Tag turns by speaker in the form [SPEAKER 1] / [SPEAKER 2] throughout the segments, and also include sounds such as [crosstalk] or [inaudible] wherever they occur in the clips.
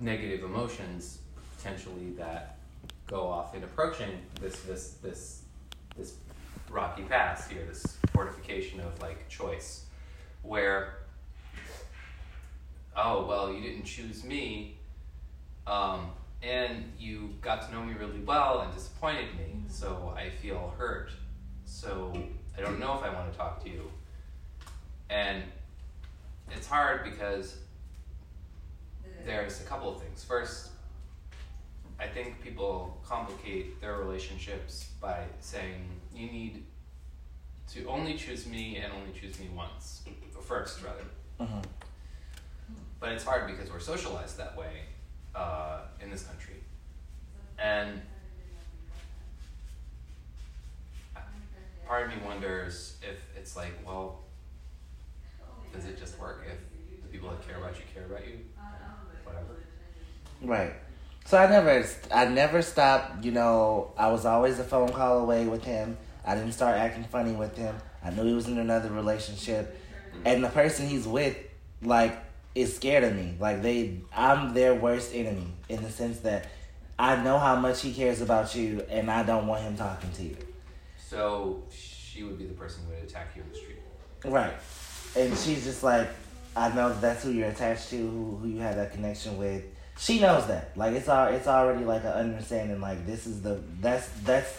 [SPEAKER 1] negative emotions potentially that go off in approaching this this this this rocky pass here, this fortification of like choice, where oh well you didn't choose me, um, and you got to know me really well and disappointed me, so I feel hurt, so I don't know if I want to talk to you, and it's hard because there's a couple of things. First, I think people complicate their relationships by saying you need to only choose me and only choose me once, or first rather.
[SPEAKER 2] Uh-huh.
[SPEAKER 1] But it's hard because we're socialized that way uh, in this country, and part of me wonders if it's like, well, does it just work if the people that care about you care about you? Whatever.
[SPEAKER 2] Right. So I never, I never stopped. You know, I was always a phone call away with him. I didn't start acting funny with him. I knew he was in another relationship, and the person he's with, like, is scared of me. Like they, I'm their worst enemy in the sense that I know how much he cares about you, and I don't want him talking to you.
[SPEAKER 1] So she would be the person who would attack you in the street.
[SPEAKER 2] Right. And she's just like, I know that's who you're attached to, who, who you have that connection with. She knows that. Like it's all it's already like an understanding. Like this is the that's that's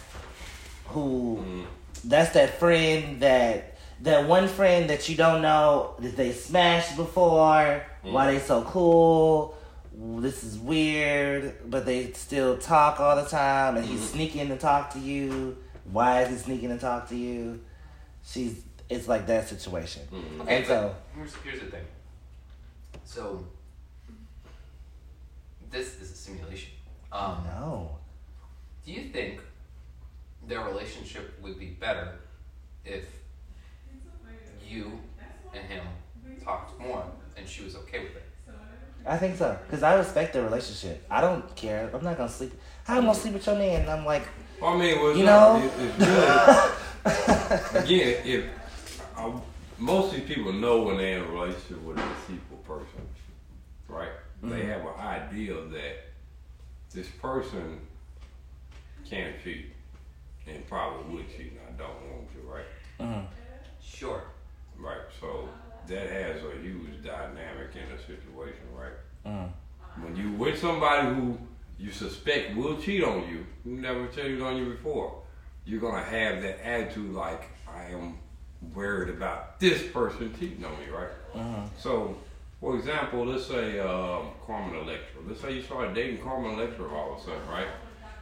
[SPEAKER 2] who
[SPEAKER 1] Mm-hmm.
[SPEAKER 2] that's that friend that that one friend that you don't know that they smashed before. Why they so cool? This is weird, but they still talk all the time, and he's sneaking to talk to you. Why is he sneaking to talk to you? She's it's like that situation.
[SPEAKER 1] Okay, but
[SPEAKER 2] And so-
[SPEAKER 1] here's here's the thing. So this is a simulation. Um,
[SPEAKER 2] No.
[SPEAKER 1] Do you think their relationship would be better if you and him talked more and she was okay with it?
[SPEAKER 2] I think so. Because I respect the relationship. I don't care. I'm not going to sleep. How am I going to sleep with your man? And I'm like,
[SPEAKER 3] I mean, well,
[SPEAKER 2] You
[SPEAKER 3] no,
[SPEAKER 2] know?
[SPEAKER 3] if, if really, again, if I, most of these people know when they're in a relationship with a deceitful person, right? They
[SPEAKER 2] Mm-hmm.
[SPEAKER 3] have an idea that this person can cheat and probably would cheat, and I don't want to, right?
[SPEAKER 1] Sure.
[SPEAKER 3] Right. So that has a huge dynamic in a situation, right?
[SPEAKER 2] mm.
[SPEAKER 3] When you with somebody who you suspect will cheat on you, who never cheated on you before, you're gonna have that attitude like I am worried about this person cheating on me, right?
[SPEAKER 1] Uh-huh.
[SPEAKER 3] So, for example, let's say um, Carmen Electra. Let's say you started dating Carmen Electra all of a sudden, right?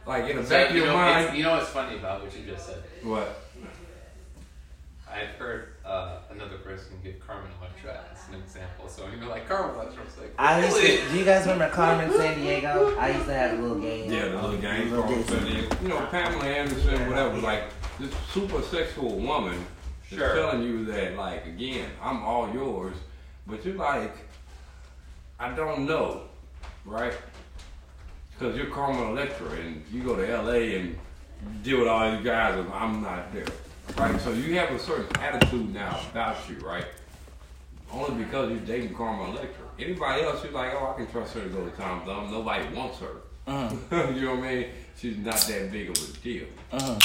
[SPEAKER 3] Like in the back of
[SPEAKER 1] you,
[SPEAKER 3] your
[SPEAKER 1] know, it's-
[SPEAKER 3] mind,
[SPEAKER 1] you know what's funny about what you just said?
[SPEAKER 3] what?
[SPEAKER 1] I've heard uh, another person give Carmen Electra as an example. So when you're like, Carmen Electra, I was like,
[SPEAKER 2] I used
[SPEAKER 1] really?
[SPEAKER 2] to, do you guys remember Carmen San Diego? I used to have a little game.
[SPEAKER 3] Yeah, the little gang
[SPEAKER 2] Little
[SPEAKER 3] from
[SPEAKER 2] Dixie.
[SPEAKER 3] San Diego. You know, Pamela Anderson, whatever, like this super sexual woman is
[SPEAKER 1] Sure.
[SPEAKER 3] telling you that, like, again, I'm all yours, but you're like, I don't know, right? Because you're Carmen Electra and you go to LA and deal with all these guys and I'm not there, right? So you have a certain attitude now about you, right? Only because you're dating Carmen Electra. Anybody else, you're like, oh, I can trust her to go to Tom Thumb. Nobody wants her. [laughs] you know what I mean? She's not that big of a deal.
[SPEAKER 2] Uh-huh.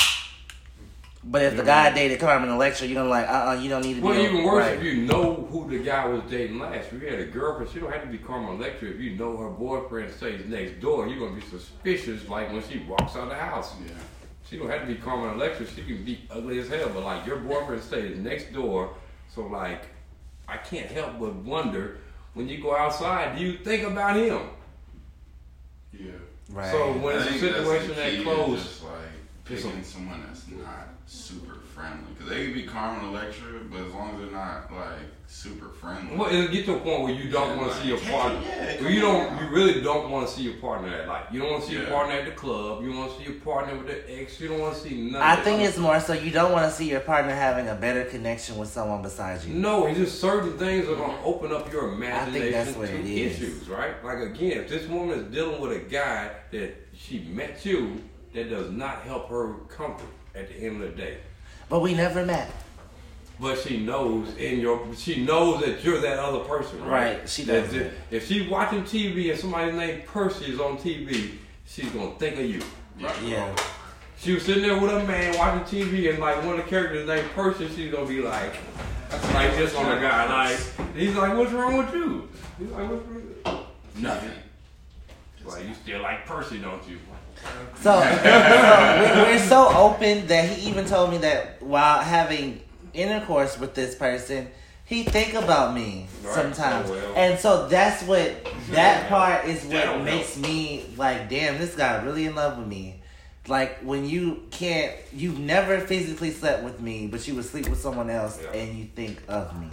[SPEAKER 2] But if the guy dated Carmen Electra, you're going to like, uh-uh, you don't need to
[SPEAKER 3] Well,
[SPEAKER 2] be...
[SPEAKER 3] even worse if
[SPEAKER 2] Right.
[SPEAKER 3] you know who the guy was dating last. If you had a girlfriend, she don't have to be Carmen Electra. If you know her boyfriend stays next door, you're gonna be suspicious. Like when she walks out of the house, yeah. She don't have to be Carmen Electra. She can be ugly as hell, but like your boyfriend stays next door, so like I can't help but wonder when you go outside, do you think about him?
[SPEAKER 4] Yeah.
[SPEAKER 2] Right.
[SPEAKER 3] So when
[SPEAKER 4] I
[SPEAKER 3] it's a
[SPEAKER 4] think that's the
[SPEAKER 3] situation
[SPEAKER 4] key
[SPEAKER 3] that
[SPEAKER 4] is
[SPEAKER 3] close,
[SPEAKER 4] just, like
[SPEAKER 3] It's a-
[SPEAKER 4] picking someone that's not super friendly, because they could be Carmen Electra, but as long as they're not like super friendly.
[SPEAKER 3] Well, it'll get to a point where you don't want to see your partner.
[SPEAKER 4] Yeah,
[SPEAKER 3] Well, you don't. You really don't want to see your partner at like. You don't want to see your
[SPEAKER 4] Yeah.
[SPEAKER 3] partner at the club. You want to see your partner with the ex. You don't want to see nothing.
[SPEAKER 2] I think it's more so you don't want to see your partner having a better connection with someone besides you.
[SPEAKER 3] no. It's just certain things are gonna open up your
[SPEAKER 2] that's
[SPEAKER 3] imagination
[SPEAKER 2] what
[SPEAKER 3] to
[SPEAKER 2] it is.
[SPEAKER 3] issues, right? Like again, if this woman is dealing with a guy that she met you that does not help her comfort at the end of the day.
[SPEAKER 2] But we never met.
[SPEAKER 3] but she knows in your she knows that you're that other person, right?
[SPEAKER 2] Right, she
[SPEAKER 3] That
[SPEAKER 2] does.
[SPEAKER 3] if, if she's watching TV and somebody named Percy is on TV, she's gonna think of you.
[SPEAKER 2] Yeah.
[SPEAKER 3] She was sitting there with a man watching TV, and like one of the characters named Percy, she's gonna be like, like this on the guy, like he's like, "What's wrong with you?" He's like, "What's wrong?"
[SPEAKER 4] Nothing.
[SPEAKER 3] Like you still like Percy, don't you?
[SPEAKER 2] So, [laughs] so we're, we're so open that he even told me that while having intercourse with this person, he think about me
[SPEAKER 3] Right.
[SPEAKER 2] sometimes,
[SPEAKER 3] Oh, well.
[SPEAKER 2] and so that's what that
[SPEAKER 3] Yeah.
[SPEAKER 2] part is
[SPEAKER 3] That'll
[SPEAKER 2] what
[SPEAKER 3] help.
[SPEAKER 2] makes me like, damn, this guy really in love with me. Like when you can't, you've never physically slept with me, but you would sleep with someone else,
[SPEAKER 3] Yeah. Mm-hmm.
[SPEAKER 2] and you think of me,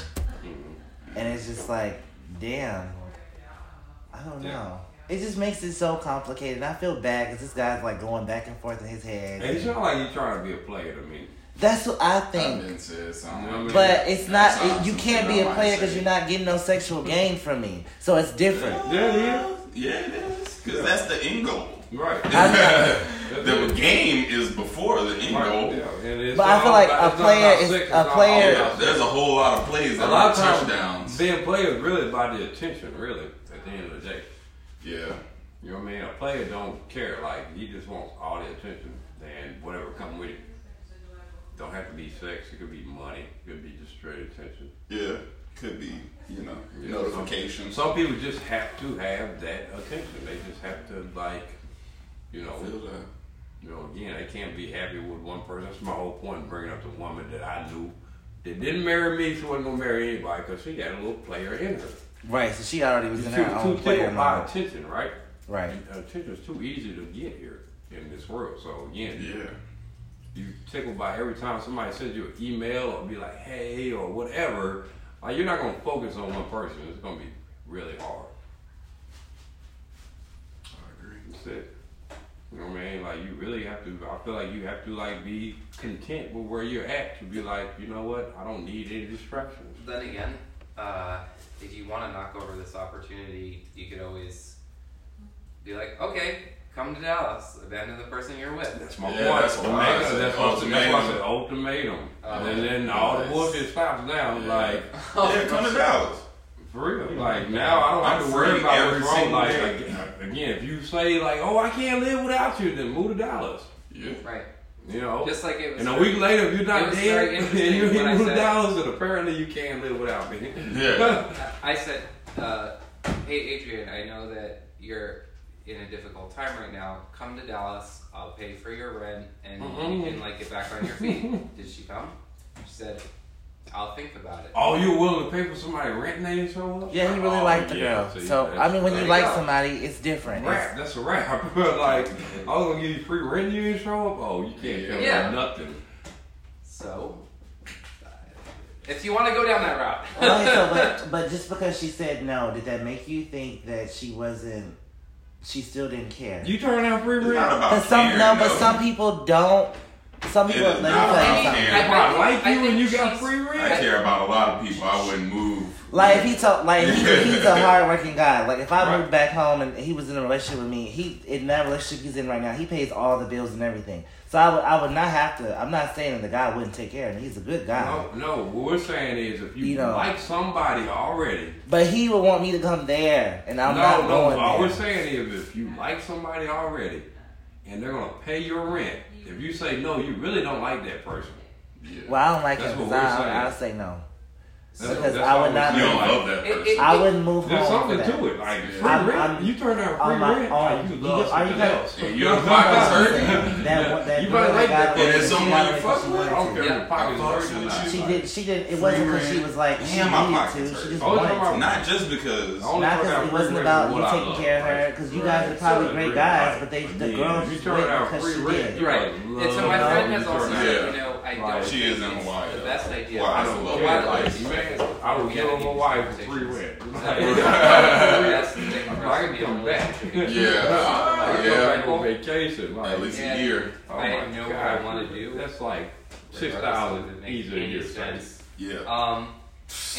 [SPEAKER 2] and it's just like, damn, I don't
[SPEAKER 3] Yeah.
[SPEAKER 2] know. It just makes it so complicated. I feel bad because this guy's like going back and forth in his head.
[SPEAKER 3] And it's not like you're trying to be a player to me.
[SPEAKER 2] That's what I
[SPEAKER 4] I've
[SPEAKER 2] think.
[SPEAKER 4] been said something.
[SPEAKER 3] Yeah, I mean-
[SPEAKER 2] But it's not.
[SPEAKER 4] That's
[SPEAKER 2] It, you
[SPEAKER 4] awesome.
[SPEAKER 2] can't be
[SPEAKER 4] You
[SPEAKER 2] a
[SPEAKER 4] know,
[SPEAKER 2] player
[SPEAKER 4] like I
[SPEAKER 2] because
[SPEAKER 4] said.
[SPEAKER 2] you're not getting no sexual gain from me. So it's different.
[SPEAKER 3] Yeah, it
[SPEAKER 4] Yeah, it is. Because that's the end goal. [laughs]
[SPEAKER 3] is. Right.
[SPEAKER 4] the game is before the end goal.
[SPEAKER 3] Yeah, and it's
[SPEAKER 2] But I
[SPEAKER 3] not
[SPEAKER 2] feel like
[SPEAKER 3] about-
[SPEAKER 2] a
[SPEAKER 3] it's not
[SPEAKER 2] player
[SPEAKER 3] about
[SPEAKER 2] is-
[SPEAKER 3] sex,
[SPEAKER 2] a
[SPEAKER 3] it's not
[SPEAKER 2] player-
[SPEAKER 3] all
[SPEAKER 4] Yeah,
[SPEAKER 3] about
[SPEAKER 4] there's a whole lot of plays
[SPEAKER 3] sex.
[SPEAKER 4] that
[SPEAKER 3] a lot
[SPEAKER 4] are
[SPEAKER 3] of times
[SPEAKER 4] touchdowns.
[SPEAKER 3] being player is really about the attention, really, at the end of the day.
[SPEAKER 4] Yeah.
[SPEAKER 3] You know what I mean? A player don't care. Like he just wants all the attention and whatever come with it. Don't have to be sex. It could be money. It could be just straight attention.
[SPEAKER 4] Yeah. Could be, you know,
[SPEAKER 3] You know, Some,
[SPEAKER 4] notifications.
[SPEAKER 3] some people just have to have that attention. They just have to like, you know,
[SPEAKER 4] Feel that.
[SPEAKER 3] you know. Again, they can't be happy with one person. That's my whole point. in Bringing up the woman that I knew that didn't marry me. She wasn't gonna marry anybody because she had a little player in her.
[SPEAKER 2] Right. So she already was in
[SPEAKER 3] she
[SPEAKER 2] her
[SPEAKER 3] was
[SPEAKER 2] own
[SPEAKER 3] too
[SPEAKER 2] player
[SPEAKER 3] tickled by
[SPEAKER 2] mode.
[SPEAKER 3] attention, right?
[SPEAKER 2] Right.
[SPEAKER 3] And uh, attention's too easy to get here in this world. So again,
[SPEAKER 4] Yeah.
[SPEAKER 3] you tickled by every time somebody sends you an email or be like, hey, or whatever, like you're not gonna focus on one person. It's gonna be really hard.
[SPEAKER 4] I agree.
[SPEAKER 3] That's it. You know what I mean? Like you really have to I feel like you have to like be content with where you're at to be like, you know what, I don't need any distractions.
[SPEAKER 1] Then again, uh, if you want to knock over this opportunity, you could always be like, okay, come to Dallas, abandon the person you're
[SPEAKER 3] [laughs]
[SPEAKER 1] with. [laughs]
[SPEAKER 3] That's my
[SPEAKER 4] Yeah,
[SPEAKER 3] point.
[SPEAKER 4] that's what I said.
[SPEAKER 3] That's what I said. That's what I said.
[SPEAKER 4] Ultimatum. Uh,
[SPEAKER 3] Ultimatum.
[SPEAKER 1] Oh.
[SPEAKER 3] and then all the bullshit stops now.
[SPEAKER 4] Yeah.
[SPEAKER 3] Like,
[SPEAKER 4] yeah, come
[SPEAKER 2] Oh.
[SPEAKER 4] to Dallas.
[SPEAKER 3] For real. Like now, I don't have
[SPEAKER 4] I'm
[SPEAKER 3] to worry
[SPEAKER 4] free
[SPEAKER 3] about
[SPEAKER 4] every
[SPEAKER 3] what's wrong.
[SPEAKER 4] single
[SPEAKER 3] Like
[SPEAKER 4] day.
[SPEAKER 3] again, again, if you say like, "Oh, I can't live without you," then move to Dallas.
[SPEAKER 4] Yeah.
[SPEAKER 1] Right.
[SPEAKER 3] You know.
[SPEAKER 1] Just like it was.
[SPEAKER 3] and a week later, if you're
[SPEAKER 1] It
[SPEAKER 3] not
[SPEAKER 1] was
[SPEAKER 3] dead, [laughs]
[SPEAKER 1] very interesting
[SPEAKER 3] and you
[SPEAKER 1] what I
[SPEAKER 3] move to
[SPEAKER 1] said.
[SPEAKER 3] Dallas, and apparently you can't live without me.
[SPEAKER 4] Yeah.
[SPEAKER 1] I said, uh, hey, Adrian, I know that you're in a difficult time right now. Come to Dallas. I'll pay for your rent and
[SPEAKER 3] Mhm.
[SPEAKER 1] you can like get back on your feet. Did she come? She said, I'll think about it.
[SPEAKER 3] [laughs] oh, you're willing to pay for somebody rent name show up?
[SPEAKER 2] Yeah, he really
[SPEAKER 3] Oh,
[SPEAKER 2] liked the
[SPEAKER 3] yeah.
[SPEAKER 2] girl.
[SPEAKER 3] See,
[SPEAKER 2] So I
[SPEAKER 3] that's-
[SPEAKER 2] mean, when
[SPEAKER 3] there
[SPEAKER 2] you
[SPEAKER 1] you
[SPEAKER 2] like
[SPEAKER 1] go.
[SPEAKER 2] somebody, it's different.
[SPEAKER 3] Rap, that's a [laughs] rap. like, I was gonna give you free rent, you didn't show up. Oh, you can't come
[SPEAKER 1] Yeah.
[SPEAKER 3] yeah. nothing.
[SPEAKER 1] So, uh, if you want to go down that route.
[SPEAKER 2] It's- okay, so, but, but just because she said no, did that make you think that she wasn't? She still didn't care.
[SPEAKER 3] You turn out free
[SPEAKER 4] It's
[SPEAKER 3] rent.
[SPEAKER 4] not about
[SPEAKER 2] But some
[SPEAKER 4] caring,
[SPEAKER 2] no, but
[SPEAKER 4] though.
[SPEAKER 2] some people don't. Some
[SPEAKER 4] It
[SPEAKER 2] people.
[SPEAKER 4] is
[SPEAKER 2] Let
[SPEAKER 4] not
[SPEAKER 2] me tell
[SPEAKER 4] about
[SPEAKER 2] you something.
[SPEAKER 4] caring.
[SPEAKER 1] I- I
[SPEAKER 3] Bro,
[SPEAKER 1] think-
[SPEAKER 3] I like
[SPEAKER 1] I
[SPEAKER 3] you and
[SPEAKER 1] think
[SPEAKER 3] you got
[SPEAKER 1] she's-
[SPEAKER 3] free
[SPEAKER 4] I
[SPEAKER 3] rent.
[SPEAKER 4] care about a lot of people. I wouldn't move.
[SPEAKER 2] Like if he told, like
[SPEAKER 3] [laughs]
[SPEAKER 2] he, he's a hardworking guy. Like if I
[SPEAKER 3] Right.
[SPEAKER 2] moved back home and he was in a relationship with me, he in that relationship he's in right now, he pays all the bills and everything. So I would, I would not have to. I'm not saying that the guy wouldn't take care of me. He's a good guy,
[SPEAKER 3] No, no. What we're saying is, if you,
[SPEAKER 2] You know.
[SPEAKER 3] like somebody already,
[SPEAKER 2] but he would want me to come there, and I'm
[SPEAKER 3] no,
[SPEAKER 2] not
[SPEAKER 3] no.
[SPEAKER 2] going
[SPEAKER 3] all
[SPEAKER 2] there.
[SPEAKER 3] we're saying is, if you like somebody already, and they're gonna pay your rent, if you say no, you really don't like that person.
[SPEAKER 4] Yeah.
[SPEAKER 2] well, I don't like
[SPEAKER 3] That's
[SPEAKER 2] him
[SPEAKER 3] what
[SPEAKER 2] because
[SPEAKER 3] we're saying.
[SPEAKER 2] I'll say no.
[SPEAKER 3] That's-
[SPEAKER 2] Because
[SPEAKER 3] that's
[SPEAKER 2] I
[SPEAKER 3] all
[SPEAKER 2] would
[SPEAKER 3] we're
[SPEAKER 2] not-
[SPEAKER 4] You
[SPEAKER 3] saying.
[SPEAKER 4] don't love
[SPEAKER 3] Like,
[SPEAKER 4] that
[SPEAKER 1] It-
[SPEAKER 4] person.
[SPEAKER 1] it-
[SPEAKER 2] I wouldn't move home. for
[SPEAKER 3] There's something
[SPEAKER 2] that.
[SPEAKER 3] to it. Like free
[SPEAKER 2] I'm-
[SPEAKER 3] rent.
[SPEAKER 2] I'm-
[SPEAKER 3] you turn out free
[SPEAKER 2] on my
[SPEAKER 3] rent.
[SPEAKER 2] own.
[SPEAKER 3] like, you
[SPEAKER 2] You get- are
[SPEAKER 3] love
[SPEAKER 2] you
[SPEAKER 3] something
[SPEAKER 2] gonna-
[SPEAKER 3] else.
[SPEAKER 4] And your pocket's hurting.
[SPEAKER 2] That, that, that
[SPEAKER 3] You might like that.
[SPEAKER 2] guy
[SPEAKER 4] And
[SPEAKER 2] was-
[SPEAKER 4] it's
[SPEAKER 2] she
[SPEAKER 4] someone
[SPEAKER 2] got
[SPEAKER 4] you
[SPEAKER 2] me
[SPEAKER 4] fuck
[SPEAKER 2] she
[SPEAKER 4] with.
[SPEAKER 3] I
[SPEAKER 2] wanted
[SPEAKER 3] don't
[SPEAKER 2] to.
[SPEAKER 3] care if
[SPEAKER 1] Yeah.
[SPEAKER 3] your pocket's
[SPEAKER 4] I'll
[SPEAKER 3] hurting or
[SPEAKER 4] fuck
[SPEAKER 3] not.
[SPEAKER 4] with
[SPEAKER 2] She
[SPEAKER 4] you.
[SPEAKER 2] did. She did. It wasn't because she was like she
[SPEAKER 4] Damn, my
[SPEAKER 2] needed
[SPEAKER 4] pockets
[SPEAKER 2] to.
[SPEAKER 4] hurt.
[SPEAKER 2] She just
[SPEAKER 3] All the time
[SPEAKER 2] wanted to.
[SPEAKER 3] I-
[SPEAKER 4] Not just because.
[SPEAKER 3] Only
[SPEAKER 2] Not
[SPEAKER 3] turn out
[SPEAKER 2] because it
[SPEAKER 3] free
[SPEAKER 2] wasn't
[SPEAKER 3] rent
[SPEAKER 2] about
[SPEAKER 3] is
[SPEAKER 2] you
[SPEAKER 3] what I
[SPEAKER 2] taking
[SPEAKER 3] love,
[SPEAKER 2] care of her,
[SPEAKER 3] right?
[SPEAKER 2] because you guys are
[SPEAKER 3] Right.
[SPEAKER 2] probably
[SPEAKER 3] So,
[SPEAKER 2] great
[SPEAKER 3] really,
[SPEAKER 2] guys,
[SPEAKER 3] like,
[SPEAKER 2] but they the
[SPEAKER 3] again,
[SPEAKER 2] girls
[SPEAKER 3] if
[SPEAKER 2] just
[SPEAKER 3] you
[SPEAKER 2] went
[SPEAKER 3] turn out
[SPEAKER 2] because
[SPEAKER 3] free
[SPEAKER 2] she
[SPEAKER 3] rent.
[SPEAKER 2] did.
[SPEAKER 3] you
[SPEAKER 1] Right.
[SPEAKER 3] love
[SPEAKER 1] And so my
[SPEAKER 3] how
[SPEAKER 1] friend
[SPEAKER 3] you
[SPEAKER 1] has
[SPEAKER 3] turn
[SPEAKER 1] also
[SPEAKER 3] out.
[SPEAKER 1] said,
[SPEAKER 4] Yeah.
[SPEAKER 1] you know, I
[SPEAKER 3] Right.
[SPEAKER 1] don't
[SPEAKER 4] She
[SPEAKER 1] think
[SPEAKER 4] is in
[SPEAKER 1] it's
[SPEAKER 4] Hawaii,
[SPEAKER 1] The
[SPEAKER 4] though.
[SPEAKER 1] best idea.
[SPEAKER 4] Why?
[SPEAKER 3] I
[SPEAKER 4] I
[SPEAKER 3] don't
[SPEAKER 1] But
[SPEAKER 4] love
[SPEAKER 3] care.
[SPEAKER 1] why
[SPEAKER 4] it.
[SPEAKER 1] not?
[SPEAKER 3] Like, man, I would
[SPEAKER 1] We
[SPEAKER 3] give
[SPEAKER 1] gotta
[SPEAKER 3] him a
[SPEAKER 1] keep these
[SPEAKER 3] wife for free
[SPEAKER 1] conversations. [laughs]
[SPEAKER 3] rent.
[SPEAKER 1] That's the thing.
[SPEAKER 3] If I can come back.
[SPEAKER 4] Yeah. uh,
[SPEAKER 3] I can
[SPEAKER 4] Yeah.
[SPEAKER 3] come back on vacation. Like,
[SPEAKER 4] At least
[SPEAKER 1] Yeah.
[SPEAKER 4] a year.
[SPEAKER 3] oh
[SPEAKER 1] I
[SPEAKER 3] my
[SPEAKER 1] didn't know what
[SPEAKER 3] God.
[SPEAKER 1] I wanna do.
[SPEAKER 3] That's like
[SPEAKER 1] Regardless
[SPEAKER 3] six
[SPEAKER 1] of
[SPEAKER 3] thousand
[SPEAKER 1] it making
[SPEAKER 3] easy a
[SPEAKER 1] any
[SPEAKER 3] year.
[SPEAKER 1] sense.
[SPEAKER 4] Yeah.
[SPEAKER 1] Um,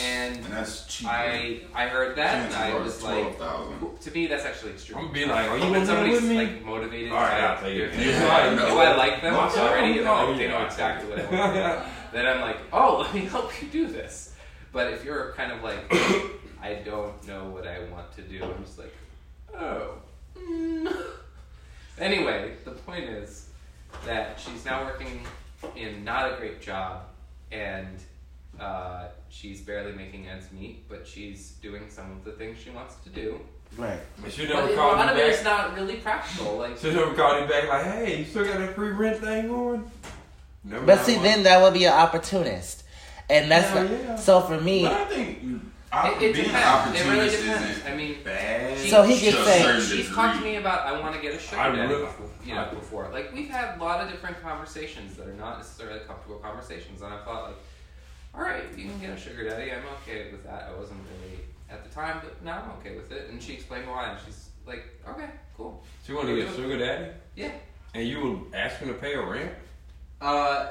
[SPEAKER 1] and
[SPEAKER 4] And that's cheap.
[SPEAKER 1] I I heard that and I was like,
[SPEAKER 4] twelve thousand.
[SPEAKER 1] to me that's actually extremely.
[SPEAKER 3] I'm gonna be like, are you
[SPEAKER 1] when
[SPEAKER 3] gonna
[SPEAKER 1] somebody's
[SPEAKER 3] with me?
[SPEAKER 1] like motivated
[SPEAKER 3] All right,
[SPEAKER 1] by
[SPEAKER 3] I'll tell you.
[SPEAKER 1] their
[SPEAKER 4] Yeah.
[SPEAKER 1] Do I like them
[SPEAKER 3] No,
[SPEAKER 1] already?
[SPEAKER 3] no,
[SPEAKER 1] Like, they [laughs]
[SPEAKER 3] yeah.
[SPEAKER 1] know exactly what I want. then I'm like, oh, [laughs] let me help you do this. But if you're kind of like, [coughs] I don't know what I want to do, I'm just like, oh. mm." Anyway, the point is that she's now working in not a great job and uh, she's barely making ends meet, but she's doing some of the things she wants to do.
[SPEAKER 2] Right.
[SPEAKER 3] But she
[SPEAKER 1] But
[SPEAKER 3] never
[SPEAKER 1] a
[SPEAKER 3] called
[SPEAKER 1] lot
[SPEAKER 3] me
[SPEAKER 1] of it is
[SPEAKER 3] back.
[SPEAKER 1] not really practical. Like,
[SPEAKER 3] She never called me back like, hey, you still got that free rent thing going? Never
[SPEAKER 2] But
[SPEAKER 3] got
[SPEAKER 2] see,
[SPEAKER 3] one.
[SPEAKER 2] then that would be an opportunist, and that's
[SPEAKER 3] Hell
[SPEAKER 2] not-
[SPEAKER 3] yeah.
[SPEAKER 2] so for me.
[SPEAKER 4] But I think you- I-
[SPEAKER 1] it, it
[SPEAKER 4] being
[SPEAKER 1] depends. It really
[SPEAKER 4] opportunist
[SPEAKER 1] depends.
[SPEAKER 4] isn't
[SPEAKER 1] I mean,
[SPEAKER 4] bad.
[SPEAKER 2] So he could
[SPEAKER 4] to a
[SPEAKER 2] say-
[SPEAKER 4] certain
[SPEAKER 1] She's
[SPEAKER 4] degree.
[SPEAKER 1] talked to me about I want to get a sugar
[SPEAKER 3] I
[SPEAKER 1] daddy,
[SPEAKER 3] really-
[SPEAKER 1] you know, before. Like we've had a lot of different conversations that are not necessarily comfortable conversations, and I thought like, all right, you can get a sugar daddy. I'm okay with that. I wasn't really at the time, but now I'm okay with it. And she explained why, and she's like, okay, cool.
[SPEAKER 3] She wanted to get sugar daddy?
[SPEAKER 1] Yeah.
[SPEAKER 3] And you were asking to pay her rent?
[SPEAKER 1] Uh,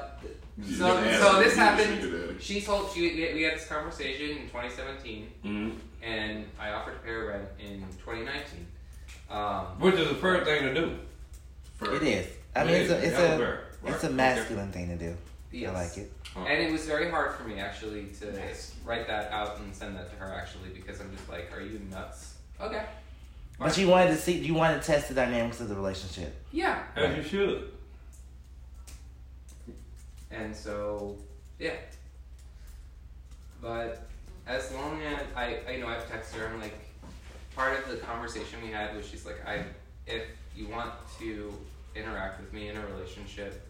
[SPEAKER 4] You
[SPEAKER 1] So-
[SPEAKER 4] don't ask
[SPEAKER 1] so
[SPEAKER 4] them
[SPEAKER 1] this
[SPEAKER 4] to be a
[SPEAKER 1] happened-
[SPEAKER 4] sugar daddy.
[SPEAKER 1] she told she we- we had this conversation in 2017,
[SPEAKER 3] Mm-hmm.
[SPEAKER 1] and I offered to pay her rent in 2019. Um,
[SPEAKER 3] Which is the first thing to do.
[SPEAKER 4] For-
[SPEAKER 2] It is. I mean, it's a it's
[SPEAKER 3] Y'all
[SPEAKER 2] a
[SPEAKER 3] were, right?
[SPEAKER 2] it's a
[SPEAKER 3] Okay.
[SPEAKER 2] masculine thing to do.
[SPEAKER 1] yes.
[SPEAKER 2] I like it.
[SPEAKER 3] Uh,
[SPEAKER 1] And it was very hard for me actually to write that out and send that to her actually because I'm just like, are you nuts? Okay.
[SPEAKER 2] But you wanted to see, you wanted to test the dynamics of the relationship.
[SPEAKER 1] Yeah.
[SPEAKER 3] As you should.
[SPEAKER 1] And so, yeah. But as long as I, I know I've texted her, I'm like, part of the conversation we had was she's like, I, if you want to interact with me in a relationship,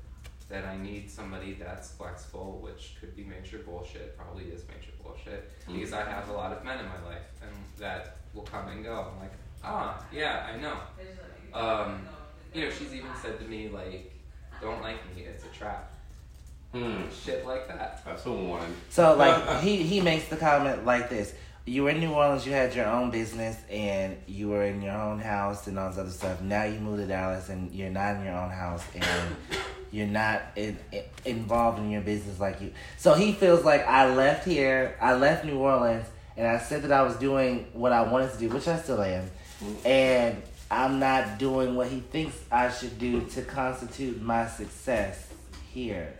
[SPEAKER 1] then I need somebody that's flexible, which could be major bullshit, probably is major bullshit, because I have a lot of men in my life and that will come and go. I'm like, ah, yeah, I know. Um, you know, she's even said to me like, don't like me, it's a trap
[SPEAKER 3] Hmm.
[SPEAKER 1] shit like that.
[SPEAKER 3] That's the one.
[SPEAKER 2] So like he he makes the comment like this: You were in New Orleans, you had your own business, and you were in your own house and all this other stuff. Now you move to Dallas, and you're not in your own house, and you're not in, in- involved in your business like you. So he feels like I left here, I left New Orleans, and I said that I was doing what I wanted to do, which I still am, and I'm not doing what he thinks I should do to constitute my success here.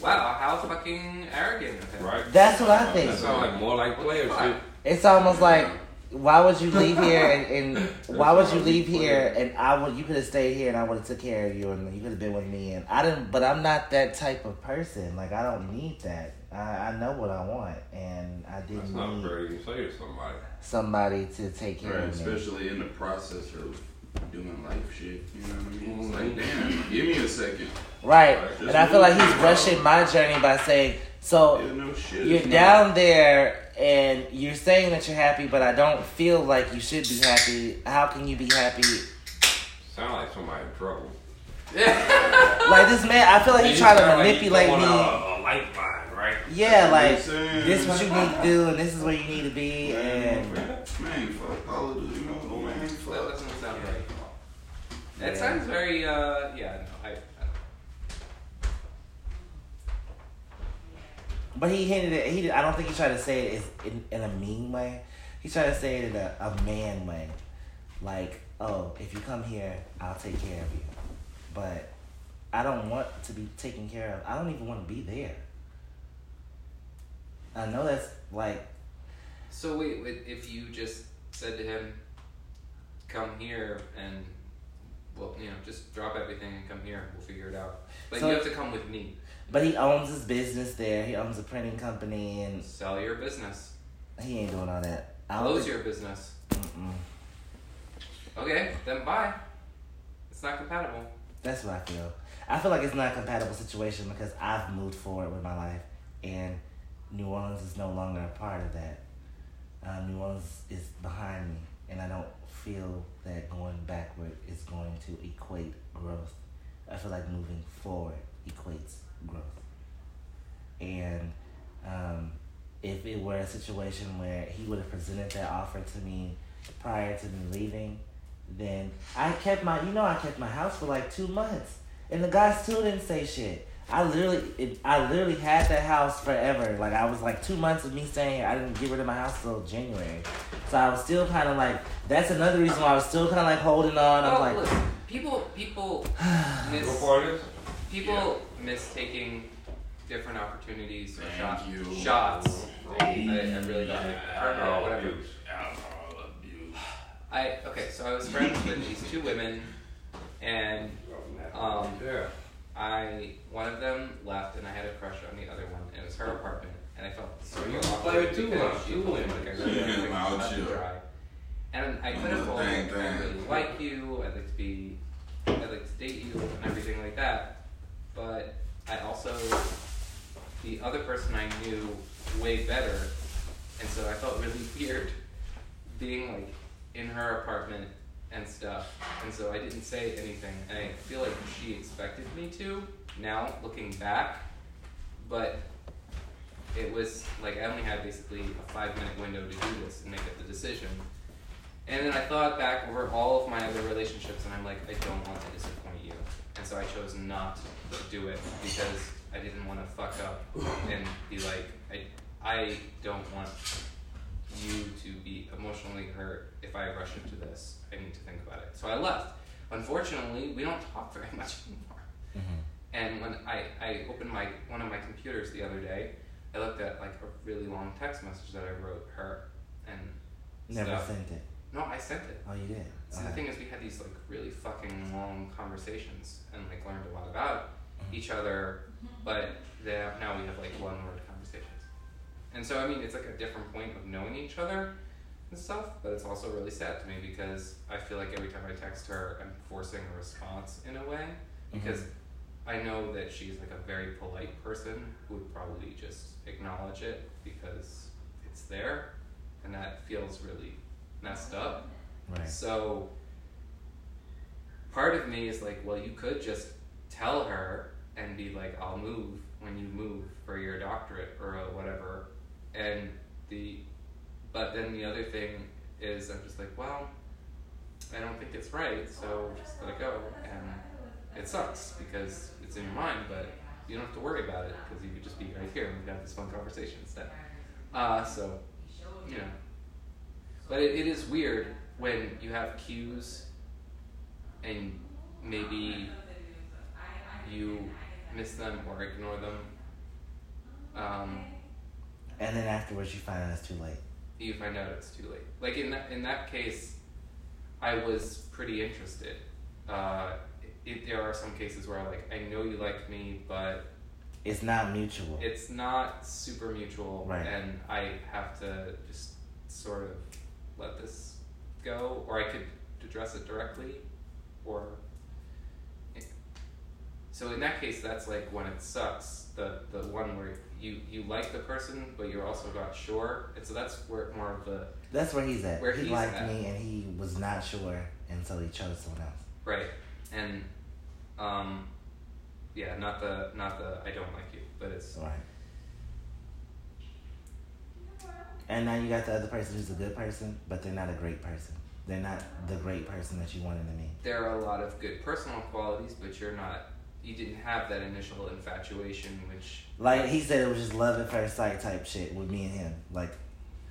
[SPEAKER 1] Wow, how fucking arrogant of him.
[SPEAKER 3] Right?
[SPEAKER 2] That's what I think.
[SPEAKER 3] That sounds like more like player shit.
[SPEAKER 2] It's almost like why would you
[SPEAKER 4] [laughs]
[SPEAKER 2] leave here and, and why would you leave here and I would you could have stayed here and I would have took care of you and you could have been with me and I didn't but I'm not that type of person like I don't need that I, I know what I want and I
[SPEAKER 3] That's
[SPEAKER 2] didn't
[SPEAKER 3] not
[SPEAKER 2] need
[SPEAKER 3] fair to even say to somebody.
[SPEAKER 2] somebody to take care
[SPEAKER 4] Right,
[SPEAKER 2] of me
[SPEAKER 4] especially in the process of doing life shit. You know what I mean?
[SPEAKER 3] Mhm.
[SPEAKER 4] It's
[SPEAKER 2] Mm-hmm.
[SPEAKER 4] like, damn, give me a second.
[SPEAKER 2] right
[SPEAKER 3] Right.
[SPEAKER 2] and I feel like he's rushing my journey by saying so
[SPEAKER 4] Yeah, no shit.
[SPEAKER 2] Oh, you're
[SPEAKER 4] it's not-
[SPEAKER 2] down there and you're saying that you're happy but I don't feel like you should be happy how can you be happy
[SPEAKER 3] Sound like somebody in trouble.
[SPEAKER 2] Like this man, I feel like he's trying to manipulate
[SPEAKER 3] like you
[SPEAKER 2] me.
[SPEAKER 3] on A, a lifeline, right?
[SPEAKER 2] Yeah, like
[SPEAKER 4] You know what I'm saying?
[SPEAKER 2] this is what you need to do, and this is where you need to be, and
[SPEAKER 4] Man, fuck all of this. You know what I mean?
[SPEAKER 1] That
[SPEAKER 4] Fuck.
[SPEAKER 1] doesn't sound right. That
[SPEAKER 2] Yeah.
[SPEAKER 1] sounds very, uh, yeah, no, I, I
[SPEAKER 2] but he hinted it. He, did- I don't think he tried to say it is in, in a mean way. He tried to say it in a, a man way, like, oh, if you come here, I'll take care of you, but I don't want to be taken care of. I don't even want to be there. I know that's like
[SPEAKER 1] So wait, wait, if you just said to him, come here and, well, you know, just drop everything and come here, we'll figure it out. But
[SPEAKER 2] So-
[SPEAKER 1] you have to come with me.
[SPEAKER 2] but he owns his business there. He owns a printing company, and
[SPEAKER 1] Sell your business.
[SPEAKER 2] he ain't doing all that. I don't
[SPEAKER 1] Close
[SPEAKER 2] think-
[SPEAKER 1] your business.
[SPEAKER 2] Mm-mm.
[SPEAKER 1] Okay, then bye. It's not compatible.
[SPEAKER 2] That's what I feel. I feel like it's not a compatible situation because I've moved forward with my life, and New Orleans is no longer a part of that. Um, New Orleans is behind me, and I don't feel that going backward is going to equate growth. I feel like moving forward equates growth. And um, if it were a situation where he would have presented that offer to me prior to me leaving, then I kept my you know I kept my house for like two months, and the guy still didn't say shit. I literally it, I literally had that house forever. Like I was like two months of me saying I didn't get rid of my house till January, so I was still kind of like that's another reason why I was still kind of like holding on. I'm
[SPEAKER 1] oh,
[SPEAKER 2] like
[SPEAKER 1] look,
[SPEAKER 2] [sighs]
[SPEAKER 1] people, people miss.
[SPEAKER 3] Go for this.
[SPEAKER 1] People mistaking different opportunities for
[SPEAKER 4] Thank
[SPEAKER 1] shot,
[SPEAKER 4] you.
[SPEAKER 1] shots. I, I really don't like or
[SPEAKER 3] Alcohol
[SPEAKER 1] whatever.
[SPEAKER 3] Oh, abuse.
[SPEAKER 4] Alcohol abuse.
[SPEAKER 1] I okay, so I was friends with these two women, and Um,
[SPEAKER 3] yeah.
[SPEAKER 1] I one of them left, and I had a crush on the other one, and it was her apartment, and I felt so
[SPEAKER 3] you
[SPEAKER 1] awkward
[SPEAKER 3] played too
[SPEAKER 1] because
[SPEAKER 3] much,
[SPEAKER 1] She
[SPEAKER 3] too
[SPEAKER 1] looked
[SPEAKER 3] much.
[SPEAKER 1] like I
[SPEAKER 4] Yeah,
[SPEAKER 1] really wanted to
[SPEAKER 4] loud
[SPEAKER 1] cut
[SPEAKER 3] [laughs]
[SPEAKER 1] and
[SPEAKER 4] chill.
[SPEAKER 1] dry. And I could have
[SPEAKER 4] Little
[SPEAKER 1] told
[SPEAKER 4] thing,
[SPEAKER 1] her, I
[SPEAKER 4] thing.
[SPEAKER 1] really like you, I'd like to be, I'd like to date you, and everything like that. But I also, the other person I knew way better, and so I felt really [laughs] weird being like in her apartment and stuff. And so I didn't say anything, and I feel like she expected me to now looking back, but it was like I only had basically a five minute window to do this and make up the decision. And then I thought back over all of my other relationships, and I'm like, I don't want to disappoint you. And so I chose not to do it because I didn't want to fuck up and be like, I, I don't want you to be emotionally hurt if I rush into this. I need to think about it. So I left. Unfortunately, we don't talk very [laughs] much anymore.
[SPEAKER 2] mm-hmm.
[SPEAKER 1] And when I, I opened my one of my computers the other day, I looked at like a really long text message that I wrote her and
[SPEAKER 2] Never
[SPEAKER 1] stuff.
[SPEAKER 2] sent it.
[SPEAKER 1] No, I sent it.
[SPEAKER 2] Oh, you did.
[SPEAKER 1] See,
[SPEAKER 2] Okay.
[SPEAKER 1] the thing is, we had these like really fucking long conversations and like learned a lot about each other, but then now we have like one word conversations. And so, I mean, it's like a different point of knowing each other and stuff, but it's also really sad to me because I feel like every time I text her, I'm forcing a response in a way because I know that she's like a very polite person who would probably just acknowledge it because it's there, and that feels really messed up.
[SPEAKER 2] Right.
[SPEAKER 1] So part of me is like, well, you could just tell her and be like, I'll move when you move for your doctorate or uh, whatever. And the, but then the other thing is I'm just like, well, I don't think it's right, so just let it go. And it sucks because it's in your mind, but you don't have to worry about it because you could just be right here and we could have this fun conversation instead. Uh, so, you know. But it, it is weird when you have cues and maybe you miss them or ignore them. Um,
[SPEAKER 2] And then afterwards, you find out it's too late.
[SPEAKER 1] you find out it's too late. Like in that in that case, I was pretty interested. Uh, it, there are some cases where I'm like, I know you like me, but
[SPEAKER 2] It's not mutual.
[SPEAKER 1] it's not super mutual,
[SPEAKER 2] Right.
[SPEAKER 1] and I have to just sort of let this go, or I could address it directly, or. So in that case, that's like when it sucks. The the one where you you like the person, but you're also not sure, and so that's where more of the
[SPEAKER 2] That's where he's at.
[SPEAKER 1] Where
[SPEAKER 2] he
[SPEAKER 1] he's
[SPEAKER 2] liked
[SPEAKER 1] at.
[SPEAKER 2] me, and he was not sure, and so he chose someone else.
[SPEAKER 1] Right. And um yeah, not the not the I don't like you, but it's
[SPEAKER 2] Right. And now you got the other person who's a good person, but they're not a great person. They're not the great person that you wanted to meet.
[SPEAKER 1] there are a lot of good personal qualities, but you're not you didn't have that initial infatuation which
[SPEAKER 2] Like he said, it was just love at first sight type shit with me and him. Like,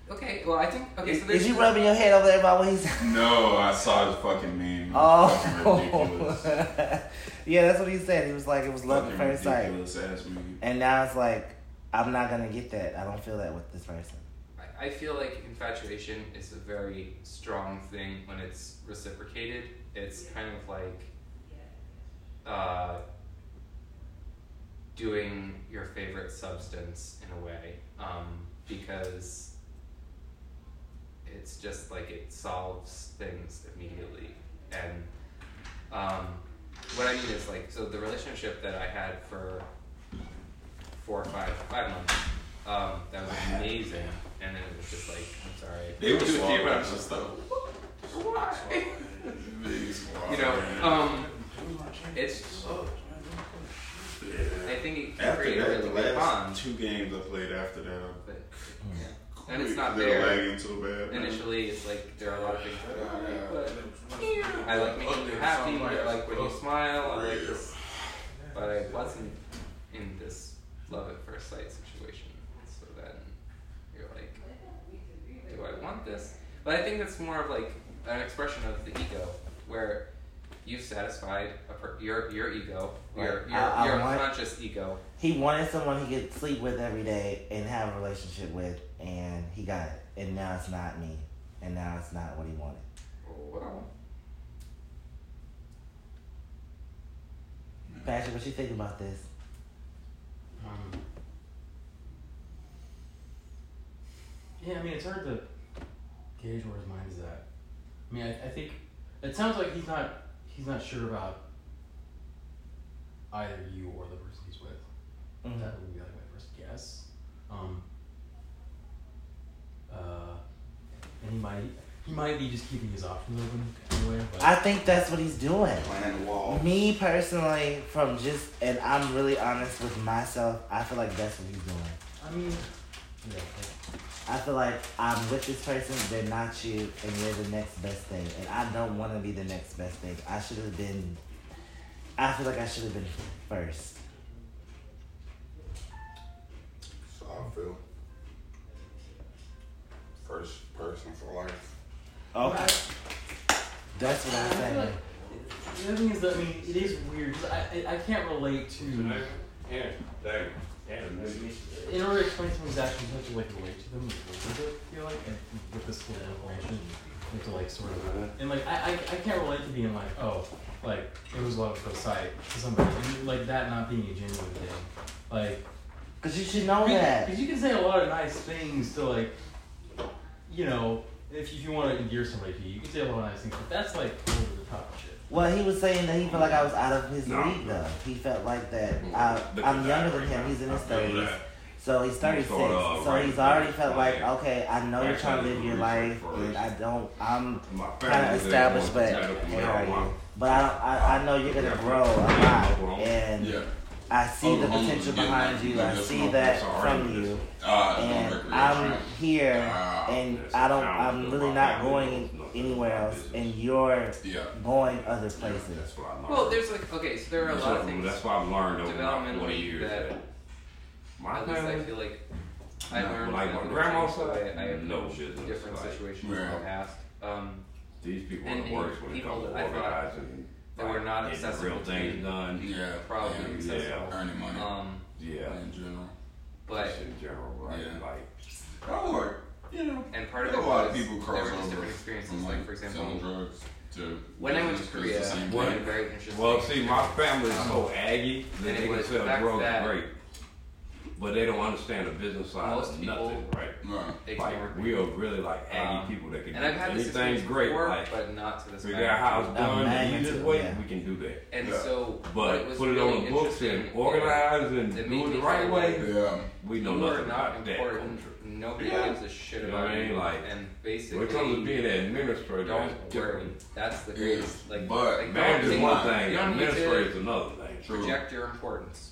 [SPEAKER 1] Okay, well I think okay, so
[SPEAKER 2] is,
[SPEAKER 1] there's
[SPEAKER 2] you rubbing your head over there about what [laughs] he said?
[SPEAKER 4] No, I saw his fucking meme. It was fucking
[SPEAKER 2] Oh, [laughs]
[SPEAKER 4] ridiculous.
[SPEAKER 2] yeah, that's what he said. He was like, it was love at
[SPEAKER 4] Fucking
[SPEAKER 2] first sight,
[SPEAKER 4] ridiculous ass meme.
[SPEAKER 2] and now it's like, I'm not gonna get that. I don't feel that with this person.
[SPEAKER 1] I- I feel like infatuation is a very strong thing when it's reciprocated. It's kind of like uh, doing your favorite substance in a way um, because it's just like it solves things immediately. And um, what I mean is like, so the relationship that I had for four or five, five months. Um, that was amazing, and then it was just like, I'm sorry.
[SPEAKER 4] They were
[SPEAKER 1] Do it to you,
[SPEAKER 4] swallowing
[SPEAKER 1] but I'm
[SPEAKER 4] us and
[SPEAKER 1] just-
[SPEAKER 4] stuff.
[SPEAKER 1] Why?
[SPEAKER 4] They swallowed
[SPEAKER 1] You know,
[SPEAKER 4] it.
[SPEAKER 1] um, it's. I think it can
[SPEAKER 4] After
[SPEAKER 1] create a
[SPEAKER 4] that,
[SPEAKER 1] really
[SPEAKER 4] the
[SPEAKER 1] good
[SPEAKER 4] last
[SPEAKER 1] bond,
[SPEAKER 4] two games I played after that,
[SPEAKER 1] but
[SPEAKER 4] I'm
[SPEAKER 1] And it's not
[SPEAKER 4] they're
[SPEAKER 1] there.
[SPEAKER 4] lagging so bad. man.
[SPEAKER 1] initially it's like there are a lot of things that are okay, but I
[SPEAKER 5] I
[SPEAKER 1] like making you happy, I like when you smile, I like this, but I wasn't in this love at first sight situation. So then you're like, do I want this? But I think that's more of like an expression of the ego, where you've satisfied a per- your your ego, your
[SPEAKER 2] Right.
[SPEAKER 1] your,
[SPEAKER 2] I- I
[SPEAKER 1] your
[SPEAKER 2] want-
[SPEAKER 1] conscious ego.
[SPEAKER 2] He wanted someone he could sleep with every day and have a relationship with, and he got it. And now it's not me. And now it's not what he wanted.
[SPEAKER 1] Wow.
[SPEAKER 2] Patrick, what you think about this?
[SPEAKER 5] Um, yeah, I mean, it's hard to gauge where his mind is at. I mean, I, I think it sounds like he's not he's not sure about either you or the person he's with. That would be like my first guess. Um, uh, and he might he might be just keeping his options open anyway. But
[SPEAKER 2] I think that's what he's doing.
[SPEAKER 4] Plan the wall.
[SPEAKER 2] Me personally, from just, and I'm really honest with myself, I feel like that's what he's doing.
[SPEAKER 5] I mean, yeah, like,
[SPEAKER 2] I feel like I'm with this person, they're not you, and you're the next best thing. And I don't want to be the next best thing. I should have been, I feel like I should have been first.
[SPEAKER 4] So I feel first person for life.
[SPEAKER 2] Okay. That's what I'm
[SPEAKER 5] I feel
[SPEAKER 2] saying.
[SPEAKER 5] like- the other thing is that I mean, it is weird 'cause I, I I can't relate
[SPEAKER 1] hmm.
[SPEAKER 5] to.
[SPEAKER 3] Yeah, David. Yeah, maybe.
[SPEAKER 5] in order to explain someone's actions, you have to like relate to them a little bit. I feel like and with this little information, you have to like sort of and like I, I I can't relate to being like oh like it was love at first sight to somebody and, like that not being a genuine thing like
[SPEAKER 2] Because you should know that.
[SPEAKER 5] because you can say a lot of nice things to like you know if you, if you want to endear somebody to you you can say a lot of nice things but that's like over the top shit.
[SPEAKER 2] Well, he was saying that he felt like I was out of his
[SPEAKER 3] No.
[SPEAKER 2] league, though. He felt like that.
[SPEAKER 3] Mm.
[SPEAKER 2] I,
[SPEAKER 3] Look at
[SPEAKER 2] Uh, I'm
[SPEAKER 3] that
[SPEAKER 2] younger than
[SPEAKER 3] right
[SPEAKER 2] him.
[SPEAKER 3] now.
[SPEAKER 2] He's in his
[SPEAKER 3] I feel
[SPEAKER 2] 30s.
[SPEAKER 3] that.
[SPEAKER 2] So he's 36.
[SPEAKER 3] sort of
[SPEAKER 2] So
[SPEAKER 3] right
[SPEAKER 2] he's already
[SPEAKER 3] there.
[SPEAKER 2] felt like,
[SPEAKER 3] Yeah.
[SPEAKER 2] okay, I know you're
[SPEAKER 3] Actually,
[SPEAKER 2] trying to live your
[SPEAKER 3] I
[SPEAKER 2] life,
[SPEAKER 3] didn't do
[SPEAKER 2] and
[SPEAKER 3] research
[SPEAKER 2] I don't, I'm
[SPEAKER 3] My
[SPEAKER 2] kind of
[SPEAKER 3] family
[SPEAKER 2] established, but
[SPEAKER 3] lives
[SPEAKER 2] yeah,
[SPEAKER 3] in
[SPEAKER 2] I
[SPEAKER 3] Oklahoma.
[SPEAKER 2] am. but I, I, I know you're gonna
[SPEAKER 3] Yeah.
[SPEAKER 2] grow a
[SPEAKER 3] Yeah,
[SPEAKER 2] lot,
[SPEAKER 3] Oklahoma.
[SPEAKER 2] and
[SPEAKER 4] Yeah.
[SPEAKER 2] I see the
[SPEAKER 4] Oklahoma,
[SPEAKER 2] potential
[SPEAKER 4] yeah,
[SPEAKER 2] behind you.
[SPEAKER 4] yeah,
[SPEAKER 2] I
[SPEAKER 4] that's
[SPEAKER 2] see
[SPEAKER 4] not-
[SPEAKER 2] that
[SPEAKER 3] that's all
[SPEAKER 2] from
[SPEAKER 3] right.
[SPEAKER 2] you,
[SPEAKER 4] Uh,
[SPEAKER 2] and
[SPEAKER 4] recreation,
[SPEAKER 2] I'm
[SPEAKER 4] right?
[SPEAKER 2] here,
[SPEAKER 4] Ah,
[SPEAKER 2] and
[SPEAKER 3] that's
[SPEAKER 2] I don't,
[SPEAKER 3] how
[SPEAKER 2] I'm
[SPEAKER 3] I
[SPEAKER 2] really
[SPEAKER 3] do my
[SPEAKER 2] not
[SPEAKER 3] family
[SPEAKER 2] going
[SPEAKER 3] business.
[SPEAKER 2] anywhere else, and
[SPEAKER 3] Business.
[SPEAKER 2] you're
[SPEAKER 4] Yeah.
[SPEAKER 2] going other places.
[SPEAKER 3] That's what I learned.
[SPEAKER 1] Well, there's like okay, so there are a lot of
[SPEAKER 3] So
[SPEAKER 1] things.
[SPEAKER 3] That's what I've learned over my
[SPEAKER 1] developmentally
[SPEAKER 3] 40 years.
[SPEAKER 1] that-
[SPEAKER 3] That my
[SPEAKER 1] At least I
[SPEAKER 3] family,
[SPEAKER 1] feel like I
[SPEAKER 4] No,
[SPEAKER 1] learned
[SPEAKER 3] like my
[SPEAKER 1] another
[SPEAKER 3] grandma
[SPEAKER 1] thing, so
[SPEAKER 3] said,
[SPEAKER 1] I, I have
[SPEAKER 3] no business,
[SPEAKER 1] different
[SPEAKER 3] like,
[SPEAKER 1] situations in
[SPEAKER 4] yeah.
[SPEAKER 1] the past. Um,
[SPEAKER 3] these people are
[SPEAKER 1] and
[SPEAKER 3] the worst when it
[SPEAKER 1] people
[SPEAKER 3] comes to
[SPEAKER 1] that I thought
[SPEAKER 3] organizing.
[SPEAKER 1] that were
[SPEAKER 3] like,
[SPEAKER 1] not
[SPEAKER 3] getting
[SPEAKER 1] accessible
[SPEAKER 3] Real
[SPEAKER 1] to
[SPEAKER 3] things
[SPEAKER 1] me.
[SPEAKER 3] done.
[SPEAKER 4] Yeah.
[SPEAKER 1] probably
[SPEAKER 4] yeah.
[SPEAKER 3] yeah.
[SPEAKER 1] accessible.
[SPEAKER 4] Earning money
[SPEAKER 1] Um,
[SPEAKER 3] Yeah.
[SPEAKER 4] in general.
[SPEAKER 1] but
[SPEAKER 3] Just in general, right?
[SPEAKER 4] Yeah.
[SPEAKER 3] Like,
[SPEAKER 4] I was like, you know,
[SPEAKER 1] and part of
[SPEAKER 4] a
[SPEAKER 1] it
[SPEAKER 4] lot of
[SPEAKER 1] was
[SPEAKER 4] people cross
[SPEAKER 1] there were just
[SPEAKER 4] over
[SPEAKER 1] different experiences.
[SPEAKER 4] from,
[SPEAKER 1] Like for
[SPEAKER 4] selling
[SPEAKER 1] example,
[SPEAKER 4] drugs to
[SPEAKER 1] when I went to
[SPEAKER 4] business, 'cause
[SPEAKER 1] Korea,
[SPEAKER 4] it's the
[SPEAKER 1] I
[SPEAKER 4] same
[SPEAKER 1] had a
[SPEAKER 4] thing.
[SPEAKER 1] very interesting.
[SPEAKER 3] Well, see, my family is so aggy that
[SPEAKER 1] And it
[SPEAKER 3] they can
[SPEAKER 1] was
[SPEAKER 3] sell
[SPEAKER 1] back
[SPEAKER 3] drugs
[SPEAKER 1] that-
[SPEAKER 3] great, but they don't understand the business side
[SPEAKER 1] Most
[SPEAKER 3] of
[SPEAKER 1] people-
[SPEAKER 3] nothing, right?
[SPEAKER 4] Right.
[SPEAKER 1] ignored
[SPEAKER 3] Like
[SPEAKER 1] me.
[SPEAKER 3] we are really like aggy
[SPEAKER 1] Um,
[SPEAKER 3] people that can
[SPEAKER 1] and I've had
[SPEAKER 3] do
[SPEAKER 1] this experience
[SPEAKER 3] everything's great.
[SPEAKER 1] before,
[SPEAKER 3] Like
[SPEAKER 1] but not to this
[SPEAKER 3] we got
[SPEAKER 1] magnitude.
[SPEAKER 3] our house done and
[SPEAKER 2] magnitude,
[SPEAKER 3] this way,
[SPEAKER 2] yeah.
[SPEAKER 3] we can do that.
[SPEAKER 1] And
[SPEAKER 4] Yeah.
[SPEAKER 1] so,
[SPEAKER 3] But
[SPEAKER 1] what was
[SPEAKER 3] put it
[SPEAKER 1] really
[SPEAKER 3] on the books and
[SPEAKER 1] interesting
[SPEAKER 3] organize and
[SPEAKER 1] is it
[SPEAKER 3] do
[SPEAKER 1] made
[SPEAKER 3] it
[SPEAKER 1] me
[SPEAKER 3] the right
[SPEAKER 1] feel
[SPEAKER 3] way.
[SPEAKER 1] like
[SPEAKER 4] Yeah.
[SPEAKER 3] we know
[SPEAKER 1] You are
[SPEAKER 3] nothing
[SPEAKER 1] not
[SPEAKER 3] about that
[SPEAKER 1] important.
[SPEAKER 3] culture.
[SPEAKER 1] Nobody
[SPEAKER 4] Yeah.
[SPEAKER 1] gives a shit
[SPEAKER 3] You know
[SPEAKER 1] about
[SPEAKER 3] what I mean?
[SPEAKER 1] you.
[SPEAKER 3] Like,
[SPEAKER 1] and
[SPEAKER 3] When
[SPEAKER 1] basically,
[SPEAKER 3] it comes to being an administrator,
[SPEAKER 1] don't
[SPEAKER 3] that's
[SPEAKER 1] worry.
[SPEAKER 3] different.
[SPEAKER 1] That's the
[SPEAKER 4] Yeah.
[SPEAKER 1] biggest. Like,
[SPEAKER 4] But
[SPEAKER 1] like,
[SPEAKER 3] Man
[SPEAKER 1] don't
[SPEAKER 3] is
[SPEAKER 1] take-
[SPEAKER 3] one
[SPEAKER 1] you
[SPEAKER 3] thing,
[SPEAKER 1] don't need
[SPEAKER 3] administrator
[SPEAKER 1] to
[SPEAKER 3] is another thing.
[SPEAKER 4] True.
[SPEAKER 1] project your importance.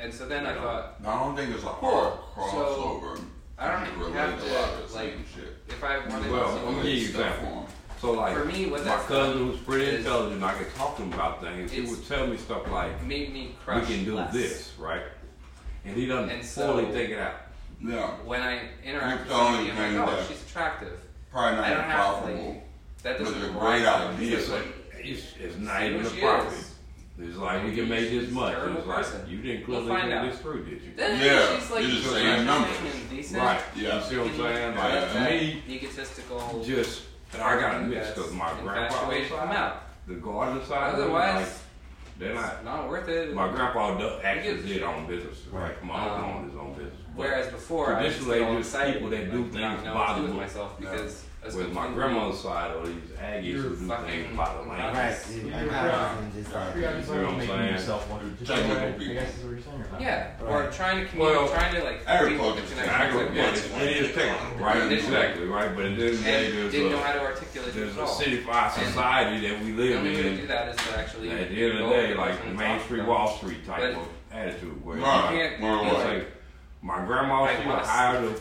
[SPEAKER 1] And so then I
[SPEAKER 3] Yeah.
[SPEAKER 1] thought,
[SPEAKER 4] No, I don't think it's a hard
[SPEAKER 1] Cool.
[SPEAKER 4] crossover.
[SPEAKER 1] I don't
[SPEAKER 4] You can relate
[SPEAKER 1] have
[SPEAKER 4] a
[SPEAKER 1] to,
[SPEAKER 4] lot of the
[SPEAKER 1] like,
[SPEAKER 4] same shit.
[SPEAKER 1] if I wanted
[SPEAKER 3] Well,
[SPEAKER 1] to,
[SPEAKER 3] I'm
[SPEAKER 4] I'm
[SPEAKER 3] gonna give you
[SPEAKER 4] stuff
[SPEAKER 3] example.
[SPEAKER 4] on.
[SPEAKER 3] So like
[SPEAKER 1] For me, what
[SPEAKER 3] my
[SPEAKER 1] that's
[SPEAKER 3] cousin
[SPEAKER 1] done
[SPEAKER 3] was pretty
[SPEAKER 1] is-
[SPEAKER 3] intelligent. I could talk to him about things. He
[SPEAKER 1] It's-
[SPEAKER 3] would tell me stuff like,
[SPEAKER 1] made me
[SPEAKER 3] "We
[SPEAKER 1] crush.
[SPEAKER 3] can do
[SPEAKER 1] less.
[SPEAKER 3] this, right?" And he doesn't
[SPEAKER 1] And
[SPEAKER 3] fully
[SPEAKER 1] so-
[SPEAKER 3] think it out.
[SPEAKER 4] Yeah.
[SPEAKER 1] When I interact with
[SPEAKER 4] You're telling
[SPEAKER 1] somebody, I'm
[SPEAKER 4] me
[SPEAKER 1] like, oh,
[SPEAKER 4] that-
[SPEAKER 1] she's attractive.
[SPEAKER 4] Probably not
[SPEAKER 1] I don't
[SPEAKER 4] even
[SPEAKER 1] have to,
[SPEAKER 4] profitable.
[SPEAKER 1] like, that
[SPEAKER 4] But
[SPEAKER 1] doesn't
[SPEAKER 4] they're
[SPEAKER 1] rise
[SPEAKER 4] great
[SPEAKER 1] up.
[SPEAKER 4] ideas.
[SPEAKER 3] It's, like, it's, it's not
[SPEAKER 1] See
[SPEAKER 3] even
[SPEAKER 1] who
[SPEAKER 3] a
[SPEAKER 1] she
[SPEAKER 3] profit.
[SPEAKER 1] is.
[SPEAKER 3] It's like we
[SPEAKER 1] Maybe
[SPEAKER 3] can make
[SPEAKER 1] she's
[SPEAKER 3] this
[SPEAKER 1] a
[SPEAKER 3] much.
[SPEAKER 1] terrible
[SPEAKER 3] It's like
[SPEAKER 1] person.
[SPEAKER 3] you didn't
[SPEAKER 1] We'll
[SPEAKER 3] clearly
[SPEAKER 1] find
[SPEAKER 3] think
[SPEAKER 1] out.
[SPEAKER 3] this through, did you?
[SPEAKER 1] Then
[SPEAKER 4] Yeah,
[SPEAKER 1] she's like
[SPEAKER 4] you're just
[SPEAKER 1] she's
[SPEAKER 4] saying
[SPEAKER 1] interesting
[SPEAKER 4] numbers.
[SPEAKER 1] and decent.
[SPEAKER 3] Right.
[SPEAKER 4] Yeah.
[SPEAKER 3] You see what I'm saying? Like
[SPEAKER 4] Yeah.
[SPEAKER 3] to me,
[SPEAKER 1] egotistical.
[SPEAKER 3] just and I got a
[SPEAKER 1] thing
[SPEAKER 3] mix
[SPEAKER 1] that's
[SPEAKER 3] because my
[SPEAKER 1] infatuated come
[SPEAKER 3] grandpa,
[SPEAKER 1] out.
[SPEAKER 3] the garden side, of it, like,
[SPEAKER 1] Otherwise,
[SPEAKER 3] they're not.
[SPEAKER 1] it's not worth it.
[SPEAKER 3] My grandpa do-
[SPEAKER 1] You
[SPEAKER 3] actually
[SPEAKER 1] get-
[SPEAKER 3] did own businesses, right? My uncle
[SPEAKER 1] Um,
[SPEAKER 3] owned his own business. But
[SPEAKER 1] Whereas before, I just
[SPEAKER 3] Traditionally,
[SPEAKER 1] get all
[SPEAKER 3] just
[SPEAKER 1] excited.
[SPEAKER 3] people that do
[SPEAKER 1] like, not
[SPEAKER 3] things
[SPEAKER 1] know what to do
[SPEAKER 3] bother
[SPEAKER 1] with
[SPEAKER 3] them.
[SPEAKER 1] myself
[SPEAKER 4] Yeah.
[SPEAKER 1] because that's
[SPEAKER 3] with my
[SPEAKER 1] completely-
[SPEAKER 3] grandmother's side, all these Aggies
[SPEAKER 5] You're
[SPEAKER 3] who do
[SPEAKER 1] fucking
[SPEAKER 3] things by the
[SPEAKER 1] nuts.
[SPEAKER 3] language.
[SPEAKER 1] Yes.
[SPEAKER 2] Right, dude.
[SPEAKER 5] Yeah.
[SPEAKER 2] I'm out and just like,
[SPEAKER 5] You're
[SPEAKER 3] what I'm
[SPEAKER 5] making
[SPEAKER 3] saying?
[SPEAKER 5] yourself look
[SPEAKER 4] You're
[SPEAKER 5] different,
[SPEAKER 4] technical
[SPEAKER 5] I
[SPEAKER 4] people.
[SPEAKER 5] guess is what you're saying or not?
[SPEAKER 1] Yeah, or
[SPEAKER 2] Right.
[SPEAKER 1] trying to
[SPEAKER 3] Well,
[SPEAKER 1] communicate, trying to like
[SPEAKER 4] agriculture
[SPEAKER 1] create the
[SPEAKER 4] is
[SPEAKER 3] Agriculture,
[SPEAKER 1] connections at
[SPEAKER 3] yeah,
[SPEAKER 1] once,
[SPEAKER 3] it's- it is technical, right?
[SPEAKER 1] Initially.
[SPEAKER 3] Exactly, right? But at the end of the day,
[SPEAKER 1] and
[SPEAKER 3] there's
[SPEAKER 1] didn't know how
[SPEAKER 3] a,
[SPEAKER 1] to articulate it at
[SPEAKER 3] there's a
[SPEAKER 1] all.
[SPEAKER 3] city-fied
[SPEAKER 1] And
[SPEAKER 3] society that
[SPEAKER 1] the
[SPEAKER 3] we live
[SPEAKER 1] only way to do
[SPEAKER 3] in.
[SPEAKER 1] that is to actually.
[SPEAKER 3] At the end of
[SPEAKER 1] go to
[SPEAKER 3] the day,
[SPEAKER 1] the
[SPEAKER 3] like
[SPEAKER 1] person and
[SPEAKER 3] Main
[SPEAKER 1] talk
[SPEAKER 3] Street,
[SPEAKER 1] to
[SPEAKER 3] Wall Street type
[SPEAKER 1] But-
[SPEAKER 3] of attitude, where
[SPEAKER 4] Right.
[SPEAKER 1] can't-
[SPEAKER 4] Right,
[SPEAKER 1] you
[SPEAKER 3] it's
[SPEAKER 4] right.
[SPEAKER 3] like, my grandma,
[SPEAKER 1] I
[SPEAKER 3] she
[SPEAKER 1] wanna
[SPEAKER 3] was hired a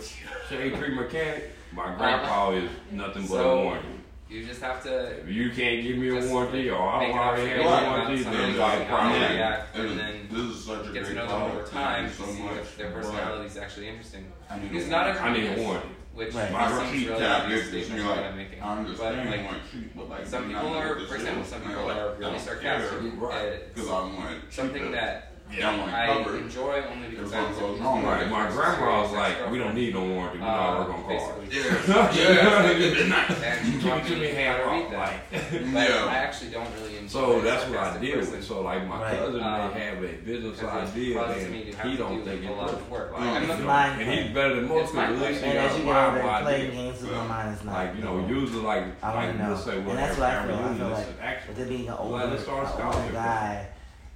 [SPEAKER 3] shade tree mechanic. My grandpa is nothing but
[SPEAKER 1] Uh-huh. So-
[SPEAKER 3] a warranty.
[SPEAKER 1] them. You just have to.
[SPEAKER 3] If you can't give me a
[SPEAKER 1] Just
[SPEAKER 3] warranty or I
[SPEAKER 1] make
[SPEAKER 3] don't
[SPEAKER 1] an
[SPEAKER 3] already have
[SPEAKER 1] observation
[SPEAKER 3] a warranty,
[SPEAKER 1] about
[SPEAKER 3] then
[SPEAKER 1] something,
[SPEAKER 3] it's like
[SPEAKER 1] like, how they
[SPEAKER 3] probably.
[SPEAKER 1] react.
[SPEAKER 3] Yeah.
[SPEAKER 1] back,
[SPEAKER 4] It
[SPEAKER 1] and
[SPEAKER 4] was-
[SPEAKER 1] then
[SPEAKER 4] this is such
[SPEAKER 1] Get
[SPEAKER 4] a
[SPEAKER 1] to
[SPEAKER 4] great
[SPEAKER 1] know them over
[SPEAKER 4] product.
[SPEAKER 1] time,
[SPEAKER 4] Thank you
[SPEAKER 1] to
[SPEAKER 4] so
[SPEAKER 1] see
[SPEAKER 4] much.
[SPEAKER 1] if their
[SPEAKER 4] Right.
[SPEAKER 1] personality is actually interesting.
[SPEAKER 4] I need
[SPEAKER 1] Because
[SPEAKER 4] a
[SPEAKER 1] not everyone
[SPEAKER 4] warranty.
[SPEAKER 3] I need a
[SPEAKER 1] is.
[SPEAKER 3] warranty.
[SPEAKER 1] which
[SPEAKER 2] Right.
[SPEAKER 1] seems
[SPEAKER 4] My
[SPEAKER 1] really
[SPEAKER 4] sheet
[SPEAKER 1] obvious
[SPEAKER 4] tablets, and
[SPEAKER 1] statement
[SPEAKER 4] you're
[SPEAKER 1] what
[SPEAKER 4] like,
[SPEAKER 1] I'm making.
[SPEAKER 4] I understand
[SPEAKER 1] But,
[SPEAKER 4] but,
[SPEAKER 1] like,
[SPEAKER 4] one sheet, but like,
[SPEAKER 1] some
[SPEAKER 4] you
[SPEAKER 1] people
[SPEAKER 4] not know
[SPEAKER 1] are-
[SPEAKER 4] what this
[SPEAKER 1] for example,
[SPEAKER 4] is.
[SPEAKER 1] some
[SPEAKER 4] And you're
[SPEAKER 1] people
[SPEAKER 4] like,
[SPEAKER 1] are really
[SPEAKER 4] "I don't
[SPEAKER 1] sarcastic.
[SPEAKER 4] care, Right.
[SPEAKER 1] It's
[SPEAKER 4] Because I want
[SPEAKER 1] something
[SPEAKER 4] cheaper.
[SPEAKER 1] that
[SPEAKER 4] yeah, I want
[SPEAKER 1] I
[SPEAKER 4] covered.
[SPEAKER 1] enjoy only because
[SPEAKER 4] It's
[SPEAKER 1] I'm
[SPEAKER 4] also
[SPEAKER 1] so
[SPEAKER 4] wrong.
[SPEAKER 3] Right, my grandma was like, we don't need no warranty. We know how we're
[SPEAKER 1] uh,
[SPEAKER 3] gonna [laughs] call
[SPEAKER 1] basically.
[SPEAKER 4] [laughs] Yeah,
[SPEAKER 1] [laughs]
[SPEAKER 3] [laughs]
[SPEAKER 4] yeah, it's been nice.
[SPEAKER 1] And she
[SPEAKER 3] it. Give
[SPEAKER 1] taught
[SPEAKER 3] it to
[SPEAKER 1] me
[SPEAKER 3] me
[SPEAKER 1] how
[SPEAKER 3] half
[SPEAKER 1] to read
[SPEAKER 3] off,
[SPEAKER 1] them. [laughs]
[SPEAKER 3] like.
[SPEAKER 1] But I
[SPEAKER 4] Yeah.
[SPEAKER 1] actually don't really enjoy
[SPEAKER 3] So
[SPEAKER 1] a
[SPEAKER 3] that's what I
[SPEAKER 1] sarcastic
[SPEAKER 3] deal
[SPEAKER 1] person.
[SPEAKER 3] with. So like my
[SPEAKER 2] Right.
[SPEAKER 3] cousin
[SPEAKER 1] Um,
[SPEAKER 3] may have a business
[SPEAKER 1] Because it
[SPEAKER 3] idea
[SPEAKER 1] causes
[SPEAKER 3] and
[SPEAKER 1] me to have
[SPEAKER 3] he
[SPEAKER 1] to
[SPEAKER 3] don't
[SPEAKER 1] do
[SPEAKER 3] think Mm.
[SPEAKER 1] a
[SPEAKER 3] it
[SPEAKER 1] lot
[SPEAKER 3] works.
[SPEAKER 1] of work.
[SPEAKER 3] Like,
[SPEAKER 1] Like, I'm
[SPEAKER 3] you
[SPEAKER 1] not-
[SPEAKER 3] know,
[SPEAKER 2] Mindful.
[SPEAKER 3] and he's better than most
[SPEAKER 1] It's
[SPEAKER 3] people. At least
[SPEAKER 1] mindful.
[SPEAKER 2] And as
[SPEAKER 3] he got a
[SPEAKER 2] you get
[SPEAKER 3] wide,
[SPEAKER 2] older and
[SPEAKER 3] wide
[SPEAKER 2] play
[SPEAKER 3] idea.
[SPEAKER 2] games with my mind, it's not.
[SPEAKER 3] Like you know, usually like
[SPEAKER 2] I
[SPEAKER 3] like
[SPEAKER 2] wanna know.
[SPEAKER 3] let's say
[SPEAKER 2] And
[SPEAKER 3] we're
[SPEAKER 2] that's what I
[SPEAKER 3] family
[SPEAKER 2] feel. I feel
[SPEAKER 3] units
[SPEAKER 2] like
[SPEAKER 3] and action.
[SPEAKER 2] Them being an older,
[SPEAKER 3] Well,
[SPEAKER 2] an
[SPEAKER 3] let's start a
[SPEAKER 2] older
[SPEAKER 3] scholarship.
[SPEAKER 2] guy,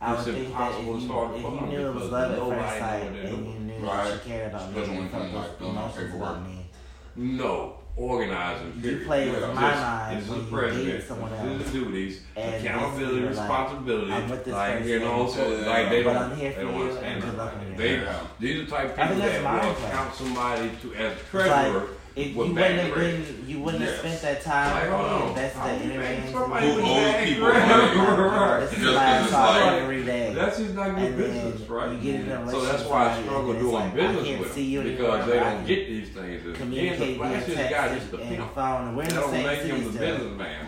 [SPEAKER 2] I would
[SPEAKER 3] It's
[SPEAKER 2] think that if
[SPEAKER 3] impossible
[SPEAKER 2] you,
[SPEAKER 3] to start a
[SPEAKER 2] if you
[SPEAKER 3] farm
[SPEAKER 2] knew it was
[SPEAKER 3] because
[SPEAKER 2] love at
[SPEAKER 3] nobody
[SPEAKER 2] first
[SPEAKER 3] know
[SPEAKER 2] sight
[SPEAKER 3] what they're
[SPEAKER 2] and you
[SPEAKER 3] doing.
[SPEAKER 2] knew that
[SPEAKER 4] Right.
[SPEAKER 2] she cared about me
[SPEAKER 4] Especially
[SPEAKER 2] and
[SPEAKER 4] when it
[SPEAKER 2] felt
[SPEAKER 4] comes
[SPEAKER 2] those
[SPEAKER 4] like doing my
[SPEAKER 2] emotions about
[SPEAKER 4] paperwork.
[SPEAKER 2] me,
[SPEAKER 3] No, organizing.
[SPEAKER 2] You
[SPEAKER 3] period.
[SPEAKER 2] play with
[SPEAKER 3] Just,
[SPEAKER 2] my mind
[SPEAKER 3] This
[SPEAKER 2] when
[SPEAKER 3] is
[SPEAKER 2] you
[SPEAKER 3] the
[SPEAKER 2] date
[SPEAKER 3] president.
[SPEAKER 2] someone
[SPEAKER 3] This
[SPEAKER 2] else.
[SPEAKER 3] is the duties,
[SPEAKER 2] And
[SPEAKER 3] accountability,
[SPEAKER 2] this is like,
[SPEAKER 3] responsibility.
[SPEAKER 2] I'm with this
[SPEAKER 3] like you know, so
[SPEAKER 4] person,
[SPEAKER 3] like they
[SPEAKER 2] but
[SPEAKER 3] don't,
[SPEAKER 2] I'm here
[SPEAKER 3] they
[SPEAKER 2] for
[SPEAKER 3] don't
[SPEAKER 2] you and
[SPEAKER 3] understand.
[SPEAKER 2] good
[SPEAKER 3] that.
[SPEAKER 2] luck on
[SPEAKER 3] They
[SPEAKER 2] you.
[SPEAKER 4] Yeah.
[SPEAKER 3] these are the type of
[SPEAKER 2] I think
[SPEAKER 3] people
[SPEAKER 2] that's
[SPEAKER 3] that will
[SPEAKER 2] mind play.
[SPEAKER 3] account somebody to as
[SPEAKER 2] like,
[SPEAKER 3] treasurer.
[SPEAKER 2] If you
[SPEAKER 3] with
[SPEAKER 2] wouldn't
[SPEAKER 3] bad
[SPEAKER 2] have
[SPEAKER 3] grades.
[SPEAKER 2] been, you wouldn't have
[SPEAKER 4] Yes.
[SPEAKER 2] spent that time
[SPEAKER 3] Like, hold
[SPEAKER 2] and
[SPEAKER 3] on.
[SPEAKER 2] invested
[SPEAKER 3] How
[SPEAKER 2] that
[SPEAKER 3] you
[SPEAKER 2] energy
[SPEAKER 3] paying
[SPEAKER 2] into
[SPEAKER 3] somebody
[SPEAKER 2] it.
[SPEAKER 3] with
[SPEAKER 4] Who owes
[SPEAKER 3] bad [laughs]
[SPEAKER 4] people
[SPEAKER 3] grades?
[SPEAKER 4] money?
[SPEAKER 2] This
[SPEAKER 4] Just
[SPEAKER 2] is
[SPEAKER 4] 'cause
[SPEAKER 2] why I
[SPEAKER 4] it's
[SPEAKER 2] talk
[SPEAKER 4] like-
[SPEAKER 2] every day.
[SPEAKER 3] That's just not good
[SPEAKER 2] And then
[SPEAKER 3] business, right?
[SPEAKER 2] you get in a
[SPEAKER 3] so that's
[SPEAKER 2] relationship
[SPEAKER 3] why I
[SPEAKER 2] with somebody
[SPEAKER 3] struggle
[SPEAKER 2] and it's
[SPEAKER 3] doing
[SPEAKER 2] like, I
[SPEAKER 3] business
[SPEAKER 2] can't
[SPEAKER 3] with
[SPEAKER 2] see you
[SPEAKER 3] them because
[SPEAKER 2] anymore,
[SPEAKER 3] they
[SPEAKER 2] but I
[SPEAKER 3] don't
[SPEAKER 2] can
[SPEAKER 3] get these things. It's-
[SPEAKER 2] communicate
[SPEAKER 3] but
[SPEAKER 2] via
[SPEAKER 3] that's just got
[SPEAKER 2] text
[SPEAKER 3] just the
[SPEAKER 2] and, and
[SPEAKER 3] pimp.
[SPEAKER 2] phone. and We're
[SPEAKER 3] They
[SPEAKER 2] in the
[SPEAKER 3] don't
[SPEAKER 2] same
[SPEAKER 3] make
[SPEAKER 2] city
[SPEAKER 3] him the
[SPEAKER 2] still. And
[SPEAKER 3] businessman.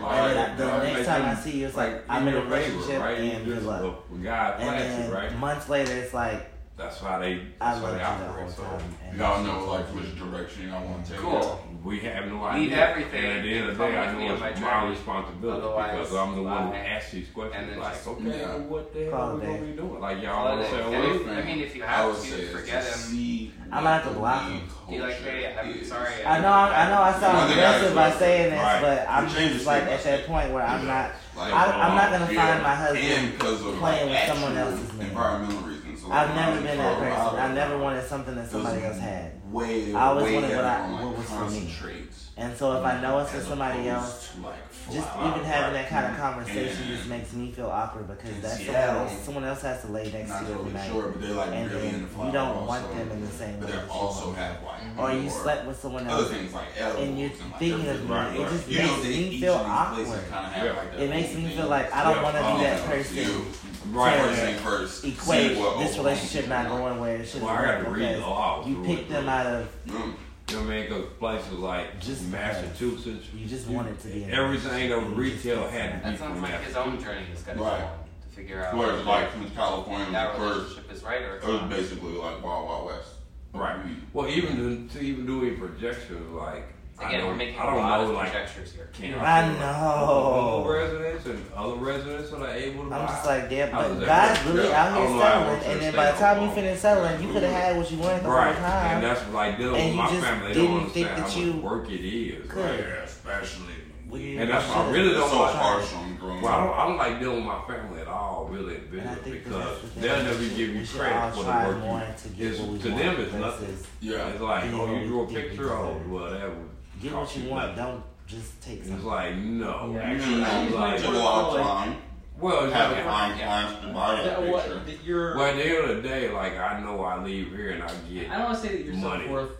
[SPEAKER 2] then I,
[SPEAKER 3] Like,
[SPEAKER 2] the
[SPEAKER 3] like,
[SPEAKER 2] next
[SPEAKER 3] make
[SPEAKER 2] time I
[SPEAKER 3] him-
[SPEAKER 2] see you, it's
[SPEAKER 3] like,
[SPEAKER 2] like, I'm in a
[SPEAKER 3] you're neighbor,
[SPEAKER 2] relationship
[SPEAKER 3] right? You
[SPEAKER 2] and good
[SPEAKER 3] just
[SPEAKER 2] luck.
[SPEAKER 3] a guy
[SPEAKER 2] And
[SPEAKER 3] plastic,
[SPEAKER 2] then
[SPEAKER 3] right?
[SPEAKER 2] months later, it's like,
[SPEAKER 3] That's how they.
[SPEAKER 2] I
[SPEAKER 3] That's how
[SPEAKER 2] loved
[SPEAKER 3] they
[SPEAKER 2] you the whole
[SPEAKER 3] operate. So
[SPEAKER 2] time. and
[SPEAKER 4] Y'all know like which direction I want to take.
[SPEAKER 1] Cool.
[SPEAKER 3] we have no
[SPEAKER 1] Leave
[SPEAKER 3] idea.
[SPEAKER 1] everything
[SPEAKER 3] And at the end of the
[SPEAKER 1] and
[SPEAKER 3] day, I
[SPEAKER 1] come with me
[SPEAKER 3] know
[SPEAKER 1] on my
[SPEAKER 3] it's my
[SPEAKER 1] journey.
[SPEAKER 3] responsibility
[SPEAKER 1] Otherwise,
[SPEAKER 3] because I'm the one who
[SPEAKER 1] bye.
[SPEAKER 3] asks these questions.
[SPEAKER 1] And then
[SPEAKER 3] like,
[SPEAKER 1] just-
[SPEAKER 3] okay,
[SPEAKER 4] Yeah.
[SPEAKER 3] well, what the hell
[SPEAKER 2] Call
[SPEAKER 3] are we
[SPEAKER 2] it
[SPEAKER 3] gonna
[SPEAKER 2] day.
[SPEAKER 3] be doing? Like y'all
[SPEAKER 1] Call
[SPEAKER 3] want
[SPEAKER 1] it
[SPEAKER 3] to
[SPEAKER 1] day.
[SPEAKER 3] say,
[SPEAKER 1] And
[SPEAKER 3] well,
[SPEAKER 1] if- I mean, if you have to, forget him.
[SPEAKER 2] I like to block him.
[SPEAKER 1] Be like, hey, I'm sorry.
[SPEAKER 2] I know, I, I know, I
[SPEAKER 4] You know,
[SPEAKER 2] sound
[SPEAKER 4] they
[SPEAKER 2] aggressive by
[SPEAKER 4] gotta-
[SPEAKER 2] saying this,
[SPEAKER 3] right.
[SPEAKER 2] but I'm
[SPEAKER 4] change
[SPEAKER 2] just
[SPEAKER 4] the
[SPEAKER 2] like
[SPEAKER 4] statement.
[SPEAKER 2] at that point where I'm not.
[SPEAKER 4] Like,
[SPEAKER 2] I, I'm not gonna
[SPEAKER 4] yeah.
[SPEAKER 2] find my
[SPEAKER 4] And
[SPEAKER 2] husband.
[SPEAKER 4] because of
[SPEAKER 2] playing with
[SPEAKER 4] actual
[SPEAKER 2] someone else's money.
[SPEAKER 4] environmental reasons. So
[SPEAKER 2] I've
[SPEAKER 4] like,
[SPEAKER 2] never
[SPEAKER 4] I'm
[SPEAKER 2] been that
[SPEAKER 4] pro-
[SPEAKER 2] person. I
[SPEAKER 4] I-
[SPEAKER 2] never wanted something that somebody
[SPEAKER 4] Doesn't
[SPEAKER 2] else had.
[SPEAKER 4] Way,
[SPEAKER 2] I always
[SPEAKER 4] way
[SPEAKER 2] wanted what I-
[SPEAKER 4] heavy on, like,
[SPEAKER 2] what was for me.
[SPEAKER 4] concentrates.
[SPEAKER 2] And so if I know it's for
[SPEAKER 4] as
[SPEAKER 2] somebody
[SPEAKER 4] opposed
[SPEAKER 2] else,
[SPEAKER 4] to, like,
[SPEAKER 2] just
[SPEAKER 4] fly
[SPEAKER 2] even having
[SPEAKER 4] right
[SPEAKER 2] that kind of
[SPEAKER 4] now.
[SPEAKER 2] conversation
[SPEAKER 4] And
[SPEAKER 2] just makes me feel awkward because
[SPEAKER 4] in
[SPEAKER 2] that's someone
[SPEAKER 4] Seattle,
[SPEAKER 2] else. Someone else has to lay next to
[SPEAKER 4] Not
[SPEAKER 2] you every
[SPEAKER 4] totally
[SPEAKER 2] night,
[SPEAKER 4] sure, but they're like
[SPEAKER 2] and
[SPEAKER 4] really
[SPEAKER 2] then
[SPEAKER 4] in the fly
[SPEAKER 2] you don't
[SPEAKER 4] also.
[SPEAKER 2] want them in the same way.
[SPEAKER 4] But
[SPEAKER 2] that
[SPEAKER 4] they
[SPEAKER 2] you
[SPEAKER 4] also
[SPEAKER 2] want.
[SPEAKER 4] have like
[SPEAKER 2] Or
[SPEAKER 4] hunger
[SPEAKER 2] you slept with someone
[SPEAKER 4] other
[SPEAKER 2] else,
[SPEAKER 4] things like edibles
[SPEAKER 2] and you're
[SPEAKER 4] like
[SPEAKER 2] thinking of
[SPEAKER 4] different-
[SPEAKER 2] me. It just
[SPEAKER 4] You know,
[SPEAKER 2] makes
[SPEAKER 4] they,
[SPEAKER 2] me
[SPEAKER 4] each
[SPEAKER 2] feel
[SPEAKER 4] of these
[SPEAKER 2] awkward.
[SPEAKER 4] places kind of have
[SPEAKER 3] Yeah.
[SPEAKER 4] like their
[SPEAKER 2] It makes
[SPEAKER 4] own
[SPEAKER 2] me
[SPEAKER 4] thing. Oh,
[SPEAKER 2] feel like I don't
[SPEAKER 3] Yeah,
[SPEAKER 2] want to
[SPEAKER 3] um,
[SPEAKER 2] be that
[SPEAKER 4] You-
[SPEAKER 2] person.
[SPEAKER 3] right.
[SPEAKER 4] First
[SPEAKER 2] Yeah.
[SPEAKER 4] thing first, see
[SPEAKER 2] Equate
[SPEAKER 4] what
[SPEAKER 2] this
[SPEAKER 4] overall
[SPEAKER 2] relationship
[SPEAKER 4] people
[SPEAKER 2] not
[SPEAKER 4] want.
[SPEAKER 2] going where it should.
[SPEAKER 3] Well, I got to
[SPEAKER 2] because
[SPEAKER 3] read the law.
[SPEAKER 2] You picked them out of
[SPEAKER 4] Mm.
[SPEAKER 3] You know what I mean? Because places like
[SPEAKER 2] Just
[SPEAKER 3] Massachusetts,
[SPEAKER 2] you just wanted to be. In
[SPEAKER 3] everything that was retail had to
[SPEAKER 1] That
[SPEAKER 3] be from
[SPEAKER 1] sounds like his
[SPEAKER 3] Massachusetts.
[SPEAKER 1] own journey has got to go
[SPEAKER 4] Right.
[SPEAKER 1] on to figure out
[SPEAKER 4] Whereas like from California,
[SPEAKER 1] if
[SPEAKER 4] the
[SPEAKER 1] that
[SPEAKER 4] first
[SPEAKER 1] relationship is right or
[SPEAKER 4] it
[SPEAKER 1] it's
[SPEAKER 4] was
[SPEAKER 1] not.
[SPEAKER 4] basically like Wild Wild West.
[SPEAKER 2] Mm-hmm.
[SPEAKER 3] Right. Well, even to, to even do any projections, like I
[SPEAKER 1] Again,
[SPEAKER 3] don't,
[SPEAKER 1] we're making
[SPEAKER 3] I
[SPEAKER 1] a
[SPEAKER 3] don't
[SPEAKER 1] lot
[SPEAKER 3] know,
[SPEAKER 1] of
[SPEAKER 3] like
[SPEAKER 1] conjectures here.
[SPEAKER 3] can't
[SPEAKER 2] I
[SPEAKER 3] Local
[SPEAKER 2] know.
[SPEAKER 3] residents and other residents that are able to buy.
[SPEAKER 2] I'm just like, damn,
[SPEAKER 3] I was
[SPEAKER 2] but
[SPEAKER 3] there.
[SPEAKER 2] God's really
[SPEAKER 3] Yeah,
[SPEAKER 2] out
[SPEAKER 3] I
[SPEAKER 2] here
[SPEAKER 3] don't know how
[SPEAKER 2] settling,
[SPEAKER 3] much
[SPEAKER 2] and
[SPEAKER 3] they
[SPEAKER 2] then by the
[SPEAKER 3] stay
[SPEAKER 2] time you
[SPEAKER 3] on.
[SPEAKER 2] finish settling, you could have had what you wanted the
[SPEAKER 3] right,
[SPEAKER 2] whole time.
[SPEAKER 3] and that's like dealing
[SPEAKER 2] And
[SPEAKER 3] with
[SPEAKER 2] you
[SPEAKER 3] my
[SPEAKER 2] just
[SPEAKER 3] family. They
[SPEAKER 2] didn't
[SPEAKER 3] don't
[SPEAKER 2] think
[SPEAKER 3] understand
[SPEAKER 2] that
[SPEAKER 3] how
[SPEAKER 2] you
[SPEAKER 3] much work it is.
[SPEAKER 2] could.
[SPEAKER 3] Right?
[SPEAKER 4] Yeah, especially.
[SPEAKER 2] Well, you
[SPEAKER 3] And that's why I
[SPEAKER 2] should've-
[SPEAKER 3] really
[SPEAKER 4] It's
[SPEAKER 3] don't
[SPEAKER 4] so
[SPEAKER 3] like-
[SPEAKER 4] harsh on growing
[SPEAKER 3] Well, I
[SPEAKER 4] up.
[SPEAKER 3] don't, I don't like dealing with my family at all, really, in
[SPEAKER 2] And I
[SPEAKER 3] business
[SPEAKER 2] think that
[SPEAKER 3] because
[SPEAKER 2] that's the
[SPEAKER 3] they'll
[SPEAKER 2] thing.
[SPEAKER 3] never
[SPEAKER 2] We
[SPEAKER 3] give you
[SPEAKER 2] should
[SPEAKER 3] credit
[SPEAKER 2] all
[SPEAKER 3] for the
[SPEAKER 2] try
[SPEAKER 3] work
[SPEAKER 2] more
[SPEAKER 3] you.
[SPEAKER 2] to get
[SPEAKER 3] It's,
[SPEAKER 2] what we
[SPEAKER 3] to
[SPEAKER 2] want
[SPEAKER 3] them, it's nothing.
[SPEAKER 2] versus
[SPEAKER 4] Yeah.
[SPEAKER 3] It's like,
[SPEAKER 2] Being
[SPEAKER 3] oh,
[SPEAKER 2] what
[SPEAKER 3] you
[SPEAKER 2] we
[SPEAKER 3] drew a
[SPEAKER 2] think we
[SPEAKER 3] picture. Oh,
[SPEAKER 2] deserve.
[SPEAKER 3] well, that would
[SPEAKER 2] Get
[SPEAKER 3] cost
[SPEAKER 2] what you
[SPEAKER 3] you
[SPEAKER 2] want.
[SPEAKER 3] nothing.
[SPEAKER 2] Don't just take
[SPEAKER 3] It's
[SPEAKER 2] something.
[SPEAKER 3] like, no.
[SPEAKER 5] Yeah.
[SPEAKER 3] Actually, I'm
[SPEAKER 4] It took a
[SPEAKER 3] like,
[SPEAKER 4] lot of time.
[SPEAKER 3] well, it's
[SPEAKER 4] Having
[SPEAKER 3] like,
[SPEAKER 4] fine clients to buy that
[SPEAKER 5] That
[SPEAKER 4] picture.
[SPEAKER 5] what, that you're,
[SPEAKER 3] well, at the end of the day, like, I know I leave here and I get.
[SPEAKER 5] I don't want to say that you're
[SPEAKER 3] Money.
[SPEAKER 5] so worth.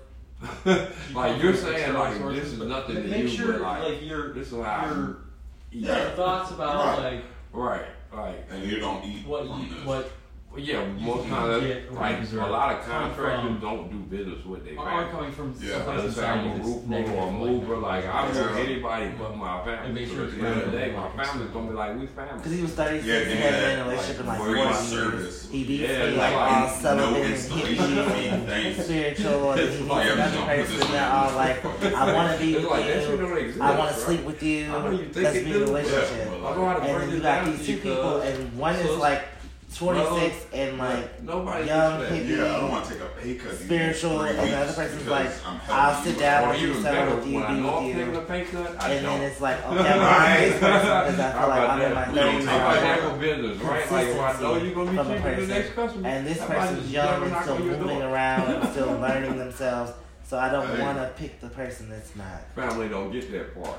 [SPEAKER 3] [laughs] like, you're saying,
[SPEAKER 5] external
[SPEAKER 3] like,
[SPEAKER 5] sources,
[SPEAKER 3] this is
[SPEAKER 5] but
[SPEAKER 3] nothing to
[SPEAKER 5] make
[SPEAKER 3] you,
[SPEAKER 5] sure,
[SPEAKER 3] but like,
[SPEAKER 5] your
[SPEAKER 3] this is how
[SPEAKER 5] your
[SPEAKER 3] I
[SPEAKER 4] Yeah.
[SPEAKER 5] thoughts about
[SPEAKER 4] Right.
[SPEAKER 5] like
[SPEAKER 3] Right, like,
[SPEAKER 4] And you don't eat
[SPEAKER 5] what
[SPEAKER 4] from
[SPEAKER 5] you
[SPEAKER 4] this.
[SPEAKER 5] what
[SPEAKER 3] well, yeah, most
[SPEAKER 5] can
[SPEAKER 3] times,
[SPEAKER 5] get or
[SPEAKER 3] like,
[SPEAKER 5] deserve
[SPEAKER 3] a lot of
[SPEAKER 5] from-
[SPEAKER 3] contractors
[SPEAKER 5] from-
[SPEAKER 3] don't do business with their
[SPEAKER 5] are
[SPEAKER 3] family.
[SPEAKER 5] coming from
[SPEAKER 4] Yeah.
[SPEAKER 5] someplace
[SPEAKER 3] Unless I'm
[SPEAKER 5] inside
[SPEAKER 3] a
[SPEAKER 5] you that's
[SPEAKER 3] roofer or a mover, like, I don't know anybody but my
[SPEAKER 5] And
[SPEAKER 3] family.
[SPEAKER 5] make
[SPEAKER 3] So
[SPEAKER 5] sure
[SPEAKER 3] at the
[SPEAKER 5] it's
[SPEAKER 3] end of the
[SPEAKER 5] right.
[SPEAKER 3] day, my family's gonna be like, we family.
[SPEAKER 2] Because he was 36
[SPEAKER 4] Yeah,
[SPEAKER 2] and
[SPEAKER 4] yeah,
[SPEAKER 2] had been in a
[SPEAKER 4] like,
[SPEAKER 2] relationship in like
[SPEAKER 4] free
[SPEAKER 2] 40 years.
[SPEAKER 4] service.
[SPEAKER 2] He beat
[SPEAKER 3] Yeah,
[SPEAKER 2] free,
[SPEAKER 3] like,
[SPEAKER 2] like all
[SPEAKER 4] in-
[SPEAKER 2] celibate
[SPEAKER 4] no
[SPEAKER 2] and
[SPEAKER 4] installation fee,
[SPEAKER 2] hippie, [laughs]
[SPEAKER 4] thanks.
[SPEAKER 2] spiritual, and he needs
[SPEAKER 4] like, I'm
[SPEAKER 2] another
[SPEAKER 4] just gonna put
[SPEAKER 2] person
[SPEAKER 4] this
[SPEAKER 2] that
[SPEAKER 4] on.
[SPEAKER 2] all like, I want to be
[SPEAKER 3] It's
[SPEAKER 2] with
[SPEAKER 3] like, that shit
[SPEAKER 2] you,
[SPEAKER 3] don't exist.
[SPEAKER 2] I want to
[SPEAKER 3] right?
[SPEAKER 2] sleep with you,
[SPEAKER 3] I know you think
[SPEAKER 2] let's
[SPEAKER 3] it
[SPEAKER 2] be in a
[SPEAKER 3] do.
[SPEAKER 2] relationship.
[SPEAKER 3] I know how
[SPEAKER 2] And
[SPEAKER 3] to break
[SPEAKER 2] then
[SPEAKER 3] this
[SPEAKER 2] you
[SPEAKER 3] down
[SPEAKER 2] got
[SPEAKER 3] to
[SPEAKER 2] these two
[SPEAKER 3] you, cuz.
[SPEAKER 2] people, and one is
[SPEAKER 3] So-
[SPEAKER 2] like 26 and like
[SPEAKER 3] Like, nobody
[SPEAKER 2] young
[SPEAKER 3] thinks that.
[SPEAKER 2] hippie,
[SPEAKER 4] Yeah, I don't want to take a pay cut. these
[SPEAKER 2] spiritual,
[SPEAKER 4] three
[SPEAKER 2] and the
[SPEAKER 4] weeks
[SPEAKER 2] other person's like,
[SPEAKER 4] because I'm
[SPEAKER 2] I'll
[SPEAKER 4] helping
[SPEAKER 2] sit
[SPEAKER 4] you.
[SPEAKER 2] down
[SPEAKER 3] Or
[SPEAKER 2] with you,
[SPEAKER 3] even
[SPEAKER 2] settle
[SPEAKER 3] better,
[SPEAKER 2] with you,
[SPEAKER 3] when I
[SPEAKER 2] be
[SPEAKER 3] know I'm
[SPEAKER 2] with
[SPEAKER 3] taking a
[SPEAKER 2] you.
[SPEAKER 3] pay cut, I
[SPEAKER 2] And then
[SPEAKER 3] don't.
[SPEAKER 2] it's
[SPEAKER 3] [laughs]
[SPEAKER 2] like, okay, I'm not this person because I
[SPEAKER 3] How
[SPEAKER 2] feel like
[SPEAKER 3] about
[SPEAKER 2] I'm in my
[SPEAKER 3] that?
[SPEAKER 2] 30s.
[SPEAKER 3] How
[SPEAKER 2] right
[SPEAKER 3] about
[SPEAKER 2] now.
[SPEAKER 3] that for business, right? Like, if I know you're gonna be
[SPEAKER 2] Consistency from a
[SPEAKER 3] cheaper than the
[SPEAKER 2] person.
[SPEAKER 3] next customer,
[SPEAKER 2] And this
[SPEAKER 3] I might
[SPEAKER 2] person's
[SPEAKER 3] just
[SPEAKER 2] young
[SPEAKER 3] never
[SPEAKER 2] and
[SPEAKER 3] knock
[SPEAKER 2] still
[SPEAKER 3] on your
[SPEAKER 2] moving
[SPEAKER 3] door.
[SPEAKER 2] around and
[SPEAKER 3] [laughs]
[SPEAKER 2] still learning themselves. So I don't
[SPEAKER 4] Hey.
[SPEAKER 2] want to pick the person that's not.
[SPEAKER 3] Family don't get that part.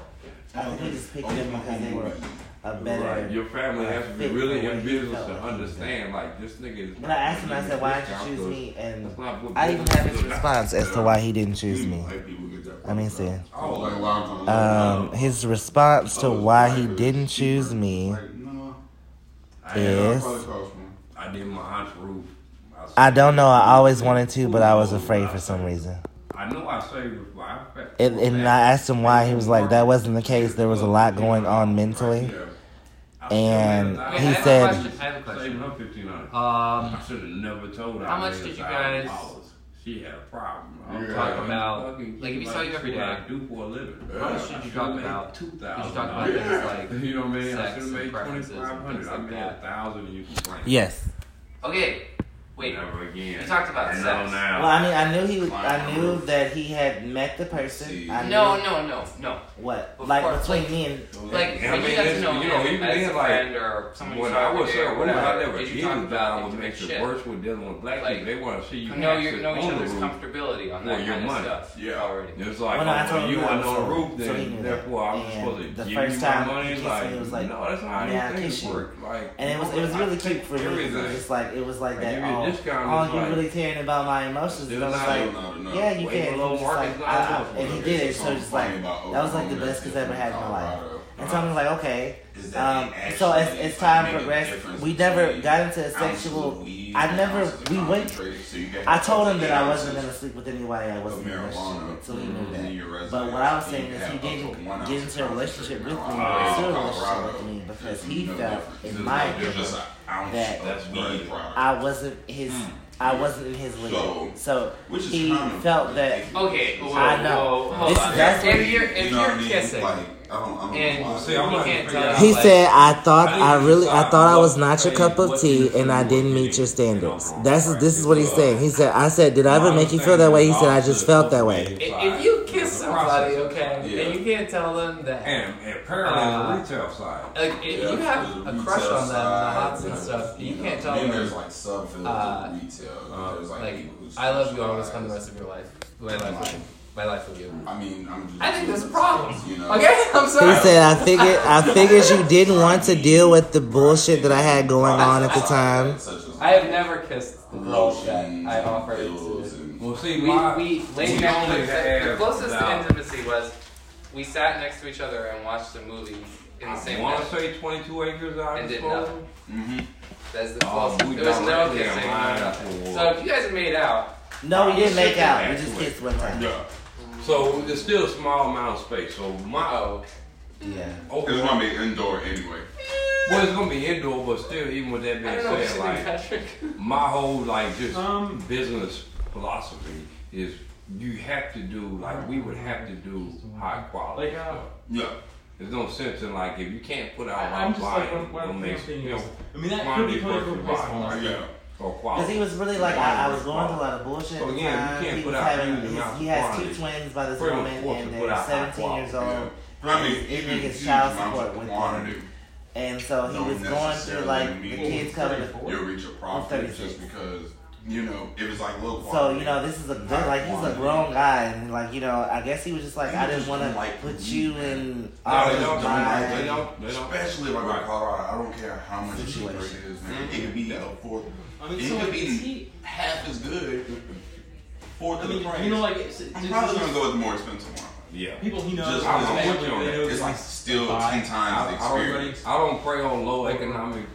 [SPEAKER 2] I think we just picked
[SPEAKER 4] Oh,
[SPEAKER 2] them
[SPEAKER 4] my
[SPEAKER 2] because they were
[SPEAKER 4] homie.
[SPEAKER 2] a
[SPEAKER 3] Right.
[SPEAKER 2] better.
[SPEAKER 3] Your family has to be
[SPEAKER 2] fit
[SPEAKER 3] really
[SPEAKER 2] the way
[SPEAKER 3] in
[SPEAKER 2] he
[SPEAKER 3] business
[SPEAKER 2] felt
[SPEAKER 3] to
[SPEAKER 2] like he was
[SPEAKER 3] understand, like, this nigga is.
[SPEAKER 2] And
[SPEAKER 3] not
[SPEAKER 2] I asked him,
[SPEAKER 3] giving
[SPEAKER 2] I said,
[SPEAKER 3] a
[SPEAKER 2] why did
[SPEAKER 3] discount
[SPEAKER 2] you choose
[SPEAKER 3] 'cause
[SPEAKER 2] me? And
[SPEAKER 3] that's not what
[SPEAKER 2] I even
[SPEAKER 3] business
[SPEAKER 2] have his
[SPEAKER 3] is.
[SPEAKER 2] response as to why he didn't choose me.
[SPEAKER 4] White people get that
[SPEAKER 2] I mean,
[SPEAKER 4] fucked up.
[SPEAKER 2] see.
[SPEAKER 4] Oh, like, wow.
[SPEAKER 2] Um, his response to why he didn't choose me.
[SPEAKER 4] Like, no,
[SPEAKER 3] I had a-
[SPEAKER 2] Yes.
[SPEAKER 4] probably cost me.
[SPEAKER 3] I did my aunt's roof.
[SPEAKER 2] I don't know. I always wanted to, but I was afraid for some reason.
[SPEAKER 3] I know I saved my life.
[SPEAKER 2] And, and I asked him why. He was like, that wasn't the case. There was a lot going on mentally. And
[SPEAKER 1] Wait,
[SPEAKER 3] I
[SPEAKER 1] I
[SPEAKER 2] he
[SPEAKER 1] have
[SPEAKER 2] said-
[SPEAKER 1] a question. I have a question.
[SPEAKER 3] saved her fifteen hundred.
[SPEAKER 1] Um,
[SPEAKER 3] I should have never told her.
[SPEAKER 1] How
[SPEAKER 3] I
[SPEAKER 1] much
[SPEAKER 3] made
[SPEAKER 1] did you
[SPEAKER 3] $1,000.
[SPEAKER 1] guys-
[SPEAKER 3] She had a problem.
[SPEAKER 4] Yeah.
[SPEAKER 3] talking
[SPEAKER 4] Talk
[SPEAKER 1] about-
[SPEAKER 3] fucking
[SPEAKER 1] like, if you
[SPEAKER 3] kid
[SPEAKER 1] saw you
[SPEAKER 3] this
[SPEAKER 1] every
[SPEAKER 3] is what
[SPEAKER 1] day,
[SPEAKER 3] I do for a living.
[SPEAKER 4] how much
[SPEAKER 3] I
[SPEAKER 4] did
[SPEAKER 1] you
[SPEAKER 3] should've
[SPEAKER 1] talk
[SPEAKER 3] made
[SPEAKER 1] about-
[SPEAKER 3] two
[SPEAKER 1] you
[SPEAKER 3] thousand.
[SPEAKER 1] should talk about
[SPEAKER 4] Yeah.
[SPEAKER 1] things like.
[SPEAKER 3] [laughs] You know what I mean? I
[SPEAKER 1] sex
[SPEAKER 3] should have
[SPEAKER 1] and
[SPEAKER 3] made twenty
[SPEAKER 1] preferences and
[SPEAKER 3] five hundred.
[SPEAKER 1] things
[SPEAKER 3] I
[SPEAKER 1] like
[SPEAKER 3] made a
[SPEAKER 1] that.
[SPEAKER 3] thousand, and you complain.
[SPEAKER 2] yes.
[SPEAKER 1] Okay, wait.
[SPEAKER 3] Never again.
[SPEAKER 1] You talked about
[SPEAKER 3] I know
[SPEAKER 1] sex.
[SPEAKER 3] now.
[SPEAKER 2] Well, I mean, I knew he. Was, I knew that he had met the person. I knew
[SPEAKER 1] No, no, no, no.
[SPEAKER 2] what
[SPEAKER 1] Of
[SPEAKER 2] like
[SPEAKER 1] course,
[SPEAKER 2] between
[SPEAKER 1] like-
[SPEAKER 2] me and
[SPEAKER 1] Like,
[SPEAKER 3] I
[SPEAKER 1] when
[SPEAKER 3] mean,
[SPEAKER 1] you got
[SPEAKER 3] it's-
[SPEAKER 1] to know
[SPEAKER 3] you know,
[SPEAKER 1] him
[SPEAKER 3] even
[SPEAKER 1] as
[SPEAKER 3] being
[SPEAKER 1] a
[SPEAKER 3] like,
[SPEAKER 1] friend or someone
[SPEAKER 3] When
[SPEAKER 1] you saw
[SPEAKER 3] I was
[SPEAKER 1] every day
[SPEAKER 3] there,
[SPEAKER 1] or
[SPEAKER 3] when I
[SPEAKER 1] whatever,
[SPEAKER 3] never
[SPEAKER 1] did you talk
[SPEAKER 3] even
[SPEAKER 1] about
[SPEAKER 3] down with
[SPEAKER 1] intimate
[SPEAKER 3] makes it
[SPEAKER 1] shit?
[SPEAKER 3] worse with dealing with black
[SPEAKER 1] Like,
[SPEAKER 3] people. They want to see you
[SPEAKER 1] You know,
[SPEAKER 3] sit
[SPEAKER 1] you know each
[SPEAKER 3] on the
[SPEAKER 1] other's
[SPEAKER 3] roof.
[SPEAKER 1] comfortability on
[SPEAKER 3] for
[SPEAKER 1] that
[SPEAKER 3] your
[SPEAKER 1] kind of
[SPEAKER 3] money.
[SPEAKER 1] stuff
[SPEAKER 4] Yeah.
[SPEAKER 1] already.
[SPEAKER 3] It's like,
[SPEAKER 2] Well, no, I told
[SPEAKER 3] oh, so
[SPEAKER 2] him
[SPEAKER 3] you
[SPEAKER 2] that
[SPEAKER 3] went
[SPEAKER 2] was
[SPEAKER 3] on the
[SPEAKER 2] for-
[SPEAKER 3] roof,
[SPEAKER 2] so he knew
[SPEAKER 3] then
[SPEAKER 2] that.
[SPEAKER 3] therefore I'm
[SPEAKER 2] And
[SPEAKER 3] supposed to
[SPEAKER 2] the
[SPEAKER 3] give you
[SPEAKER 2] first
[SPEAKER 3] my
[SPEAKER 2] time
[SPEAKER 3] money.
[SPEAKER 2] he
[SPEAKER 3] It's
[SPEAKER 2] kissed me,
[SPEAKER 3] like,
[SPEAKER 2] it was like,
[SPEAKER 3] no, that's not
[SPEAKER 2] "May I
[SPEAKER 3] how you
[SPEAKER 2] kiss
[SPEAKER 3] things
[SPEAKER 2] you?"
[SPEAKER 3] work. Like,
[SPEAKER 2] And it was it was
[SPEAKER 3] I
[SPEAKER 2] really
[SPEAKER 3] take
[SPEAKER 2] cute for me. 'cause It was
[SPEAKER 3] Everything.
[SPEAKER 2] just like it was like
[SPEAKER 3] I
[SPEAKER 2] that.
[SPEAKER 3] give you a
[SPEAKER 2] Oh,
[SPEAKER 3] discount,
[SPEAKER 2] oh,
[SPEAKER 3] it's
[SPEAKER 2] you're
[SPEAKER 3] like-
[SPEAKER 2] really caring about my emotions. And I was
[SPEAKER 3] It's
[SPEAKER 2] like,
[SPEAKER 4] not uh, enough.
[SPEAKER 2] yeah, you
[SPEAKER 3] Way
[SPEAKER 2] can. And
[SPEAKER 3] below
[SPEAKER 2] he was
[SPEAKER 3] market,
[SPEAKER 2] like,
[SPEAKER 3] it's not
[SPEAKER 2] "Ah,"
[SPEAKER 3] enough.
[SPEAKER 2] and he
[SPEAKER 4] Okay,
[SPEAKER 2] did it. So
[SPEAKER 4] so
[SPEAKER 2] it's like
[SPEAKER 4] complain about
[SPEAKER 2] that was like the
[SPEAKER 4] Oklahoma
[SPEAKER 2] best kiss I ever had in my life.
[SPEAKER 4] Colorado.
[SPEAKER 2] And so I was like, okay.
[SPEAKER 4] Is that
[SPEAKER 2] Um,
[SPEAKER 4] they
[SPEAKER 2] so as,
[SPEAKER 4] actually,
[SPEAKER 2] as
[SPEAKER 4] like,
[SPEAKER 2] time
[SPEAKER 4] make a
[SPEAKER 2] progressed,
[SPEAKER 4] difference
[SPEAKER 2] we never
[SPEAKER 4] between
[SPEAKER 2] got into a
[SPEAKER 4] ounces of
[SPEAKER 2] sexual.
[SPEAKER 4] weed
[SPEAKER 2] I
[SPEAKER 4] and
[SPEAKER 2] never.
[SPEAKER 4] ounces of
[SPEAKER 2] We went.
[SPEAKER 4] concentrate, so you got
[SPEAKER 2] I told him that I
[SPEAKER 4] eight
[SPEAKER 2] wasn't
[SPEAKER 4] ounces
[SPEAKER 2] gonna sleep with anybody I wasn't in a
[SPEAKER 4] of
[SPEAKER 2] relationship
[SPEAKER 4] marijuana Mm-hmm.
[SPEAKER 2] with. So he knew
[SPEAKER 4] in your
[SPEAKER 2] that.
[SPEAKER 4] resume.
[SPEAKER 2] But what I was saying
[SPEAKER 4] You
[SPEAKER 2] is he
[SPEAKER 4] have up to one
[SPEAKER 2] didn't
[SPEAKER 4] ounce
[SPEAKER 2] get into a
[SPEAKER 4] of
[SPEAKER 2] relationship with me, pursue a
[SPEAKER 4] marijuana. Wow.
[SPEAKER 2] relationship with me because
[SPEAKER 4] There's
[SPEAKER 2] he
[SPEAKER 4] no
[SPEAKER 2] felt,
[SPEAKER 4] difference.
[SPEAKER 2] in my
[SPEAKER 4] There's
[SPEAKER 2] opinion,
[SPEAKER 4] just an ounce
[SPEAKER 2] that
[SPEAKER 4] of weed product.
[SPEAKER 2] I wasn't his. I wasn't in his league.
[SPEAKER 4] So-
[SPEAKER 2] So
[SPEAKER 4] which is
[SPEAKER 2] he
[SPEAKER 4] kind of
[SPEAKER 2] felt that.
[SPEAKER 1] Okay, whoa,
[SPEAKER 2] I know.
[SPEAKER 1] whoa, hold
[SPEAKER 2] This-
[SPEAKER 1] on.
[SPEAKER 2] that's what
[SPEAKER 1] if
[SPEAKER 2] he-
[SPEAKER 1] you're, if
[SPEAKER 4] you know
[SPEAKER 1] you
[SPEAKER 4] what
[SPEAKER 1] are
[SPEAKER 4] I mean?
[SPEAKER 1] kissing,
[SPEAKER 4] Like, I don't, I don't
[SPEAKER 1] and
[SPEAKER 4] know why.
[SPEAKER 3] See, I'm
[SPEAKER 1] you
[SPEAKER 3] not
[SPEAKER 1] can't
[SPEAKER 3] gonna
[SPEAKER 1] tell,
[SPEAKER 3] figure
[SPEAKER 2] He
[SPEAKER 1] like,
[SPEAKER 2] said, "I thought
[SPEAKER 3] I
[SPEAKER 2] I
[SPEAKER 3] didn't
[SPEAKER 2] really, I
[SPEAKER 3] decide
[SPEAKER 2] thought I
[SPEAKER 3] what
[SPEAKER 2] was not your
[SPEAKER 3] crazy-
[SPEAKER 2] cup of
[SPEAKER 3] what
[SPEAKER 2] tea,
[SPEAKER 3] you
[SPEAKER 2] and I
[SPEAKER 3] do,
[SPEAKER 2] didn't
[SPEAKER 3] what you
[SPEAKER 2] meet your
[SPEAKER 3] didn't, you know,
[SPEAKER 2] standards."
[SPEAKER 3] wrong,
[SPEAKER 2] That's
[SPEAKER 3] right,
[SPEAKER 2] this is what he's
[SPEAKER 3] uh,
[SPEAKER 2] saying. He said, "I said, did I ever make you feel that way?" He said, "I just felt that way."
[SPEAKER 1] if, if you kiss somebody, okay,
[SPEAKER 4] Yeah.
[SPEAKER 1] and you can't tell them that,
[SPEAKER 3] And apparently
[SPEAKER 1] Uh,
[SPEAKER 3] the retail side.
[SPEAKER 1] like, if
[SPEAKER 4] Yeah,
[SPEAKER 1] you
[SPEAKER 4] there's
[SPEAKER 1] have a
[SPEAKER 4] retail
[SPEAKER 1] crush on them, the
[SPEAKER 4] side,
[SPEAKER 1] hots and
[SPEAKER 4] there's,
[SPEAKER 1] stuff, you
[SPEAKER 4] know,
[SPEAKER 1] can't tell
[SPEAKER 4] Then there's
[SPEAKER 1] them,
[SPEAKER 4] like sub fillers
[SPEAKER 1] uh,
[SPEAKER 4] of retail. and there's like,
[SPEAKER 1] like,
[SPEAKER 4] people who
[SPEAKER 1] I love you, I want to spend the rest
[SPEAKER 4] specialize.
[SPEAKER 1] of your life, my life with you, my life with you.
[SPEAKER 4] I mean, I'm just.
[SPEAKER 1] I think there's a problem.
[SPEAKER 4] You know.
[SPEAKER 1] Okay, I'm
[SPEAKER 2] He
[SPEAKER 1] sorry.
[SPEAKER 2] said, "I figured, I figured you didn't want to deal with the bullshit that I had going on at the time."
[SPEAKER 4] Such as
[SPEAKER 1] I have never kissed the girl that
[SPEAKER 4] lotions,
[SPEAKER 1] I offered
[SPEAKER 4] pills,
[SPEAKER 1] to.
[SPEAKER 4] and
[SPEAKER 3] Well, see,
[SPEAKER 1] We,
[SPEAKER 3] my,
[SPEAKER 1] we laid
[SPEAKER 3] we
[SPEAKER 1] back.
[SPEAKER 3] only
[SPEAKER 1] The
[SPEAKER 3] have
[SPEAKER 1] closest to
[SPEAKER 3] about-
[SPEAKER 1] intimacy was we sat next to each other and watched a movie in the
[SPEAKER 3] I
[SPEAKER 1] same
[SPEAKER 3] want
[SPEAKER 1] room.
[SPEAKER 3] to say 22 acres out
[SPEAKER 1] And
[SPEAKER 3] of
[SPEAKER 1] did
[SPEAKER 3] Florida.
[SPEAKER 1] nothing.
[SPEAKER 4] hmm
[SPEAKER 1] That's the
[SPEAKER 3] Oh,
[SPEAKER 1] closest.
[SPEAKER 3] we
[SPEAKER 1] there was no
[SPEAKER 3] directly
[SPEAKER 1] kissing, no
[SPEAKER 3] aligned
[SPEAKER 1] nothing.
[SPEAKER 3] for-
[SPEAKER 1] So if you guys made out,
[SPEAKER 2] No, we didn't make
[SPEAKER 3] Should've
[SPEAKER 2] out. We
[SPEAKER 3] been
[SPEAKER 2] just
[SPEAKER 3] actually.
[SPEAKER 2] kissed one time.
[SPEAKER 4] Yeah.
[SPEAKER 3] So it's still a small amount of space. So my
[SPEAKER 1] oh,
[SPEAKER 2] Yeah.
[SPEAKER 4] It's
[SPEAKER 3] overall,
[SPEAKER 4] gonna be indoor anyway.
[SPEAKER 3] well, it's gonna be indoor, but still, even with that
[SPEAKER 1] I
[SPEAKER 3] being
[SPEAKER 1] don't know what you
[SPEAKER 3] said,
[SPEAKER 1] think,
[SPEAKER 3] like
[SPEAKER 1] Patrick.
[SPEAKER 3] my whole like just
[SPEAKER 5] Um,
[SPEAKER 3] business philosophy is you have to do like we would have to do high quality
[SPEAKER 5] Like, uh,
[SPEAKER 3] stuff.
[SPEAKER 4] Yeah.
[SPEAKER 3] There's no sense in like if you can't put out
[SPEAKER 5] I,
[SPEAKER 3] our
[SPEAKER 5] I'm just like,
[SPEAKER 3] body,
[SPEAKER 5] what, what
[SPEAKER 3] don't
[SPEAKER 5] I'm
[SPEAKER 3] make
[SPEAKER 5] thinking
[SPEAKER 3] you know,
[SPEAKER 5] is, I mean, that could
[SPEAKER 3] quantity
[SPEAKER 5] be totally
[SPEAKER 3] versus
[SPEAKER 5] replaceable.
[SPEAKER 3] volume.
[SPEAKER 4] Yeah.
[SPEAKER 3] or
[SPEAKER 2] Because he
[SPEAKER 3] quality.
[SPEAKER 2] was really like, I, I was going through a lot of bullshit at
[SPEAKER 3] So
[SPEAKER 2] the
[SPEAKER 3] again, Oh, you
[SPEAKER 2] time.
[SPEAKER 3] can't
[SPEAKER 2] He,
[SPEAKER 3] put
[SPEAKER 2] was
[SPEAKER 3] out
[SPEAKER 2] having,
[SPEAKER 3] huge
[SPEAKER 2] his-
[SPEAKER 3] amounts
[SPEAKER 2] he
[SPEAKER 3] of
[SPEAKER 2] has two
[SPEAKER 3] quantity.
[SPEAKER 2] twins by this
[SPEAKER 3] We're gonna
[SPEAKER 2] woman,
[SPEAKER 3] force
[SPEAKER 2] and
[SPEAKER 3] to put
[SPEAKER 2] they're
[SPEAKER 3] out high
[SPEAKER 2] 17 years
[SPEAKER 3] quality,
[SPEAKER 4] Yeah.
[SPEAKER 2] old.
[SPEAKER 4] But I mean,
[SPEAKER 2] It- it
[SPEAKER 4] even
[SPEAKER 2] gets
[SPEAKER 4] huge
[SPEAKER 2] child
[SPEAKER 4] amounts
[SPEAKER 2] support
[SPEAKER 4] of
[SPEAKER 2] with
[SPEAKER 4] quantity,
[SPEAKER 2] And so he
[SPEAKER 4] Don't
[SPEAKER 2] was going through,
[SPEAKER 4] necessarily
[SPEAKER 2] like, the
[SPEAKER 4] mean-
[SPEAKER 2] kids covered the
[SPEAKER 4] You'll reach a profit just
[SPEAKER 2] 36.
[SPEAKER 4] because you know if it's like low
[SPEAKER 2] So
[SPEAKER 4] quality.
[SPEAKER 2] you know, this is a good, like he's a grown guy, and like you know, I guess he was just like, I didn't want to like put you in all
[SPEAKER 3] No, they
[SPEAKER 2] of
[SPEAKER 3] don't.
[SPEAKER 2] my.
[SPEAKER 3] They don't. They don't.
[SPEAKER 4] Especially like
[SPEAKER 3] Right.
[SPEAKER 4] in Colorado, I don't care how much cheaper it
[SPEAKER 2] Situation.
[SPEAKER 4] is, man. It could be a fourth.
[SPEAKER 5] I mean,
[SPEAKER 4] it
[SPEAKER 5] so
[SPEAKER 4] could
[SPEAKER 5] like,
[SPEAKER 4] be
[SPEAKER 5] is he?
[SPEAKER 4] half as good. Fourth
[SPEAKER 5] I
[SPEAKER 4] of the
[SPEAKER 5] mean,
[SPEAKER 4] price.
[SPEAKER 5] you know, like, it's, it's,
[SPEAKER 4] I'm probably gonna
[SPEAKER 5] it's
[SPEAKER 4] go with the more expensive one.
[SPEAKER 3] Yeah.
[SPEAKER 5] people he
[SPEAKER 4] Just-
[SPEAKER 5] knows. that
[SPEAKER 4] I'm
[SPEAKER 5] they
[SPEAKER 3] with you on
[SPEAKER 5] know
[SPEAKER 3] that.
[SPEAKER 5] that
[SPEAKER 4] It's like
[SPEAKER 5] he's
[SPEAKER 4] still
[SPEAKER 5] bi.
[SPEAKER 4] ten times
[SPEAKER 3] I,
[SPEAKER 4] the
[SPEAKER 3] I don't
[SPEAKER 4] experience.
[SPEAKER 3] think, I don't prey on low economic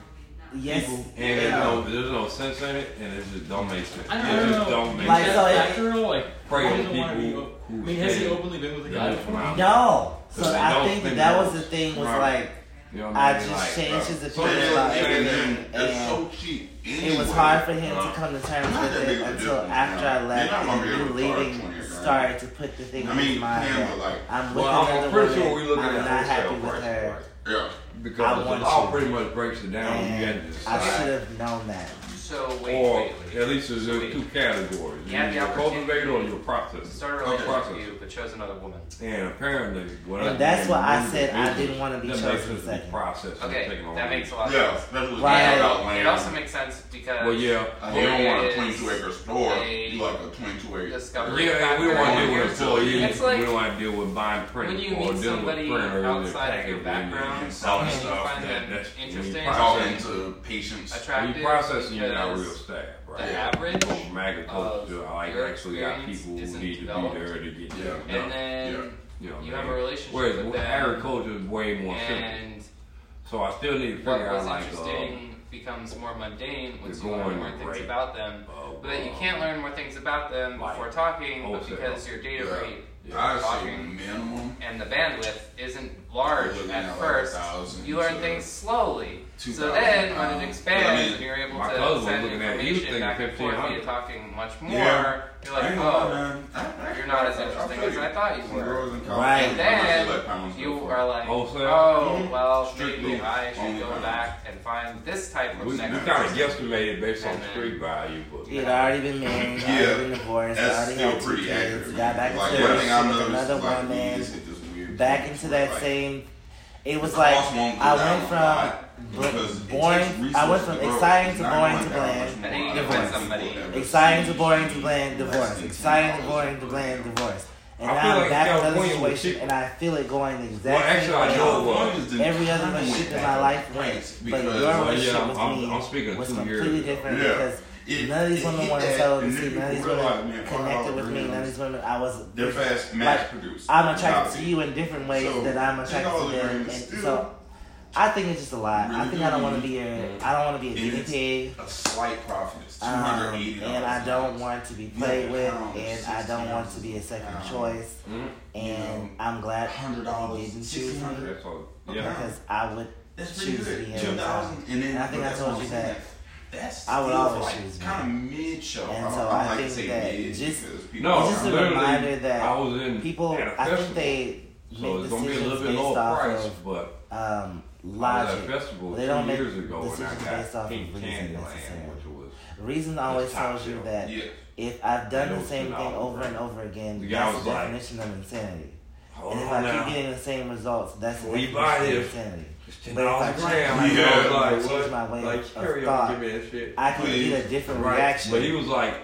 [SPEAKER 2] Yes.
[SPEAKER 3] people, and there's no there's no sense in it, and it just don't make sense.
[SPEAKER 5] I don't,
[SPEAKER 3] it
[SPEAKER 5] I
[SPEAKER 3] just
[SPEAKER 5] don't know.
[SPEAKER 3] don't make
[SPEAKER 2] Like,
[SPEAKER 5] Is
[SPEAKER 3] sense.
[SPEAKER 2] so
[SPEAKER 5] that
[SPEAKER 2] it-
[SPEAKER 5] Actor, like,
[SPEAKER 3] Prey
[SPEAKER 5] he
[SPEAKER 3] on
[SPEAKER 5] doesn't wanna be
[SPEAKER 3] people
[SPEAKER 5] op- I
[SPEAKER 3] who
[SPEAKER 5] mean, has he
[SPEAKER 3] spend
[SPEAKER 5] openly been with a
[SPEAKER 3] the
[SPEAKER 5] guy
[SPEAKER 3] most
[SPEAKER 5] before?
[SPEAKER 3] amount.
[SPEAKER 2] No. So
[SPEAKER 3] But they
[SPEAKER 2] I
[SPEAKER 3] don't
[SPEAKER 2] think that
[SPEAKER 3] think
[SPEAKER 2] that
[SPEAKER 3] that
[SPEAKER 2] was the
[SPEAKER 3] was-
[SPEAKER 2] thing was
[SPEAKER 4] Right.
[SPEAKER 2] like
[SPEAKER 3] You know what
[SPEAKER 2] I
[SPEAKER 3] mean?
[SPEAKER 2] just
[SPEAKER 3] Like, uh,
[SPEAKER 2] changed his
[SPEAKER 4] So
[SPEAKER 2] opinion
[SPEAKER 4] it's
[SPEAKER 2] about
[SPEAKER 4] like,
[SPEAKER 2] everything,
[SPEAKER 4] it's
[SPEAKER 2] and
[SPEAKER 4] so cheap.
[SPEAKER 2] it was
[SPEAKER 4] anyway.
[SPEAKER 2] hard for him
[SPEAKER 4] Uh,
[SPEAKER 2] to come to terms
[SPEAKER 4] Not that
[SPEAKER 2] with
[SPEAKER 4] big
[SPEAKER 2] it
[SPEAKER 4] of a
[SPEAKER 2] until
[SPEAKER 4] difference,
[SPEAKER 2] after
[SPEAKER 4] no.
[SPEAKER 2] I left,
[SPEAKER 4] They're not
[SPEAKER 2] and
[SPEAKER 4] gonna be
[SPEAKER 2] you
[SPEAKER 4] able to charge
[SPEAKER 2] leaving
[SPEAKER 4] 20 grand.
[SPEAKER 2] started to put the thing
[SPEAKER 4] I
[SPEAKER 2] in his
[SPEAKER 4] mean,
[SPEAKER 2] mind.
[SPEAKER 4] yeah,
[SPEAKER 2] that
[SPEAKER 4] but like,
[SPEAKER 2] I'm with
[SPEAKER 3] Well, I'm, I'm
[SPEAKER 2] another
[SPEAKER 3] pretty
[SPEAKER 2] woman.
[SPEAKER 3] sure we're looking
[SPEAKER 2] I'm
[SPEAKER 3] at
[SPEAKER 2] not happy
[SPEAKER 3] wholesale
[SPEAKER 2] with
[SPEAKER 3] price,
[SPEAKER 2] her.
[SPEAKER 3] right?
[SPEAKER 4] yeah.
[SPEAKER 2] I
[SPEAKER 3] because the
[SPEAKER 2] want
[SPEAKER 3] law
[SPEAKER 2] you.
[SPEAKER 3] pretty much breaks it down. You had to
[SPEAKER 2] And I
[SPEAKER 3] decide,
[SPEAKER 2] should have known that.
[SPEAKER 1] So wait,
[SPEAKER 3] or
[SPEAKER 1] wait, wait.
[SPEAKER 3] at least there's
[SPEAKER 1] So
[SPEAKER 3] uh,
[SPEAKER 1] wait.
[SPEAKER 3] two categories:
[SPEAKER 1] You have the
[SPEAKER 3] your
[SPEAKER 1] opportunity-
[SPEAKER 3] cultivator or your processor.
[SPEAKER 1] Started a relationship
[SPEAKER 3] Processor.
[SPEAKER 1] with you, but chose another woman.
[SPEAKER 3] And apparently, what
[SPEAKER 2] And
[SPEAKER 3] I
[SPEAKER 2] that's
[SPEAKER 3] did
[SPEAKER 2] what I
[SPEAKER 3] was
[SPEAKER 2] said I
[SPEAKER 3] business.
[SPEAKER 2] didn't wanna be
[SPEAKER 3] That
[SPEAKER 2] chosen
[SPEAKER 3] makes us the
[SPEAKER 2] second.
[SPEAKER 3] process of
[SPEAKER 1] Okay,
[SPEAKER 3] taking on
[SPEAKER 1] that makes a lot of
[SPEAKER 4] Yeah,
[SPEAKER 1] sense.
[SPEAKER 4] especially when
[SPEAKER 2] Right.
[SPEAKER 4] you got land.
[SPEAKER 1] It also makes sense because
[SPEAKER 3] Well, yeah.
[SPEAKER 4] Like, you don't want a
[SPEAKER 1] Is
[SPEAKER 4] 22 acre store.
[SPEAKER 1] a-
[SPEAKER 4] You like a 22 acre.
[SPEAKER 1] discovery.
[SPEAKER 3] Yeah, and we don't want to deal with
[SPEAKER 1] factor. It's
[SPEAKER 3] employees.
[SPEAKER 1] like
[SPEAKER 3] we don't want to deal with buying print
[SPEAKER 1] when you
[SPEAKER 3] or
[SPEAKER 1] meet
[SPEAKER 3] dealing with
[SPEAKER 1] somebody
[SPEAKER 3] printers
[SPEAKER 1] outside
[SPEAKER 3] and
[SPEAKER 1] of your background,
[SPEAKER 3] packaging.
[SPEAKER 1] and
[SPEAKER 4] Selling
[SPEAKER 1] you
[SPEAKER 4] stuff,
[SPEAKER 1] find them
[SPEAKER 3] that- that's- when you
[SPEAKER 1] interesting, uh,
[SPEAKER 3] process
[SPEAKER 4] Talking to patients.
[SPEAKER 3] When
[SPEAKER 1] attractive.
[SPEAKER 3] you processing, you're not real
[SPEAKER 1] because
[SPEAKER 3] staff,
[SPEAKER 1] The
[SPEAKER 3] right?
[SPEAKER 4] Yeah.
[SPEAKER 1] average
[SPEAKER 3] From agriculture,
[SPEAKER 1] of
[SPEAKER 3] I like
[SPEAKER 1] your
[SPEAKER 3] actually got
[SPEAKER 1] experience
[SPEAKER 3] people who
[SPEAKER 1] isn't
[SPEAKER 3] need to be
[SPEAKER 1] developed.
[SPEAKER 3] there to get
[SPEAKER 4] Yeah.
[SPEAKER 3] done.
[SPEAKER 1] and then
[SPEAKER 3] you know, what
[SPEAKER 1] you
[SPEAKER 3] I
[SPEAKER 1] have a
[SPEAKER 3] mean?
[SPEAKER 1] relationship
[SPEAKER 3] Whereas
[SPEAKER 1] with
[SPEAKER 3] with
[SPEAKER 1] them,
[SPEAKER 3] agriculture is way more simple.
[SPEAKER 1] and
[SPEAKER 3] So I still need to figure
[SPEAKER 1] what
[SPEAKER 3] out
[SPEAKER 1] was
[SPEAKER 3] like uh,
[SPEAKER 1] interesting becomes more mundane once
[SPEAKER 3] You're
[SPEAKER 1] you learn
[SPEAKER 3] going
[SPEAKER 1] more things
[SPEAKER 3] right
[SPEAKER 1] about
[SPEAKER 3] uh,
[SPEAKER 1] them. But you can't learn more things about them
[SPEAKER 3] Like,
[SPEAKER 1] before talking, but
[SPEAKER 3] wholesale.
[SPEAKER 1] because your data
[SPEAKER 4] Yeah.
[SPEAKER 1] rate
[SPEAKER 4] I say
[SPEAKER 1] talking
[SPEAKER 4] minimum
[SPEAKER 1] and the bandwidth isn't large
[SPEAKER 4] You're looking at
[SPEAKER 1] at
[SPEAKER 4] like a
[SPEAKER 1] first,
[SPEAKER 4] thousand
[SPEAKER 1] you learn
[SPEAKER 4] to
[SPEAKER 1] things slowly.
[SPEAKER 4] two
[SPEAKER 1] So
[SPEAKER 4] thousand
[SPEAKER 1] then,
[SPEAKER 4] pounds.
[SPEAKER 1] when
[SPEAKER 4] But I
[SPEAKER 1] it expands
[SPEAKER 4] mean,
[SPEAKER 1] and you're able
[SPEAKER 3] my
[SPEAKER 1] to
[SPEAKER 3] cousin
[SPEAKER 1] send
[SPEAKER 3] was looking at it, he was
[SPEAKER 1] information back and
[SPEAKER 3] thinking
[SPEAKER 1] forth via
[SPEAKER 3] 1500.
[SPEAKER 1] talking much more,
[SPEAKER 4] Yeah.
[SPEAKER 1] you're like,
[SPEAKER 4] Hang on,
[SPEAKER 1] oh,
[SPEAKER 4] man. I- I-
[SPEAKER 1] you're not as interesting
[SPEAKER 4] feel
[SPEAKER 1] as
[SPEAKER 4] you.
[SPEAKER 1] I thought you
[SPEAKER 4] When
[SPEAKER 1] were.
[SPEAKER 4] girls in college,
[SPEAKER 2] Right.
[SPEAKER 4] how much
[SPEAKER 1] and
[SPEAKER 4] they let
[SPEAKER 1] then
[SPEAKER 4] pounds go
[SPEAKER 1] you
[SPEAKER 4] for?
[SPEAKER 1] are like,
[SPEAKER 3] Wholesale?
[SPEAKER 1] oh, well,
[SPEAKER 4] Strictly
[SPEAKER 1] maybe I should
[SPEAKER 4] only
[SPEAKER 1] go
[SPEAKER 4] pounds.
[SPEAKER 1] back and find this type of
[SPEAKER 3] We, we
[SPEAKER 1] next
[SPEAKER 3] kind of
[SPEAKER 1] person.
[SPEAKER 3] uh, guesstimated based on
[SPEAKER 1] And then-
[SPEAKER 3] street value, but
[SPEAKER 2] He had already been married,
[SPEAKER 4] Yeah.
[SPEAKER 2] already been divorced,
[SPEAKER 4] That's
[SPEAKER 2] already
[SPEAKER 4] still
[SPEAKER 2] had two
[SPEAKER 4] pretty
[SPEAKER 2] kids,
[SPEAKER 4] accurate.
[SPEAKER 2] got
[SPEAKER 4] man.
[SPEAKER 2] back
[SPEAKER 4] like,
[SPEAKER 2] into a
[SPEAKER 4] one thing I
[SPEAKER 2] relationship with
[SPEAKER 4] noticed
[SPEAKER 2] another
[SPEAKER 4] is, like, you
[SPEAKER 2] woman,
[SPEAKER 4] just hit this weird
[SPEAKER 2] back
[SPEAKER 4] place
[SPEAKER 2] into
[SPEAKER 4] where,
[SPEAKER 2] that
[SPEAKER 4] like,
[SPEAKER 2] same. It was
[SPEAKER 4] the
[SPEAKER 2] like
[SPEAKER 4] cost won't go
[SPEAKER 2] I
[SPEAKER 4] down
[SPEAKER 2] went
[SPEAKER 4] a
[SPEAKER 2] from
[SPEAKER 4] lot
[SPEAKER 2] bl-
[SPEAKER 4] because it takes
[SPEAKER 2] boring. I went
[SPEAKER 4] resources
[SPEAKER 2] from
[SPEAKER 4] to grow.
[SPEAKER 2] exciting
[SPEAKER 4] It's
[SPEAKER 2] to
[SPEAKER 4] not
[SPEAKER 2] boring
[SPEAKER 4] going
[SPEAKER 2] to
[SPEAKER 4] down
[SPEAKER 2] bland,
[SPEAKER 4] much more.
[SPEAKER 1] I think you
[SPEAKER 4] A lot
[SPEAKER 1] can
[SPEAKER 4] of
[SPEAKER 1] find
[SPEAKER 4] people
[SPEAKER 1] somebody.
[SPEAKER 4] ever
[SPEAKER 2] exciting to
[SPEAKER 4] seen
[SPEAKER 2] boring to bland,
[SPEAKER 4] less
[SPEAKER 2] divorce,
[SPEAKER 4] than
[SPEAKER 2] exciting to
[SPEAKER 4] $10
[SPEAKER 2] boring to bland, divorce, and
[SPEAKER 3] I
[SPEAKER 2] now
[SPEAKER 3] feel
[SPEAKER 2] I'm
[SPEAKER 3] like
[SPEAKER 2] back in another
[SPEAKER 3] California was
[SPEAKER 2] situation,
[SPEAKER 3] cheap.
[SPEAKER 2] and I feel it going the exact
[SPEAKER 3] Well, actually,
[SPEAKER 2] same
[SPEAKER 3] I
[SPEAKER 2] way.
[SPEAKER 3] know it was.
[SPEAKER 4] California's the-
[SPEAKER 2] Every other
[SPEAKER 4] California
[SPEAKER 2] relationship in
[SPEAKER 4] went
[SPEAKER 2] my
[SPEAKER 4] back
[SPEAKER 2] life
[SPEAKER 4] up
[SPEAKER 2] went,
[SPEAKER 4] rates
[SPEAKER 2] but your
[SPEAKER 4] because-
[SPEAKER 3] Well,
[SPEAKER 2] relationship
[SPEAKER 3] yeah,
[SPEAKER 2] with
[SPEAKER 3] I'm-
[SPEAKER 2] me
[SPEAKER 3] I'm speaking
[SPEAKER 2] was
[SPEAKER 3] two years
[SPEAKER 2] completely
[SPEAKER 3] ago.
[SPEAKER 2] different
[SPEAKER 4] Yeah.
[SPEAKER 2] because
[SPEAKER 4] It-
[SPEAKER 2] none of these
[SPEAKER 4] it
[SPEAKER 2] women
[SPEAKER 4] hit
[SPEAKER 2] wanted
[SPEAKER 4] that,
[SPEAKER 2] to
[SPEAKER 4] and
[SPEAKER 2] see,
[SPEAKER 4] then
[SPEAKER 2] none of these
[SPEAKER 4] people realize,
[SPEAKER 2] women
[SPEAKER 4] man,
[SPEAKER 2] connected
[SPEAKER 4] all
[SPEAKER 2] with me,
[SPEAKER 4] algorithms,
[SPEAKER 2] none of these women. I was
[SPEAKER 4] They're fast
[SPEAKER 2] like,
[SPEAKER 4] mass produced.
[SPEAKER 2] I'm attracted to you in different ways
[SPEAKER 4] So,
[SPEAKER 2] that I'm
[SPEAKER 4] take
[SPEAKER 2] attracted to
[SPEAKER 4] all the
[SPEAKER 2] them. And
[SPEAKER 4] grains, still
[SPEAKER 2] so I think it's just a lot. I
[SPEAKER 4] really
[SPEAKER 2] think I don't
[SPEAKER 4] good.
[SPEAKER 2] want to be a
[SPEAKER 3] Mm-hmm.
[SPEAKER 2] I don't want to be a
[SPEAKER 4] And
[SPEAKER 2] guinea
[SPEAKER 4] it's
[SPEAKER 2] pig.
[SPEAKER 4] A slight profit. It's two
[SPEAKER 2] Um,
[SPEAKER 4] hundred eighty.
[SPEAKER 2] and I don't want to be played
[SPEAKER 4] Yeah,
[SPEAKER 2] with,
[SPEAKER 4] pounds,
[SPEAKER 2] and I don't
[SPEAKER 4] sixty
[SPEAKER 2] want to
[SPEAKER 4] ounces,
[SPEAKER 2] be a second
[SPEAKER 4] pounds.
[SPEAKER 2] choice.
[SPEAKER 3] Mhm.
[SPEAKER 2] And
[SPEAKER 4] Um, You know,
[SPEAKER 2] I'm glad
[SPEAKER 4] hundred
[SPEAKER 2] that he
[SPEAKER 4] dollars,
[SPEAKER 2] didn't choose
[SPEAKER 4] six
[SPEAKER 2] me
[SPEAKER 4] hundred.
[SPEAKER 3] that's all.
[SPEAKER 4] Okay.
[SPEAKER 3] Yeah.
[SPEAKER 2] because I would
[SPEAKER 4] That's pretty
[SPEAKER 2] choose to
[SPEAKER 4] good.
[SPEAKER 2] be
[SPEAKER 4] Two
[SPEAKER 2] in
[SPEAKER 4] thousand, and then
[SPEAKER 2] And I think
[SPEAKER 4] but
[SPEAKER 2] I
[SPEAKER 4] that's
[SPEAKER 2] told you
[SPEAKER 4] what I'm saying.
[SPEAKER 2] that.
[SPEAKER 4] That's
[SPEAKER 2] I would
[SPEAKER 4] still,
[SPEAKER 2] always
[SPEAKER 4] like,
[SPEAKER 2] choose me.
[SPEAKER 4] kind of mid show.
[SPEAKER 2] And
[SPEAKER 4] I,
[SPEAKER 2] so
[SPEAKER 4] I,
[SPEAKER 2] I
[SPEAKER 4] like
[SPEAKER 2] think
[SPEAKER 4] to say
[SPEAKER 2] that
[SPEAKER 4] mid
[SPEAKER 2] just-
[SPEAKER 4] because people.
[SPEAKER 3] No,
[SPEAKER 2] It's just a
[SPEAKER 3] literally,
[SPEAKER 2] reminder that
[SPEAKER 3] I was in
[SPEAKER 2] People,
[SPEAKER 3] at a
[SPEAKER 2] I think
[SPEAKER 3] festival.
[SPEAKER 2] they
[SPEAKER 3] So
[SPEAKER 2] make
[SPEAKER 3] it's gonna be a little
[SPEAKER 2] decisions
[SPEAKER 3] bit
[SPEAKER 2] based
[SPEAKER 3] lower
[SPEAKER 2] off
[SPEAKER 3] price,
[SPEAKER 2] of
[SPEAKER 3] but
[SPEAKER 2] um,
[SPEAKER 3] I was at a
[SPEAKER 2] logic.
[SPEAKER 3] festival
[SPEAKER 2] They
[SPEAKER 3] two
[SPEAKER 2] don't make
[SPEAKER 3] years ago when I
[SPEAKER 2] decisions based
[SPEAKER 3] got
[SPEAKER 2] off
[SPEAKER 3] Pink
[SPEAKER 2] of reason
[SPEAKER 3] Candy
[SPEAKER 2] necessarily.
[SPEAKER 3] Land, which was
[SPEAKER 2] Reason always
[SPEAKER 3] It's top
[SPEAKER 2] tells you
[SPEAKER 3] shelf.
[SPEAKER 2] that
[SPEAKER 4] Yeah.
[SPEAKER 2] if I've done
[SPEAKER 3] It
[SPEAKER 2] the
[SPEAKER 3] was
[SPEAKER 2] same thing
[SPEAKER 3] phenomenal.
[SPEAKER 2] over and over again,
[SPEAKER 3] The guy
[SPEAKER 2] that's
[SPEAKER 3] was
[SPEAKER 2] the
[SPEAKER 3] like,
[SPEAKER 2] definition of insanity.
[SPEAKER 3] hold
[SPEAKER 2] And if
[SPEAKER 3] on
[SPEAKER 2] I keep
[SPEAKER 3] now,
[SPEAKER 2] getting the same results, that's the
[SPEAKER 3] When you
[SPEAKER 2] definition
[SPEAKER 3] buy
[SPEAKER 2] of
[SPEAKER 3] this,
[SPEAKER 2] insanity.
[SPEAKER 3] it's ten
[SPEAKER 2] But if I
[SPEAKER 3] dollars a
[SPEAKER 2] change
[SPEAKER 3] gram.
[SPEAKER 4] my
[SPEAKER 3] Yeah.
[SPEAKER 4] mind,
[SPEAKER 3] I
[SPEAKER 2] I
[SPEAKER 3] was
[SPEAKER 2] change
[SPEAKER 3] like,
[SPEAKER 2] my way
[SPEAKER 3] what? Like,
[SPEAKER 2] of
[SPEAKER 3] carry
[SPEAKER 2] thought.
[SPEAKER 3] on, give me that shit.
[SPEAKER 2] I can
[SPEAKER 4] Please.
[SPEAKER 2] get a different
[SPEAKER 3] Right.
[SPEAKER 2] reaction.
[SPEAKER 3] But he was like,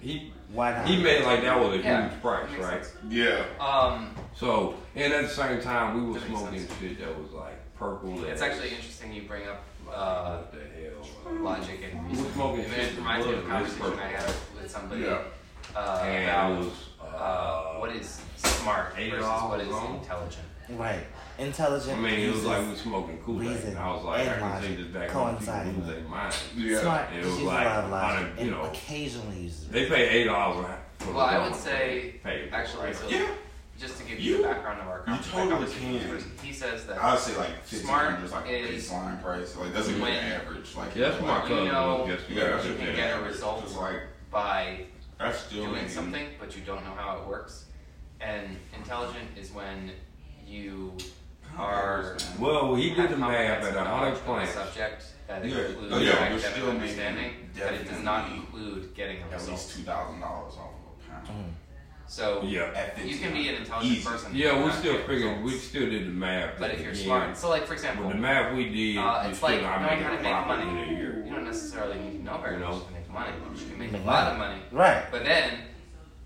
[SPEAKER 3] he
[SPEAKER 2] Why not?
[SPEAKER 3] he made like that was a
[SPEAKER 1] Yeah,
[SPEAKER 3] huge price,
[SPEAKER 1] makes
[SPEAKER 3] right?
[SPEAKER 1] sense.
[SPEAKER 4] Yeah.
[SPEAKER 1] Um,
[SPEAKER 3] So, and at the same time, we were
[SPEAKER 1] That makes
[SPEAKER 3] smoking
[SPEAKER 1] sense.
[SPEAKER 3] shit that was like purple.
[SPEAKER 1] it's
[SPEAKER 3] and-
[SPEAKER 1] actually interesting you bring up uh,
[SPEAKER 3] what the hell?
[SPEAKER 1] logic and
[SPEAKER 3] We were
[SPEAKER 1] reason.
[SPEAKER 3] smoking
[SPEAKER 1] It
[SPEAKER 3] shit. that
[SPEAKER 1] reminds me of a
[SPEAKER 3] was
[SPEAKER 1] conversation
[SPEAKER 3] purple.
[SPEAKER 1] I had with somebody
[SPEAKER 4] Yeah.
[SPEAKER 1] uh,
[SPEAKER 3] And I
[SPEAKER 1] about
[SPEAKER 3] was
[SPEAKER 1] uh, what is smart
[SPEAKER 3] Eight
[SPEAKER 1] versus
[SPEAKER 3] dollars
[SPEAKER 1] what is
[SPEAKER 3] long?
[SPEAKER 1] intelligent.
[SPEAKER 2] Right. Intelligent.
[SPEAKER 3] I mean, it was
[SPEAKER 2] uses-
[SPEAKER 3] like we smoking Kool Aid,
[SPEAKER 2] reason
[SPEAKER 3] and I was like, I
[SPEAKER 2] and
[SPEAKER 3] can take
[SPEAKER 2] logic
[SPEAKER 3] this back on people
[SPEAKER 2] coinciding.
[SPEAKER 3] lose their mind.
[SPEAKER 4] Yeah.
[SPEAKER 2] Smart.
[SPEAKER 3] It was
[SPEAKER 2] uses
[SPEAKER 3] like,
[SPEAKER 2] a lot of logic.
[SPEAKER 3] on a- you
[SPEAKER 2] and
[SPEAKER 3] know,
[SPEAKER 2] occasionally uses
[SPEAKER 3] They pay eight dollars. for the
[SPEAKER 1] Well, I would
[SPEAKER 3] phone.
[SPEAKER 1] say
[SPEAKER 3] Pay for it,
[SPEAKER 1] actually,
[SPEAKER 3] right?
[SPEAKER 1] so
[SPEAKER 4] Yeah.
[SPEAKER 1] just to give you, the
[SPEAKER 4] You-
[SPEAKER 1] background of our
[SPEAKER 4] you
[SPEAKER 1] conversation,
[SPEAKER 4] totally can.
[SPEAKER 1] he says that
[SPEAKER 4] I would say like fifteen
[SPEAKER 1] Smart
[SPEAKER 4] hundred is like a
[SPEAKER 1] is
[SPEAKER 4] baseline price. Like that's a good
[SPEAKER 1] when-
[SPEAKER 4] average. Like
[SPEAKER 3] Yeah, that's what my
[SPEAKER 4] like,
[SPEAKER 1] You
[SPEAKER 3] cousin.
[SPEAKER 1] know,
[SPEAKER 3] was just-
[SPEAKER 4] you gotta
[SPEAKER 1] you
[SPEAKER 4] look
[SPEAKER 1] can
[SPEAKER 4] at
[SPEAKER 1] get a
[SPEAKER 4] average.
[SPEAKER 1] result.
[SPEAKER 4] It's like
[SPEAKER 1] by
[SPEAKER 4] that's still
[SPEAKER 1] doing
[SPEAKER 4] in-
[SPEAKER 1] something, but you don't know how it works. And intelligent is when you are
[SPEAKER 3] Well, Oh, he did
[SPEAKER 1] have
[SPEAKER 3] the math at
[SPEAKER 1] comprehensive
[SPEAKER 3] a
[SPEAKER 1] knowledge
[SPEAKER 3] hundred
[SPEAKER 1] of the
[SPEAKER 3] plants.
[SPEAKER 1] subject that
[SPEAKER 4] Yeah.
[SPEAKER 1] includes
[SPEAKER 4] Oh, yeah, we're
[SPEAKER 1] academic
[SPEAKER 4] still making
[SPEAKER 1] understanding, but it does not
[SPEAKER 4] definitely
[SPEAKER 1] include getting a
[SPEAKER 4] at least
[SPEAKER 1] result.
[SPEAKER 4] two thousand dollars off of a pound.
[SPEAKER 1] So
[SPEAKER 3] Yeah,
[SPEAKER 4] At
[SPEAKER 1] you
[SPEAKER 4] 1500.
[SPEAKER 1] can be an intelligent
[SPEAKER 4] Easy.
[SPEAKER 1] person. but
[SPEAKER 3] yeah, we
[SPEAKER 1] not
[SPEAKER 3] still
[SPEAKER 1] get
[SPEAKER 3] figured we
[SPEAKER 1] results.
[SPEAKER 3] still did the math.
[SPEAKER 1] But if you're
[SPEAKER 3] again,
[SPEAKER 1] smart, so like for
[SPEAKER 3] with
[SPEAKER 1] example,
[SPEAKER 3] the math we did,
[SPEAKER 1] uh,
[SPEAKER 3] you
[SPEAKER 1] it's
[SPEAKER 3] still
[SPEAKER 1] like
[SPEAKER 3] not
[SPEAKER 1] knowing
[SPEAKER 3] making
[SPEAKER 1] how to
[SPEAKER 3] a
[SPEAKER 1] make
[SPEAKER 3] profit
[SPEAKER 1] money.
[SPEAKER 3] in a year.
[SPEAKER 1] You don't necessarily need to know very
[SPEAKER 3] You
[SPEAKER 1] much
[SPEAKER 3] know?
[SPEAKER 1] to make money. You can make
[SPEAKER 2] Make
[SPEAKER 1] a lot
[SPEAKER 2] money.
[SPEAKER 1] of money.
[SPEAKER 2] Right.
[SPEAKER 1] But then,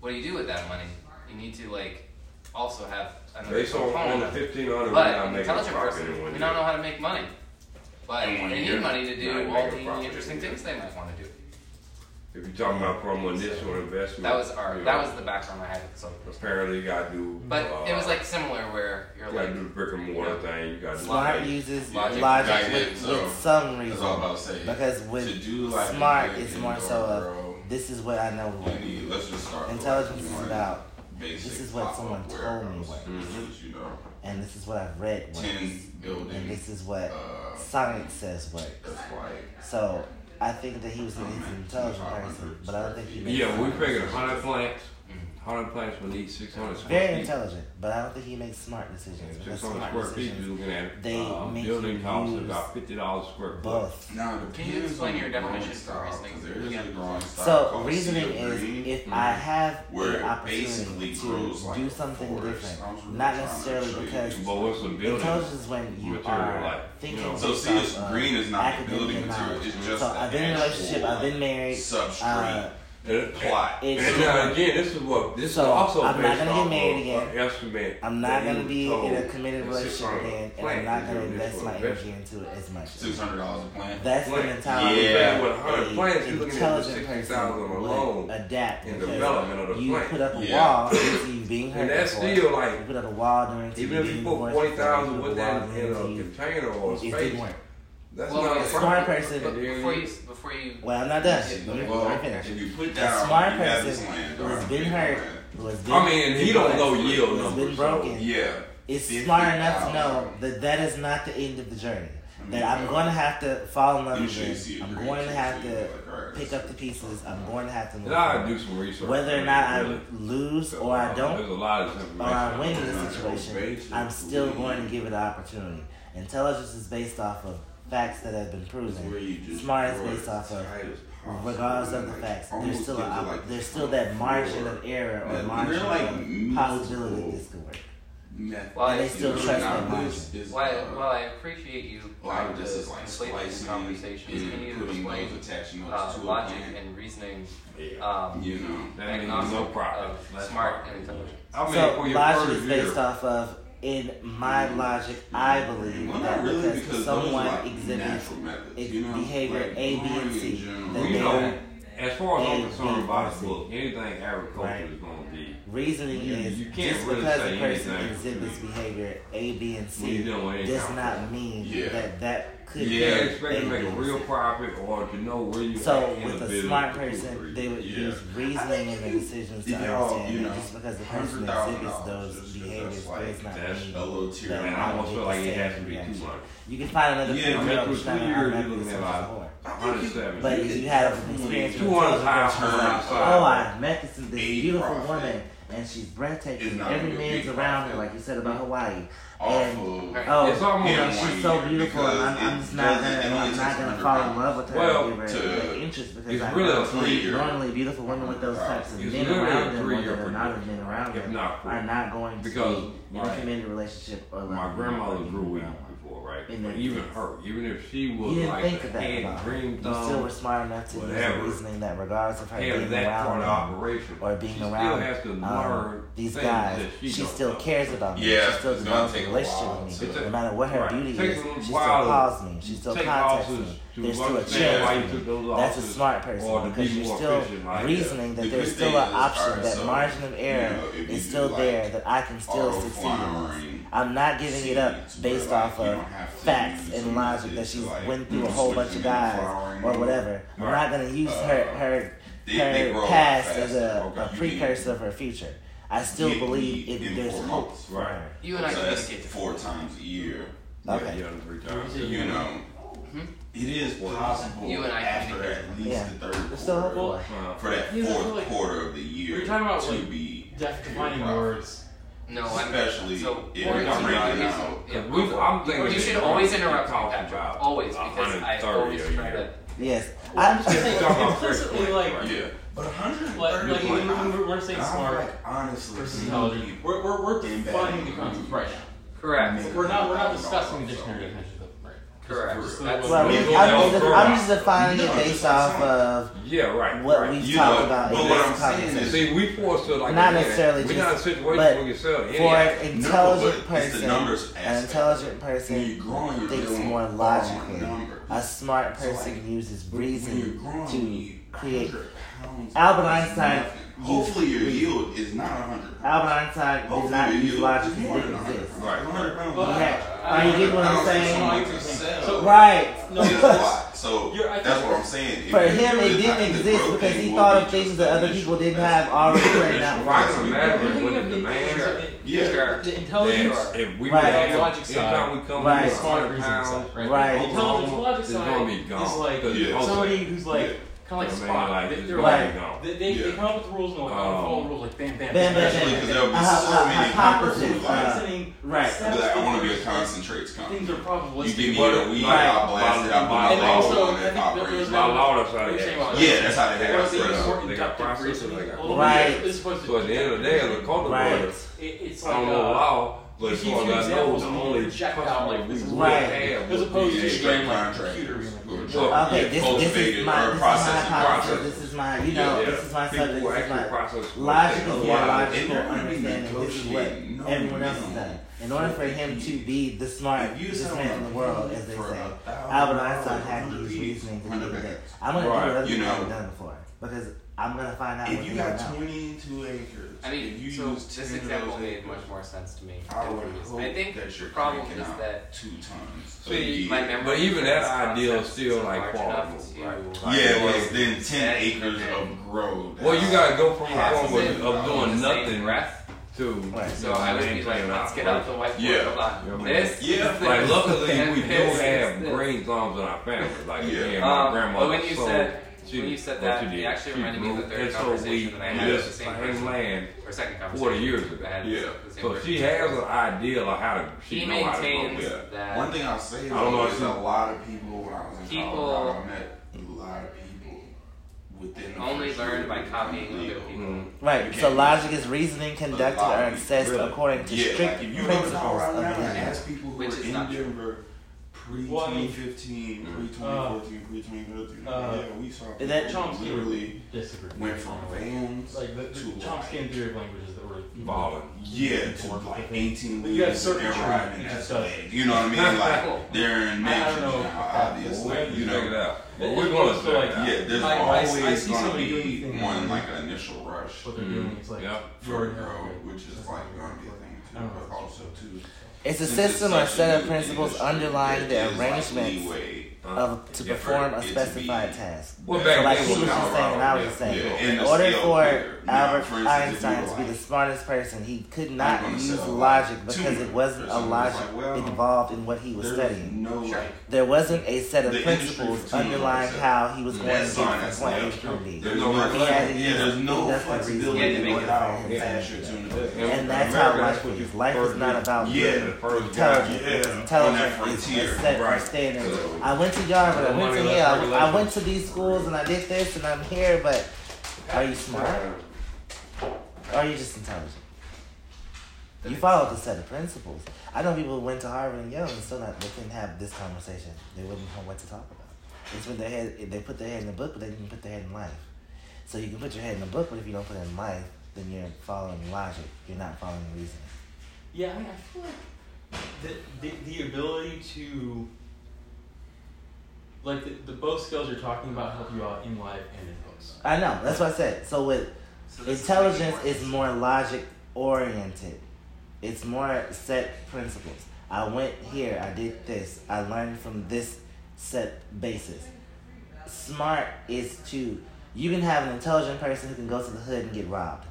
[SPEAKER 1] what do you do with that money? You need to like also have another
[SPEAKER 3] Based on, on
[SPEAKER 1] component.
[SPEAKER 3] the
[SPEAKER 1] of it.
[SPEAKER 3] fifteen hundred, we're
[SPEAKER 1] But
[SPEAKER 3] not
[SPEAKER 1] an
[SPEAKER 3] making a
[SPEAKER 1] intelligent
[SPEAKER 3] profit
[SPEAKER 1] person,
[SPEAKER 3] in one
[SPEAKER 1] they
[SPEAKER 3] year.
[SPEAKER 1] don't know how to make money. But
[SPEAKER 4] In one
[SPEAKER 1] they
[SPEAKER 4] year.
[SPEAKER 1] need money to
[SPEAKER 3] Not
[SPEAKER 1] do
[SPEAKER 3] make
[SPEAKER 1] all
[SPEAKER 3] a
[SPEAKER 1] the
[SPEAKER 3] profit.
[SPEAKER 1] interesting things they might want to do.
[SPEAKER 3] If you're talking about from an initial investment,
[SPEAKER 1] That was our
[SPEAKER 3] you
[SPEAKER 1] that
[SPEAKER 3] know,
[SPEAKER 1] was the background I had with something.
[SPEAKER 3] Apparently, you gotta do.
[SPEAKER 1] But
[SPEAKER 3] uh,
[SPEAKER 1] it was like similar where you're
[SPEAKER 3] you gotta
[SPEAKER 1] like
[SPEAKER 3] do the brick and mortar
[SPEAKER 1] Yeah.
[SPEAKER 3] thing. You gotta do.
[SPEAKER 2] Smart
[SPEAKER 3] the-
[SPEAKER 2] uses
[SPEAKER 1] Logic.
[SPEAKER 2] logic,
[SPEAKER 4] Like,
[SPEAKER 2] with,
[SPEAKER 4] so,
[SPEAKER 2] with some
[SPEAKER 4] That's
[SPEAKER 2] reason.
[SPEAKER 4] all I'm about to say.
[SPEAKER 2] Because
[SPEAKER 4] to
[SPEAKER 2] with
[SPEAKER 4] do like
[SPEAKER 2] smart,
[SPEAKER 4] a good
[SPEAKER 2] it's more
[SPEAKER 4] indoor
[SPEAKER 2] so of
[SPEAKER 4] grow,
[SPEAKER 2] this is what I know. will
[SPEAKER 4] you
[SPEAKER 2] work.
[SPEAKER 4] need- let's just start. with, like,
[SPEAKER 2] Intelligence is
[SPEAKER 4] one
[SPEAKER 2] about,
[SPEAKER 4] basic
[SPEAKER 2] this is what
[SPEAKER 4] pop-up
[SPEAKER 2] someone told me
[SPEAKER 4] warehouse,
[SPEAKER 2] what-
[SPEAKER 4] which is, You know,
[SPEAKER 2] and this is what I've read works,
[SPEAKER 4] ten
[SPEAKER 2] and
[SPEAKER 4] buildings.
[SPEAKER 2] this is what
[SPEAKER 4] Uh,
[SPEAKER 2] science says works.
[SPEAKER 4] that's like
[SPEAKER 2] So I think that he was an he's an intelligent
[SPEAKER 4] Five hundred
[SPEAKER 2] person, but I don't think he.
[SPEAKER 4] square
[SPEAKER 2] makes
[SPEAKER 3] Yeah, we
[SPEAKER 2] smart.
[SPEAKER 3] figured a hundred plants.
[SPEAKER 1] Mm-hmm.
[SPEAKER 3] Hundred plants would need six hundred square
[SPEAKER 2] Very
[SPEAKER 3] feet.
[SPEAKER 2] intelligent, but I don't think he makes smart decisions. because
[SPEAKER 3] Six hundred
[SPEAKER 2] smart
[SPEAKER 3] square feet,
[SPEAKER 2] decisions
[SPEAKER 3] you're looking at
[SPEAKER 2] They
[SPEAKER 3] uh,
[SPEAKER 2] make
[SPEAKER 3] building
[SPEAKER 2] you
[SPEAKER 3] costs of
[SPEAKER 2] use
[SPEAKER 3] about fifty dollars square foot.
[SPEAKER 2] both.
[SPEAKER 4] now. it
[SPEAKER 1] Can you
[SPEAKER 4] depends
[SPEAKER 1] explain
[SPEAKER 4] on
[SPEAKER 1] your
[SPEAKER 4] the growing
[SPEAKER 1] definition for
[SPEAKER 4] style,
[SPEAKER 1] reasoning?
[SPEAKER 4] 'cause There is
[SPEAKER 1] Yeah.
[SPEAKER 4] a growing style
[SPEAKER 2] So
[SPEAKER 4] called
[SPEAKER 2] reasoning
[SPEAKER 4] seal
[SPEAKER 2] is
[SPEAKER 4] green.
[SPEAKER 2] if I have
[SPEAKER 4] hmm, Where
[SPEAKER 2] an
[SPEAKER 4] it
[SPEAKER 2] opportunity
[SPEAKER 4] basically
[SPEAKER 2] to
[SPEAKER 4] grows like
[SPEAKER 2] do
[SPEAKER 4] a
[SPEAKER 2] something
[SPEAKER 4] forest. I was
[SPEAKER 2] different,
[SPEAKER 4] really
[SPEAKER 2] not
[SPEAKER 4] trying to
[SPEAKER 2] necessarily
[SPEAKER 4] show you
[SPEAKER 2] because
[SPEAKER 4] these
[SPEAKER 3] But what's the building?
[SPEAKER 2] intelligence is when you
[SPEAKER 3] material,
[SPEAKER 2] are
[SPEAKER 3] like, you
[SPEAKER 2] thinking.
[SPEAKER 3] know.
[SPEAKER 4] So
[SPEAKER 2] based
[SPEAKER 4] see, it's
[SPEAKER 2] off of
[SPEAKER 4] green is not the
[SPEAKER 2] academic
[SPEAKER 4] building material.
[SPEAKER 2] knowledge.
[SPEAKER 4] It's just
[SPEAKER 2] so
[SPEAKER 4] the
[SPEAKER 2] I've been in a relationship. I've been married.
[SPEAKER 4] substrate
[SPEAKER 2] Uh,
[SPEAKER 3] And-
[SPEAKER 4] plot.
[SPEAKER 2] it's
[SPEAKER 3] And now again, this is what this
[SPEAKER 2] So,
[SPEAKER 3] is also
[SPEAKER 2] I'm not
[SPEAKER 3] based
[SPEAKER 2] gonna get
[SPEAKER 3] off
[SPEAKER 2] married
[SPEAKER 3] of, uh,
[SPEAKER 2] again.
[SPEAKER 3] estimate
[SPEAKER 2] I'm not
[SPEAKER 3] that
[SPEAKER 2] gonna
[SPEAKER 3] he
[SPEAKER 2] be
[SPEAKER 3] was
[SPEAKER 2] in a
[SPEAKER 3] told
[SPEAKER 2] committed
[SPEAKER 3] that six
[SPEAKER 2] relationship
[SPEAKER 3] hundred
[SPEAKER 2] again, and I'm
[SPEAKER 3] plants
[SPEAKER 2] not
[SPEAKER 3] is
[SPEAKER 2] gonna
[SPEAKER 3] your
[SPEAKER 2] invest
[SPEAKER 3] initial
[SPEAKER 2] my energy
[SPEAKER 3] investment.
[SPEAKER 2] into it as much.
[SPEAKER 4] Six hundred dollars a plant.
[SPEAKER 2] That's the
[SPEAKER 3] Plant.
[SPEAKER 2] mentality.
[SPEAKER 4] Yeah.
[SPEAKER 2] that
[SPEAKER 3] With a
[SPEAKER 2] a
[SPEAKER 3] hundred plants, you're looking at
[SPEAKER 2] intelligent
[SPEAKER 3] sixty
[SPEAKER 2] person
[SPEAKER 3] thousand alone.
[SPEAKER 2] would adapt
[SPEAKER 3] in
[SPEAKER 2] because
[SPEAKER 3] development of the
[SPEAKER 2] you
[SPEAKER 3] plant.
[SPEAKER 2] put up a
[SPEAKER 4] Yeah.
[SPEAKER 2] wall into you being hurt
[SPEAKER 3] And that's
[SPEAKER 2] before.
[SPEAKER 3] still like
[SPEAKER 2] you put up a wall during TV
[SPEAKER 3] even if you put
[SPEAKER 2] divorce,
[SPEAKER 3] forty thousand
[SPEAKER 2] put up
[SPEAKER 3] with
[SPEAKER 2] a wall
[SPEAKER 3] that in a
[SPEAKER 2] during TV.
[SPEAKER 3] container or a
[SPEAKER 2] It didn't
[SPEAKER 3] space,
[SPEAKER 2] work.
[SPEAKER 3] That's
[SPEAKER 1] Well,
[SPEAKER 3] not
[SPEAKER 1] a
[SPEAKER 3] a
[SPEAKER 2] smart person-
[SPEAKER 1] But
[SPEAKER 3] And then
[SPEAKER 1] before you,
[SPEAKER 3] you-
[SPEAKER 1] before you,
[SPEAKER 2] Well, I'm not done.
[SPEAKER 1] Yeah,
[SPEAKER 2] Let me-
[SPEAKER 4] Well,
[SPEAKER 2] let me
[SPEAKER 4] if
[SPEAKER 2] finish.
[SPEAKER 4] you put
[SPEAKER 2] A
[SPEAKER 4] down,
[SPEAKER 2] smart
[SPEAKER 4] you have this
[SPEAKER 2] person
[SPEAKER 4] land,
[SPEAKER 2] who's
[SPEAKER 4] dog.
[SPEAKER 2] been
[SPEAKER 4] You
[SPEAKER 2] hurt,
[SPEAKER 4] know that.
[SPEAKER 2] who's been,
[SPEAKER 3] I mean, he don't know yield
[SPEAKER 2] who's been
[SPEAKER 3] numbers.
[SPEAKER 2] broken,
[SPEAKER 3] So.
[SPEAKER 4] Yeah.
[SPEAKER 2] is
[SPEAKER 4] 50
[SPEAKER 2] smart enough to know
[SPEAKER 4] thousand.
[SPEAKER 2] that that is not the end of the journey. That
[SPEAKER 4] Mhm.
[SPEAKER 2] I'm going to have to fall in love
[SPEAKER 4] You should
[SPEAKER 2] again.
[SPEAKER 4] see a
[SPEAKER 2] I'm
[SPEAKER 4] great
[SPEAKER 2] going to
[SPEAKER 4] kid,
[SPEAKER 2] have
[SPEAKER 4] so
[SPEAKER 2] to
[SPEAKER 4] you're like, all right,
[SPEAKER 2] pick
[SPEAKER 4] that's-
[SPEAKER 2] up the pieces. I'm going to have to move.
[SPEAKER 3] And I
[SPEAKER 2] forward.
[SPEAKER 3] do some research.
[SPEAKER 2] Whether or not I
[SPEAKER 3] Really.
[SPEAKER 2] lose or I
[SPEAKER 3] There's
[SPEAKER 2] don't,
[SPEAKER 3] a lot of
[SPEAKER 2] or
[SPEAKER 3] information.
[SPEAKER 2] I win
[SPEAKER 4] That's
[SPEAKER 2] this situation,
[SPEAKER 4] basic.
[SPEAKER 2] I'm still going to give it an opportunity. Intelligence is based off of facts that have been
[SPEAKER 4] Where
[SPEAKER 2] proven.
[SPEAKER 4] you just
[SPEAKER 2] Smart is
[SPEAKER 4] throw it
[SPEAKER 2] based off
[SPEAKER 4] as
[SPEAKER 2] of
[SPEAKER 4] tight as possible,
[SPEAKER 2] Regardless of the
[SPEAKER 4] like,
[SPEAKER 2] facts, there's
[SPEAKER 4] almost
[SPEAKER 2] still
[SPEAKER 4] get
[SPEAKER 2] a,
[SPEAKER 4] to, like,
[SPEAKER 2] there's still
[SPEAKER 3] "Oh,
[SPEAKER 2] that margin
[SPEAKER 4] floor.
[SPEAKER 2] of error or
[SPEAKER 4] Like,
[SPEAKER 2] margin
[SPEAKER 4] we're, like,
[SPEAKER 2] of possibility that
[SPEAKER 4] multiple-
[SPEAKER 2] this could work.
[SPEAKER 4] meth.
[SPEAKER 1] Well, I-
[SPEAKER 2] They still
[SPEAKER 4] Now,
[SPEAKER 2] trust that margin.
[SPEAKER 4] this is,
[SPEAKER 1] while,
[SPEAKER 4] uh,
[SPEAKER 1] while I appreciate you
[SPEAKER 4] a lot
[SPEAKER 1] trying
[SPEAKER 4] of
[SPEAKER 1] to
[SPEAKER 4] this is like
[SPEAKER 1] conflate these
[SPEAKER 4] splicing
[SPEAKER 1] conversations, can
[SPEAKER 4] and
[SPEAKER 1] you
[SPEAKER 4] putting
[SPEAKER 1] explain
[SPEAKER 4] those attaching
[SPEAKER 1] uh,
[SPEAKER 4] those to a
[SPEAKER 1] logic
[SPEAKER 4] plan.
[SPEAKER 1] and reasoning
[SPEAKER 3] Yeah.
[SPEAKER 1] um,
[SPEAKER 4] You know,
[SPEAKER 3] That ain't
[SPEAKER 1] agnostic
[SPEAKER 3] no problem.
[SPEAKER 1] of
[SPEAKER 3] That's
[SPEAKER 1] smart
[SPEAKER 3] fine.
[SPEAKER 1] and intelligent?
[SPEAKER 3] I mean,
[SPEAKER 2] so
[SPEAKER 3] for your
[SPEAKER 2] logic
[SPEAKER 3] first
[SPEAKER 2] is
[SPEAKER 3] year, Mm.
[SPEAKER 2] based off of in my logic, I believe
[SPEAKER 4] Well,
[SPEAKER 2] that
[SPEAKER 4] not really
[SPEAKER 2] because,
[SPEAKER 4] because those
[SPEAKER 2] someone
[SPEAKER 4] are like
[SPEAKER 2] exhibits
[SPEAKER 4] natural methods,
[SPEAKER 2] ex-
[SPEAKER 4] you know,
[SPEAKER 2] behavior
[SPEAKER 4] like,
[SPEAKER 2] A, B, and
[SPEAKER 4] learning
[SPEAKER 2] C,
[SPEAKER 4] in general.
[SPEAKER 2] that
[SPEAKER 3] Well,
[SPEAKER 2] they
[SPEAKER 3] you
[SPEAKER 2] are
[SPEAKER 3] know, as far as I'm
[SPEAKER 2] Yeah,
[SPEAKER 3] concerned about the
[SPEAKER 2] yeah.
[SPEAKER 3] book, anything agriculture
[SPEAKER 2] Right.
[SPEAKER 3] is going to be.
[SPEAKER 2] reasoning
[SPEAKER 3] You-
[SPEAKER 2] is
[SPEAKER 3] you can't
[SPEAKER 2] just
[SPEAKER 3] really
[SPEAKER 2] because
[SPEAKER 3] say
[SPEAKER 2] a person
[SPEAKER 3] anything.
[SPEAKER 2] exhibits behavior A, B, and
[SPEAKER 3] When
[SPEAKER 2] C
[SPEAKER 3] you're dealing with any
[SPEAKER 2] does
[SPEAKER 3] kind of
[SPEAKER 2] not
[SPEAKER 3] person.
[SPEAKER 2] mean
[SPEAKER 4] Yeah.
[SPEAKER 2] that that could
[SPEAKER 3] You
[SPEAKER 2] be
[SPEAKER 4] Yeah,
[SPEAKER 3] can't expect
[SPEAKER 2] A,
[SPEAKER 3] to make
[SPEAKER 2] B,
[SPEAKER 3] a
[SPEAKER 2] and
[SPEAKER 3] real
[SPEAKER 2] C.
[SPEAKER 3] profit or to know where you at
[SPEAKER 2] So
[SPEAKER 3] in
[SPEAKER 2] with
[SPEAKER 3] the
[SPEAKER 2] a
[SPEAKER 3] business
[SPEAKER 2] smart
[SPEAKER 3] to prove
[SPEAKER 2] person,
[SPEAKER 3] it.
[SPEAKER 2] they would
[SPEAKER 4] Yeah.
[SPEAKER 2] use reasoning in their decisions to
[SPEAKER 4] if y'all,
[SPEAKER 2] understand
[SPEAKER 4] you
[SPEAKER 2] that
[SPEAKER 4] know,
[SPEAKER 2] just because the person
[SPEAKER 4] $100,000
[SPEAKER 2] exhibits those
[SPEAKER 4] just 'cause
[SPEAKER 2] behaviors
[SPEAKER 4] that's like-
[SPEAKER 2] does not
[SPEAKER 3] that's
[SPEAKER 2] mean
[SPEAKER 4] A little tear.
[SPEAKER 2] that
[SPEAKER 3] Man, I almost feel like it has to be
[SPEAKER 2] Yeah.
[SPEAKER 3] too much.
[SPEAKER 2] You can find another
[SPEAKER 4] Yeah,
[SPEAKER 2] female
[SPEAKER 3] man,
[SPEAKER 2] who's
[SPEAKER 3] for
[SPEAKER 2] not
[SPEAKER 3] two
[SPEAKER 2] an
[SPEAKER 3] years,
[SPEAKER 2] automatic
[SPEAKER 3] you
[SPEAKER 2] resource
[SPEAKER 3] live out.
[SPEAKER 2] whore. But if
[SPEAKER 3] 170.
[SPEAKER 2] you had an experience with
[SPEAKER 3] Two hundred
[SPEAKER 2] intelligence, you're
[SPEAKER 3] times
[SPEAKER 2] like,
[SPEAKER 3] higher.
[SPEAKER 2] oh, I met this, this
[SPEAKER 4] Eight
[SPEAKER 2] beautiful
[SPEAKER 4] profit.
[SPEAKER 2] woman, and she's
[SPEAKER 4] It's
[SPEAKER 2] breathtaking.
[SPEAKER 4] not
[SPEAKER 2] Every
[SPEAKER 4] gonna be a
[SPEAKER 2] man's around
[SPEAKER 4] big profit.
[SPEAKER 2] her, like you said about Hawaii.
[SPEAKER 4] awful.
[SPEAKER 2] Oh,
[SPEAKER 3] It's almost-
[SPEAKER 2] yeah,
[SPEAKER 4] in
[SPEAKER 2] she's
[SPEAKER 4] one
[SPEAKER 2] so
[SPEAKER 4] year
[SPEAKER 2] beautiful, and I'm,
[SPEAKER 4] because
[SPEAKER 2] I'm
[SPEAKER 4] it
[SPEAKER 2] just not
[SPEAKER 4] doesn't-
[SPEAKER 2] gonna,
[SPEAKER 4] it only
[SPEAKER 2] I'm
[SPEAKER 4] takes
[SPEAKER 2] not gonna
[SPEAKER 4] 100
[SPEAKER 2] fall in
[SPEAKER 4] pounds.
[SPEAKER 2] love with her
[SPEAKER 3] Well,
[SPEAKER 2] and give her
[SPEAKER 4] to-
[SPEAKER 2] the interest because
[SPEAKER 3] it's
[SPEAKER 2] I
[SPEAKER 3] really
[SPEAKER 2] know
[SPEAKER 3] a three-year.
[SPEAKER 2] normally beautiful women with those types of
[SPEAKER 3] It's
[SPEAKER 2] men
[SPEAKER 3] literally a
[SPEAKER 2] around them,
[SPEAKER 3] three-year
[SPEAKER 2] whether or not of men around
[SPEAKER 3] if
[SPEAKER 2] them,
[SPEAKER 3] not four.
[SPEAKER 2] are not going to
[SPEAKER 3] Because
[SPEAKER 2] be in
[SPEAKER 3] my-
[SPEAKER 2] a committed relationship or love.
[SPEAKER 3] My grandmother grew weed
[SPEAKER 2] Grandma.
[SPEAKER 3] before, right?
[SPEAKER 2] And
[SPEAKER 3] But
[SPEAKER 2] then-
[SPEAKER 3] even her, even if she was
[SPEAKER 2] You didn't
[SPEAKER 3] like
[SPEAKER 2] think
[SPEAKER 3] the
[SPEAKER 2] of that
[SPEAKER 3] head
[SPEAKER 2] about her.
[SPEAKER 3] green
[SPEAKER 2] You still were
[SPEAKER 3] thumb,
[SPEAKER 2] smart enough to use the
[SPEAKER 3] whatever.
[SPEAKER 2] reasoning that regardless of her
[SPEAKER 3] head of
[SPEAKER 2] being
[SPEAKER 3] that part
[SPEAKER 2] around
[SPEAKER 3] of
[SPEAKER 2] them
[SPEAKER 3] operation,
[SPEAKER 2] or being
[SPEAKER 3] she
[SPEAKER 2] around
[SPEAKER 3] still has to learn
[SPEAKER 2] um, these
[SPEAKER 3] things
[SPEAKER 2] guys,
[SPEAKER 3] that
[SPEAKER 2] she,
[SPEAKER 3] don't
[SPEAKER 2] still
[SPEAKER 3] know.
[SPEAKER 2] cares about me.
[SPEAKER 4] Yeah,
[SPEAKER 2] she still
[SPEAKER 4] it's gonna
[SPEAKER 2] develops a
[SPEAKER 4] take a
[SPEAKER 2] relationship
[SPEAKER 4] while
[SPEAKER 2] with
[SPEAKER 4] to-
[SPEAKER 2] me.
[SPEAKER 3] It's a-
[SPEAKER 2] no matter what her
[SPEAKER 3] right.
[SPEAKER 2] beauty
[SPEAKER 3] It takes
[SPEAKER 2] is,
[SPEAKER 3] a little
[SPEAKER 2] she still
[SPEAKER 3] while to
[SPEAKER 2] calls me. She still
[SPEAKER 3] take
[SPEAKER 2] contacts
[SPEAKER 3] losses
[SPEAKER 2] me.
[SPEAKER 3] to
[SPEAKER 2] There's still a
[SPEAKER 3] understand why you
[SPEAKER 2] chance. with me.
[SPEAKER 3] took those
[SPEAKER 2] That's a
[SPEAKER 3] losses
[SPEAKER 2] smart
[SPEAKER 3] or
[SPEAKER 2] person
[SPEAKER 3] to
[SPEAKER 2] because
[SPEAKER 3] be
[SPEAKER 2] you're
[SPEAKER 3] more
[SPEAKER 2] still
[SPEAKER 3] efficient like that.
[SPEAKER 2] reasoning that
[SPEAKER 4] The
[SPEAKER 2] there's
[SPEAKER 4] good
[SPEAKER 2] still an
[SPEAKER 4] thing is,
[SPEAKER 2] option,
[SPEAKER 4] alright,
[SPEAKER 2] that
[SPEAKER 4] so,
[SPEAKER 2] margin of error
[SPEAKER 4] you know, if you
[SPEAKER 2] is
[SPEAKER 4] do,
[SPEAKER 2] still
[SPEAKER 4] like,
[SPEAKER 2] there that I can still
[SPEAKER 4] auto
[SPEAKER 2] succeed in this.
[SPEAKER 4] flowering,
[SPEAKER 2] I'm not giving it up
[SPEAKER 4] seeds,
[SPEAKER 2] based
[SPEAKER 4] where, like,
[SPEAKER 2] off
[SPEAKER 4] you
[SPEAKER 2] of
[SPEAKER 4] don't have to
[SPEAKER 2] facts
[SPEAKER 4] use
[SPEAKER 2] and
[SPEAKER 4] them
[SPEAKER 2] logic that
[SPEAKER 4] just to,
[SPEAKER 2] she's
[SPEAKER 4] like,
[SPEAKER 2] went through a
[SPEAKER 4] switch
[SPEAKER 2] whole
[SPEAKER 4] them
[SPEAKER 2] bunch
[SPEAKER 4] in
[SPEAKER 2] of
[SPEAKER 4] the
[SPEAKER 2] guys
[SPEAKER 4] flowering
[SPEAKER 2] or
[SPEAKER 4] mode.
[SPEAKER 2] whatever. I'm
[SPEAKER 3] Right.
[SPEAKER 2] not gonna use
[SPEAKER 4] Uh,
[SPEAKER 2] her her
[SPEAKER 4] they- they
[SPEAKER 2] her
[SPEAKER 4] grow
[SPEAKER 2] past
[SPEAKER 4] fast.
[SPEAKER 2] as a,
[SPEAKER 4] Okay.
[SPEAKER 2] a
[SPEAKER 4] You
[SPEAKER 2] precursor of her future. I still
[SPEAKER 4] You
[SPEAKER 2] believe
[SPEAKER 4] need
[SPEAKER 2] it,
[SPEAKER 4] in
[SPEAKER 2] there's
[SPEAKER 4] four
[SPEAKER 2] hope
[SPEAKER 4] months.
[SPEAKER 2] for her.
[SPEAKER 1] You and I
[SPEAKER 4] so
[SPEAKER 1] can
[SPEAKER 4] that's
[SPEAKER 1] get to
[SPEAKER 4] four times a year.
[SPEAKER 2] Okay.
[SPEAKER 3] Yeah, yeah, three times.
[SPEAKER 4] You know,
[SPEAKER 5] Hmm?
[SPEAKER 4] it is possible
[SPEAKER 1] You and I can
[SPEAKER 4] after
[SPEAKER 1] get
[SPEAKER 4] at least
[SPEAKER 2] Yeah.
[SPEAKER 4] the third
[SPEAKER 2] There's still hope
[SPEAKER 4] quarter,
[SPEAKER 2] for her.
[SPEAKER 3] Uh,
[SPEAKER 4] for that
[SPEAKER 5] You know,
[SPEAKER 4] fourth
[SPEAKER 5] like-
[SPEAKER 4] quarter of the year
[SPEAKER 5] You're talking about,
[SPEAKER 4] to
[SPEAKER 5] like,
[SPEAKER 4] be
[SPEAKER 5] Def-
[SPEAKER 4] pure
[SPEAKER 5] defining
[SPEAKER 4] profit.
[SPEAKER 5] words.
[SPEAKER 1] No, I'm
[SPEAKER 4] especially
[SPEAKER 1] so.
[SPEAKER 4] if
[SPEAKER 1] or
[SPEAKER 4] you're
[SPEAKER 1] you
[SPEAKER 4] not
[SPEAKER 1] should
[SPEAKER 4] right
[SPEAKER 1] always-
[SPEAKER 4] now.
[SPEAKER 1] yeah,
[SPEAKER 3] Cause we've- I'm thinking
[SPEAKER 1] you should
[SPEAKER 3] it's
[SPEAKER 1] always
[SPEAKER 3] probably
[SPEAKER 1] interrupt me,
[SPEAKER 3] talking
[SPEAKER 1] Patrick.
[SPEAKER 3] about
[SPEAKER 1] Always, because I
[SPEAKER 3] 130
[SPEAKER 1] always
[SPEAKER 3] a
[SPEAKER 1] try
[SPEAKER 3] year.
[SPEAKER 1] to.
[SPEAKER 2] Yes. I'm
[SPEAKER 4] [laughs]
[SPEAKER 5] Just
[SPEAKER 2] just
[SPEAKER 3] talking about
[SPEAKER 5] implicitly,
[SPEAKER 3] first
[SPEAKER 5] like,
[SPEAKER 3] grade,
[SPEAKER 4] Yeah, but
[SPEAKER 5] like,
[SPEAKER 4] 130
[SPEAKER 5] like
[SPEAKER 4] like,
[SPEAKER 5] when we're, we're saying
[SPEAKER 4] I'm
[SPEAKER 5] smart
[SPEAKER 4] like, honestly,
[SPEAKER 5] versus
[SPEAKER 4] seeing
[SPEAKER 5] intelligent,
[SPEAKER 4] people-
[SPEAKER 5] we're, we're, we're
[SPEAKER 4] in bad
[SPEAKER 5] defining the
[SPEAKER 4] mood.
[SPEAKER 5] concepts right now.
[SPEAKER 1] Correct.
[SPEAKER 4] Yeah.
[SPEAKER 5] We're not, we're not
[SPEAKER 4] Yeah.
[SPEAKER 5] discussing the
[SPEAKER 4] Yeah.
[SPEAKER 5] dictionary definition of right.
[SPEAKER 1] Correct.
[SPEAKER 5] Just-
[SPEAKER 1] That's-
[SPEAKER 2] well, I'm,
[SPEAKER 3] We go down
[SPEAKER 2] just,
[SPEAKER 3] further.
[SPEAKER 2] I'm just defining it
[SPEAKER 4] No,
[SPEAKER 2] based
[SPEAKER 4] it's
[SPEAKER 2] off
[SPEAKER 4] fine.
[SPEAKER 2] of
[SPEAKER 3] Yeah, right.
[SPEAKER 2] what
[SPEAKER 3] right.
[SPEAKER 2] we've
[SPEAKER 4] You
[SPEAKER 2] talked
[SPEAKER 4] know,
[SPEAKER 2] about
[SPEAKER 4] but
[SPEAKER 2] in
[SPEAKER 4] what
[SPEAKER 2] this
[SPEAKER 4] I'm saying
[SPEAKER 2] conversation.
[SPEAKER 4] is-
[SPEAKER 3] See, we forced to like
[SPEAKER 2] Not
[SPEAKER 3] yeah,
[SPEAKER 2] necessarily
[SPEAKER 3] We're
[SPEAKER 2] just-
[SPEAKER 3] not in a situation
[SPEAKER 2] but
[SPEAKER 3] where we can sell it.
[SPEAKER 2] For
[SPEAKER 3] Yeah.
[SPEAKER 2] an
[SPEAKER 4] No,
[SPEAKER 2] intelligent
[SPEAKER 4] but it's the
[SPEAKER 2] person,
[SPEAKER 4] numbers
[SPEAKER 2] an
[SPEAKER 4] aspect.
[SPEAKER 2] intelligent
[SPEAKER 4] When you're
[SPEAKER 2] person
[SPEAKER 4] growing, you're
[SPEAKER 2] thinks
[SPEAKER 4] doing
[SPEAKER 2] more
[SPEAKER 4] all
[SPEAKER 2] logically.
[SPEAKER 4] numbers.
[SPEAKER 2] A smart
[SPEAKER 4] So,
[SPEAKER 2] person
[SPEAKER 4] like,
[SPEAKER 2] uses
[SPEAKER 4] When you're
[SPEAKER 2] reason
[SPEAKER 4] growing, you
[SPEAKER 2] to
[SPEAKER 4] need
[SPEAKER 2] create.
[SPEAKER 4] 100 pounds
[SPEAKER 2] Albert
[SPEAKER 4] of
[SPEAKER 2] Einstein
[SPEAKER 4] nothing. Hopefully, your
[SPEAKER 2] used-
[SPEAKER 4] yield is not 100 pounds.
[SPEAKER 2] Albert Einstein did
[SPEAKER 4] Hopefully,
[SPEAKER 2] not
[SPEAKER 4] your
[SPEAKER 2] use
[SPEAKER 4] yield
[SPEAKER 2] logic
[SPEAKER 4] is
[SPEAKER 2] because
[SPEAKER 4] more
[SPEAKER 2] it
[SPEAKER 4] than 100
[SPEAKER 2] exists.
[SPEAKER 4] pounds.
[SPEAKER 3] Right.
[SPEAKER 4] 100 pounds.
[SPEAKER 5] Well,
[SPEAKER 4] is
[SPEAKER 2] Okay.
[SPEAKER 5] I-
[SPEAKER 2] Are you getting what I'm
[SPEAKER 4] Pounds is
[SPEAKER 2] saying?
[SPEAKER 4] something to sell.
[SPEAKER 5] So-
[SPEAKER 4] [laughs]
[SPEAKER 2] Right.
[SPEAKER 5] No,
[SPEAKER 4] It's a lot. So
[SPEAKER 5] You're- I
[SPEAKER 4] that's
[SPEAKER 5] think-
[SPEAKER 4] what I'm saying. If
[SPEAKER 2] For
[SPEAKER 4] you
[SPEAKER 2] him,
[SPEAKER 4] do
[SPEAKER 2] it
[SPEAKER 4] I
[SPEAKER 2] didn't
[SPEAKER 4] think the
[SPEAKER 2] exist
[SPEAKER 4] growth
[SPEAKER 2] because
[SPEAKER 4] thing
[SPEAKER 2] he
[SPEAKER 4] will
[SPEAKER 2] thought
[SPEAKER 4] be
[SPEAKER 2] of things
[SPEAKER 4] just
[SPEAKER 2] that other
[SPEAKER 4] initial.
[SPEAKER 2] people didn't
[SPEAKER 4] That's-
[SPEAKER 2] have already planned out.
[SPEAKER 3] I can
[SPEAKER 2] for us.
[SPEAKER 5] You're
[SPEAKER 3] imagine
[SPEAKER 5] thinking
[SPEAKER 3] when
[SPEAKER 5] of
[SPEAKER 3] the demand
[SPEAKER 5] intelligence-
[SPEAKER 4] Yeah.
[SPEAKER 1] Sure.
[SPEAKER 5] The intelligence,
[SPEAKER 3] that if we
[SPEAKER 2] Right.
[SPEAKER 3] have
[SPEAKER 5] logic side,
[SPEAKER 3] anytime we come
[SPEAKER 2] Right.
[SPEAKER 3] in,
[SPEAKER 5] smart
[SPEAKER 3] hundred
[SPEAKER 5] reason
[SPEAKER 3] pounds,
[SPEAKER 5] side, right?
[SPEAKER 2] Right.
[SPEAKER 5] The intelligence logic
[SPEAKER 3] it's
[SPEAKER 5] side
[SPEAKER 3] gonna be
[SPEAKER 5] is
[SPEAKER 3] gone.
[SPEAKER 5] like
[SPEAKER 3] 'Cause
[SPEAKER 4] Yeah.
[SPEAKER 3] it's
[SPEAKER 5] somebody
[SPEAKER 3] okay.
[SPEAKER 5] who's like
[SPEAKER 4] Yeah.
[SPEAKER 5] kind
[SPEAKER 3] You know what
[SPEAKER 5] of like
[SPEAKER 3] I mean?
[SPEAKER 5] spot.
[SPEAKER 3] Like,
[SPEAKER 5] They-
[SPEAKER 3] it's
[SPEAKER 5] They're
[SPEAKER 3] gonna
[SPEAKER 2] right.
[SPEAKER 5] like,
[SPEAKER 3] be gone.
[SPEAKER 5] they, they, they
[SPEAKER 4] Yeah.
[SPEAKER 5] come up with rules and like,
[SPEAKER 3] Um,
[SPEAKER 5] oh, follow the rules like bam, bam,
[SPEAKER 2] Bam, bam, bam.
[SPEAKER 4] Especially because there'll be
[SPEAKER 2] Uh,
[SPEAKER 4] so
[SPEAKER 2] uh,
[SPEAKER 4] many
[SPEAKER 2] hypothesis,
[SPEAKER 4] people who
[SPEAKER 2] uh,
[SPEAKER 4] like,
[SPEAKER 5] Reasoning,
[SPEAKER 2] right.
[SPEAKER 5] steps
[SPEAKER 4] like, I
[SPEAKER 5] that
[SPEAKER 4] want to be a
[SPEAKER 5] they're-
[SPEAKER 4] concentrates company.
[SPEAKER 5] Things are probably
[SPEAKER 4] You give me
[SPEAKER 3] But-
[SPEAKER 4] your weed,
[SPEAKER 2] right.
[SPEAKER 4] I'll blast it, I'll put my
[SPEAKER 3] And
[SPEAKER 4] logo
[SPEAKER 5] also,
[SPEAKER 4] on
[SPEAKER 5] I
[SPEAKER 4] it,
[SPEAKER 5] think
[SPEAKER 4] I'll
[SPEAKER 5] there
[SPEAKER 4] bring
[SPEAKER 5] was
[SPEAKER 4] it.
[SPEAKER 3] By law, that's how
[SPEAKER 5] You're
[SPEAKER 3] they
[SPEAKER 5] saying
[SPEAKER 3] have.
[SPEAKER 5] about-
[SPEAKER 3] it.
[SPEAKER 4] Yeah, that's how they
[SPEAKER 5] They
[SPEAKER 4] have it
[SPEAKER 5] want to use
[SPEAKER 4] spread
[SPEAKER 5] more
[SPEAKER 4] out.
[SPEAKER 3] They got
[SPEAKER 5] inductive
[SPEAKER 3] processes,
[SPEAKER 5] reasoning.
[SPEAKER 3] they got
[SPEAKER 5] a little bit.
[SPEAKER 2] Right.
[SPEAKER 5] It's supposed to-
[SPEAKER 3] So at the end of the day, as a
[SPEAKER 2] uh,
[SPEAKER 3] cultivator,
[SPEAKER 2] Right.
[SPEAKER 5] It- It's
[SPEAKER 3] I
[SPEAKER 5] like
[SPEAKER 3] don't know
[SPEAKER 5] uh,
[SPEAKER 3] law, but as
[SPEAKER 5] he
[SPEAKER 3] far
[SPEAKER 5] gives
[SPEAKER 3] as I know,
[SPEAKER 5] examples
[SPEAKER 3] the
[SPEAKER 5] and
[SPEAKER 3] only
[SPEAKER 5] reject
[SPEAKER 3] customer
[SPEAKER 5] out, like,
[SPEAKER 3] we
[SPEAKER 5] this is
[SPEAKER 3] would
[SPEAKER 2] right.
[SPEAKER 3] have
[SPEAKER 5] As
[SPEAKER 3] would be
[SPEAKER 5] opposed to
[SPEAKER 4] Yeah,
[SPEAKER 3] a-
[SPEAKER 5] just getting like
[SPEAKER 4] contractors
[SPEAKER 5] computer
[SPEAKER 4] who
[SPEAKER 5] and
[SPEAKER 4] are
[SPEAKER 5] like.
[SPEAKER 4] trying to
[SPEAKER 2] Okay,
[SPEAKER 4] get
[SPEAKER 2] this, this is
[SPEAKER 4] cultivated
[SPEAKER 2] my
[SPEAKER 4] or
[SPEAKER 2] this is my
[SPEAKER 4] processing
[SPEAKER 2] hypothesis.
[SPEAKER 4] processes.
[SPEAKER 2] This is my you know
[SPEAKER 3] Yeah,
[SPEAKER 2] this is my
[SPEAKER 3] people
[SPEAKER 2] subject.
[SPEAKER 3] who
[SPEAKER 2] This is
[SPEAKER 3] actually
[SPEAKER 2] my
[SPEAKER 3] process
[SPEAKER 2] logic is
[SPEAKER 3] what they
[SPEAKER 2] more
[SPEAKER 3] are.
[SPEAKER 4] And
[SPEAKER 2] logical
[SPEAKER 4] they're not even
[SPEAKER 2] understanding. This is
[SPEAKER 4] negotiating. No,
[SPEAKER 2] what everyone else
[SPEAKER 4] no.
[SPEAKER 2] is done. In order for him to be the smartest man in the world, as they
[SPEAKER 4] For
[SPEAKER 2] say,
[SPEAKER 4] a thousand
[SPEAKER 2] Albert Einstein
[SPEAKER 4] dollars,
[SPEAKER 2] had to use reasoning
[SPEAKER 4] 100
[SPEAKER 2] to do
[SPEAKER 4] bags.
[SPEAKER 2] that. I'm gonna do
[SPEAKER 3] Right,
[SPEAKER 2] what other
[SPEAKER 4] you
[SPEAKER 2] people
[SPEAKER 4] know.
[SPEAKER 2] haven't done before because I'm gonna find out.
[SPEAKER 4] If
[SPEAKER 2] when
[SPEAKER 4] you
[SPEAKER 2] they
[SPEAKER 4] got
[SPEAKER 2] run out.
[SPEAKER 4] 22 acres,
[SPEAKER 1] I mean,
[SPEAKER 4] if you
[SPEAKER 1] so
[SPEAKER 4] use
[SPEAKER 1] this
[SPEAKER 4] 10 of
[SPEAKER 1] example
[SPEAKER 4] those
[SPEAKER 1] made
[SPEAKER 4] acres,
[SPEAKER 1] much more sense to me.
[SPEAKER 4] I
[SPEAKER 1] than
[SPEAKER 4] would
[SPEAKER 1] previous.
[SPEAKER 4] hope
[SPEAKER 1] I think
[SPEAKER 4] that
[SPEAKER 1] the
[SPEAKER 4] you're
[SPEAKER 1] problem
[SPEAKER 4] cranking
[SPEAKER 1] is
[SPEAKER 4] out
[SPEAKER 1] that
[SPEAKER 4] two tons. a
[SPEAKER 1] see,
[SPEAKER 4] year.
[SPEAKER 1] my memory.
[SPEAKER 3] But even
[SPEAKER 1] of
[SPEAKER 3] that
[SPEAKER 1] this
[SPEAKER 3] ideal
[SPEAKER 1] concept
[SPEAKER 3] still,
[SPEAKER 1] isn't
[SPEAKER 3] like,
[SPEAKER 1] large enough
[SPEAKER 3] plausible,
[SPEAKER 1] to-
[SPEAKER 4] yeah, well, then 10
[SPEAKER 1] That-
[SPEAKER 4] acres
[SPEAKER 1] that
[SPEAKER 4] of grow.
[SPEAKER 3] Well, you gotta go from a
[SPEAKER 1] passes
[SPEAKER 3] form of,
[SPEAKER 1] it
[SPEAKER 3] of
[SPEAKER 1] all in
[SPEAKER 3] doing
[SPEAKER 1] the same
[SPEAKER 3] nothing
[SPEAKER 1] Breath.
[SPEAKER 3] to
[SPEAKER 2] Right.
[SPEAKER 1] So I would be like,
[SPEAKER 3] maintain
[SPEAKER 1] let's get out the whiteboard.
[SPEAKER 4] Yeah.
[SPEAKER 1] Hold on.
[SPEAKER 3] Yeah, man.
[SPEAKER 1] This.
[SPEAKER 4] Yeah.
[SPEAKER 1] Is this,
[SPEAKER 3] Like, luckily,
[SPEAKER 1] and
[SPEAKER 3] we do
[SPEAKER 1] this is
[SPEAKER 3] have
[SPEAKER 1] this.
[SPEAKER 3] green thumbs in our family. Like,
[SPEAKER 4] Yeah.
[SPEAKER 3] again, my
[SPEAKER 1] Um,
[SPEAKER 3] grandmother.
[SPEAKER 1] but when you
[SPEAKER 3] sold-
[SPEAKER 1] said
[SPEAKER 3] she-
[SPEAKER 1] when you said
[SPEAKER 3] well, she
[SPEAKER 1] that,
[SPEAKER 3] did.
[SPEAKER 1] it actually
[SPEAKER 3] She
[SPEAKER 1] reminded me of the
[SPEAKER 3] moved
[SPEAKER 1] third
[SPEAKER 3] and sold
[SPEAKER 1] conversation
[SPEAKER 3] wheat
[SPEAKER 1] that I
[SPEAKER 3] and
[SPEAKER 1] had with
[SPEAKER 3] just
[SPEAKER 1] the same
[SPEAKER 3] claimed
[SPEAKER 1] person,
[SPEAKER 3] land
[SPEAKER 1] or second conversation
[SPEAKER 3] 40 years ago.
[SPEAKER 1] that I had
[SPEAKER 4] Yeah.
[SPEAKER 1] with the same
[SPEAKER 3] So
[SPEAKER 1] person.
[SPEAKER 3] she has an idea of how to. She
[SPEAKER 1] He
[SPEAKER 3] know how to grow
[SPEAKER 1] maintains-
[SPEAKER 3] wheat.
[SPEAKER 4] Yeah.
[SPEAKER 1] That-
[SPEAKER 4] One thing I'll say
[SPEAKER 3] don't know
[SPEAKER 4] though
[SPEAKER 3] if
[SPEAKER 4] is
[SPEAKER 3] you-
[SPEAKER 4] a lot of people when I was in
[SPEAKER 1] People-
[SPEAKER 4] Colorado, I met a lot of people within the
[SPEAKER 1] only
[SPEAKER 4] first
[SPEAKER 1] learned
[SPEAKER 4] year
[SPEAKER 1] by
[SPEAKER 4] becoming
[SPEAKER 1] copying other
[SPEAKER 4] legal.
[SPEAKER 1] people.
[SPEAKER 3] Mhm.
[SPEAKER 4] You
[SPEAKER 2] Right. So
[SPEAKER 4] can't-
[SPEAKER 2] logic is reasoning conducted or
[SPEAKER 4] Logic,
[SPEAKER 2] assessed
[SPEAKER 3] really.
[SPEAKER 2] according to
[SPEAKER 4] Yeah,
[SPEAKER 2] strict
[SPEAKER 4] like if you go to
[SPEAKER 2] principles
[SPEAKER 4] Colorado
[SPEAKER 2] of
[SPEAKER 4] now and
[SPEAKER 2] management.
[SPEAKER 4] ask people who
[SPEAKER 1] Which
[SPEAKER 4] are
[SPEAKER 1] is
[SPEAKER 4] in
[SPEAKER 1] not true.
[SPEAKER 4] Denver pre
[SPEAKER 5] Well, I mean,
[SPEAKER 4] 2015,
[SPEAKER 3] Mm.
[SPEAKER 4] pre 2014, pre 2015,
[SPEAKER 5] uh,
[SPEAKER 4] yeah, we saw
[SPEAKER 2] is that
[SPEAKER 4] people
[SPEAKER 5] Chomsky
[SPEAKER 4] who literally
[SPEAKER 5] disagree.
[SPEAKER 4] went from vans
[SPEAKER 5] like the, the
[SPEAKER 4] to
[SPEAKER 5] Chomsky theory of languages that were
[SPEAKER 3] Balling.
[SPEAKER 4] yeah to like 18
[SPEAKER 5] You got
[SPEAKER 4] leagues and
[SPEAKER 5] certain
[SPEAKER 4] they're
[SPEAKER 5] trees
[SPEAKER 4] riding
[SPEAKER 5] that
[SPEAKER 4] that's
[SPEAKER 5] does it.
[SPEAKER 4] big. You know what I mean?
[SPEAKER 1] Cool.
[SPEAKER 4] Like they're in
[SPEAKER 5] [laughs] I- I
[SPEAKER 4] mansions
[SPEAKER 5] don't know.
[SPEAKER 4] now,
[SPEAKER 3] Well,
[SPEAKER 4] obviously. You
[SPEAKER 3] check it
[SPEAKER 4] know,
[SPEAKER 3] out. But
[SPEAKER 5] It-
[SPEAKER 3] we're
[SPEAKER 5] it
[SPEAKER 3] going to
[SPEAKER 5] looks
[SPEAKER 3] check
[SPEAKER 5] like-
[SPEAKER 3] it
[SPEAKER 4] yeah,
[SPEAKER 3] out.
[SPEAKER 4] there's
[SPEAKER 5] I- I- I see
[SPEAKER 4] always gonna
[SPEAKER 5] somebody doing
[SPEAKER 4] be
[SPEAKER 5] things.
[SPEAKER 4] one like an initial rush
[SPEAKER 5] what they're
[SPEAKER 3] Mhm.
[SPEAKER 5] doing. It's like
[SPEAKER 3] Yeah.
[SPEAKER 4] for
[SPEAKER 5] you're-
[SPEAKER 4] grow, Mm-hmm. which is like gonna be a thing
[SPEAKER 5] I
[SPEAKER 4] too,
[SPEAKER 5] don't know.
[SPEAKER 4] but also too.
[SPEAKER 2] It's a
[SPEAKER 4] since it's
[SPEAKER 2] system or
[SPEAKER 4] such a
[SPEAKER 2] set of
[SPEAKER 4] new
[SPEAKER 2] principles
[SPEAKER 4] industry,
[SPEAKER 2] underlying
[SPEAKER 4] there
[SPEAKER 2] the
[SPEAKER 4] is, like,
[SPEAKER 2] arrangements
[SPEAKER 4] leeway
[SPEAKER 2] of to
[SPEAKER 3] Yeah, for
[SPEAKER 2] perform
[SPEAKER 4] it
[SPEAKER 2] a
[SPEAKER 4] to
[SPEAKER 2] specified
[SPEAKER 4] be-
[SPEAKER 2] task.
[SPEAKER 3] Well,
[SPEAKER 4] Yeah.
[SPEAKER 3] back
[SPEAKER 2] So like
[SPEAKER 3] then
[SPEAKER 2] he was
[SPEAKER 3] was
[SPEAKER 2] just saying, and I was just
[SPEAKER 3] Colorado,
[SPEAKER 2] saying,
[SPEAKER 3] yeah.
[SPEAKER 4] And
[SPEAKER 2] in
[SPEAKER 4] the
[SPEAKER 2] order
[SPEAKER 4] scale
[SPEAKER 2] for
[SPEAKER 4] bigger. Now,
[SPEAKER 2] Albert
[SPEAKER 4] for instance, if you
[SPEAKER 2] Einstein
[SPEAKER 4] were
[SPEAKER 2] to be
[SPEAKER 4] like,
[SPEAKER 2] the smartest person, he could
[SPEAKER 4] I'm
[SPEAKER 2] not
[SPEAKER 4] gonna
[SPEAKER 2] use
[SPEAKER 4] sell
[SPEAKER 2] logic
[SPEAKER 4] two
[SPEAKER 2] because it
[SPEAKER 4] million
[SPEAKER 2] wasn't a
[SPEAKER 4] person.
[SPEAKER 2] logic
[SPEAKER 4] Like, well,
[SPEAKER 2] involved in what he was
[SPEAKER 4] There's
[SPEAKER 2] studying.
[SPEAKER 4] No
[SPEAKER 1] Sure.
[SPEAKER 4] like
[SPEAKER 2] There wasn't a set of
[SPEAKER 4] The industry for
[SPEAKER 2] principles
[SPEAKER 4] two
[SPEAKER 2] underlying
[SPEAKER 4] years,
[SPEAKER 2] how he was
[SPEAKER 3] Mm.
[SPEAKER 2] going to
[SPEAKER 4] That's
[SPEAKER 2] get
[SPEAKER 4] fine,
[SPEAKER 2] from
[SPEAKER 4] that's
[SPEAKER 2] point A
[SPEAKER 4] not
[SPEAKER 2] to
[SPEAKER 3] true.
[SPEAKER 2] point B.
[SPEAKER 4] There's no,
[SPEAKER 3] Yeah,
[SPEAKER 4] flexibility. yeah, there's
[SPEAKER 2] yeah,
[SPEAKER 4] no
[SPEAKER 2] that's what
[SPEAKER 4] flexibility
[SPEAKER 1] we
[SPEAKER 4] in
[SPEAKER 1] do.
[SPEAKER 4] what how fast you're tuned to it.
[SPEAKER 2] And that's how
[SPEAKER 3] America,
[SPEAKER 2] life
[SPEAKER 3] that's what
[SPEAKER 2] is.
[SPEAKER 3] you
[SPEAKER 2] Life is
[SPEAKER 3] first
[SPEAKER 2] not
[SPEAKER 3] get.
[SPEAKER 2] about
[SPEAKER 4] Yeah.
[SPEAKER 3] The first
[SPEAKER 2] Intelligent.
[SPEAKER 3] job.
[SPEAKER 4] Yeah.
[SPEAKER 2] It's
[SPEAKER 4] On
[SPEAKER 2] intelligent.
[SPEAKER 4] that
[SPEAKER 2] It's
[SPEAKER 4] frontier.
[SPEAKER 2] a set
[SPEAKER 3] Right.
[SPEAKER 2] understanding.
[SPEAKER 4] So-
[SPEAKER 2] I went to Yarmouth. I went to
[SPEAKER 3] Money
[SPEAKER 2] Yale.
[SPEAKER 3] left, money
[SPEAKER 2] I
[SPEAKER 3] left.
[SPEAKER 2] went to these schools and I did this and I'm here. But are you smart? Or are you just intelligent? You follow the set of principles. I know people who went to Harvard and Yale and still not, they couldn't have this conversation. They wouldn't know what to talk about. It's when their head, they put their head in the book, but they didn't put their head in life. So you can put your head in the book, but if you don't put it in life, then you're following logic. You're not following reason.
[SPEAKER 5] Yeah, I mean, I feel like the, the, the ability to, like, the, the both skills you're talking about help you out in life and in books.
[SPEAKER 2] I know. That's what I said. So with
[SPEAKER 1] So this is
[SPEAKER 2] Intelligence
[SPEAKER 1] making
[SPEAKER 2] is more logic oriented. It's more set principles. I went here, I did this, I learned from this set basis. Smart is to you can have an intelligent person who can go to the hood and get robbed.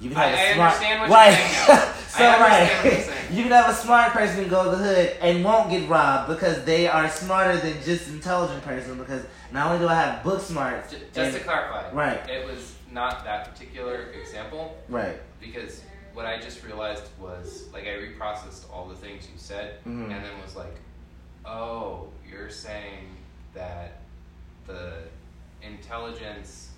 [SPEAKER 2] You can
[SPEAKER 1] I-
[SPEAKER 2] have a
[SPEAKER 1] I
[SPEAKER 2] smart,
[SPEAKER 1] understand what you're
[SPEAKER 2] right.
[SPEAKER 1] saying
[SPEAKER 2] [laughs]
[SPEAKER 1] now.
[SPEAKER 2] so
[SPEAKER 1] I understand
[SPEAKER 2] right.
[SPEAKER 1] what you're saying.
[SPEAKER 2] You can have a smart person who can go to the hood and won't get robbed because they are smarter than just intelligent person because not only do I have book smarts
[SPEAKER 1] J-
[SPEAKER 2] and-
[SPEAKER 1] Just to clarify,
[SPEAKER 2] Right.
[SPEAKER 1] It was not that particular example
[SPEAKER 2] right.
[SPEAKER 1] because what I just realized was like I reprocessed all the things you said
[SPEAKER 2] Mhm.
[SPEAKER 1] and then was like, oh, you're saying that the intelligence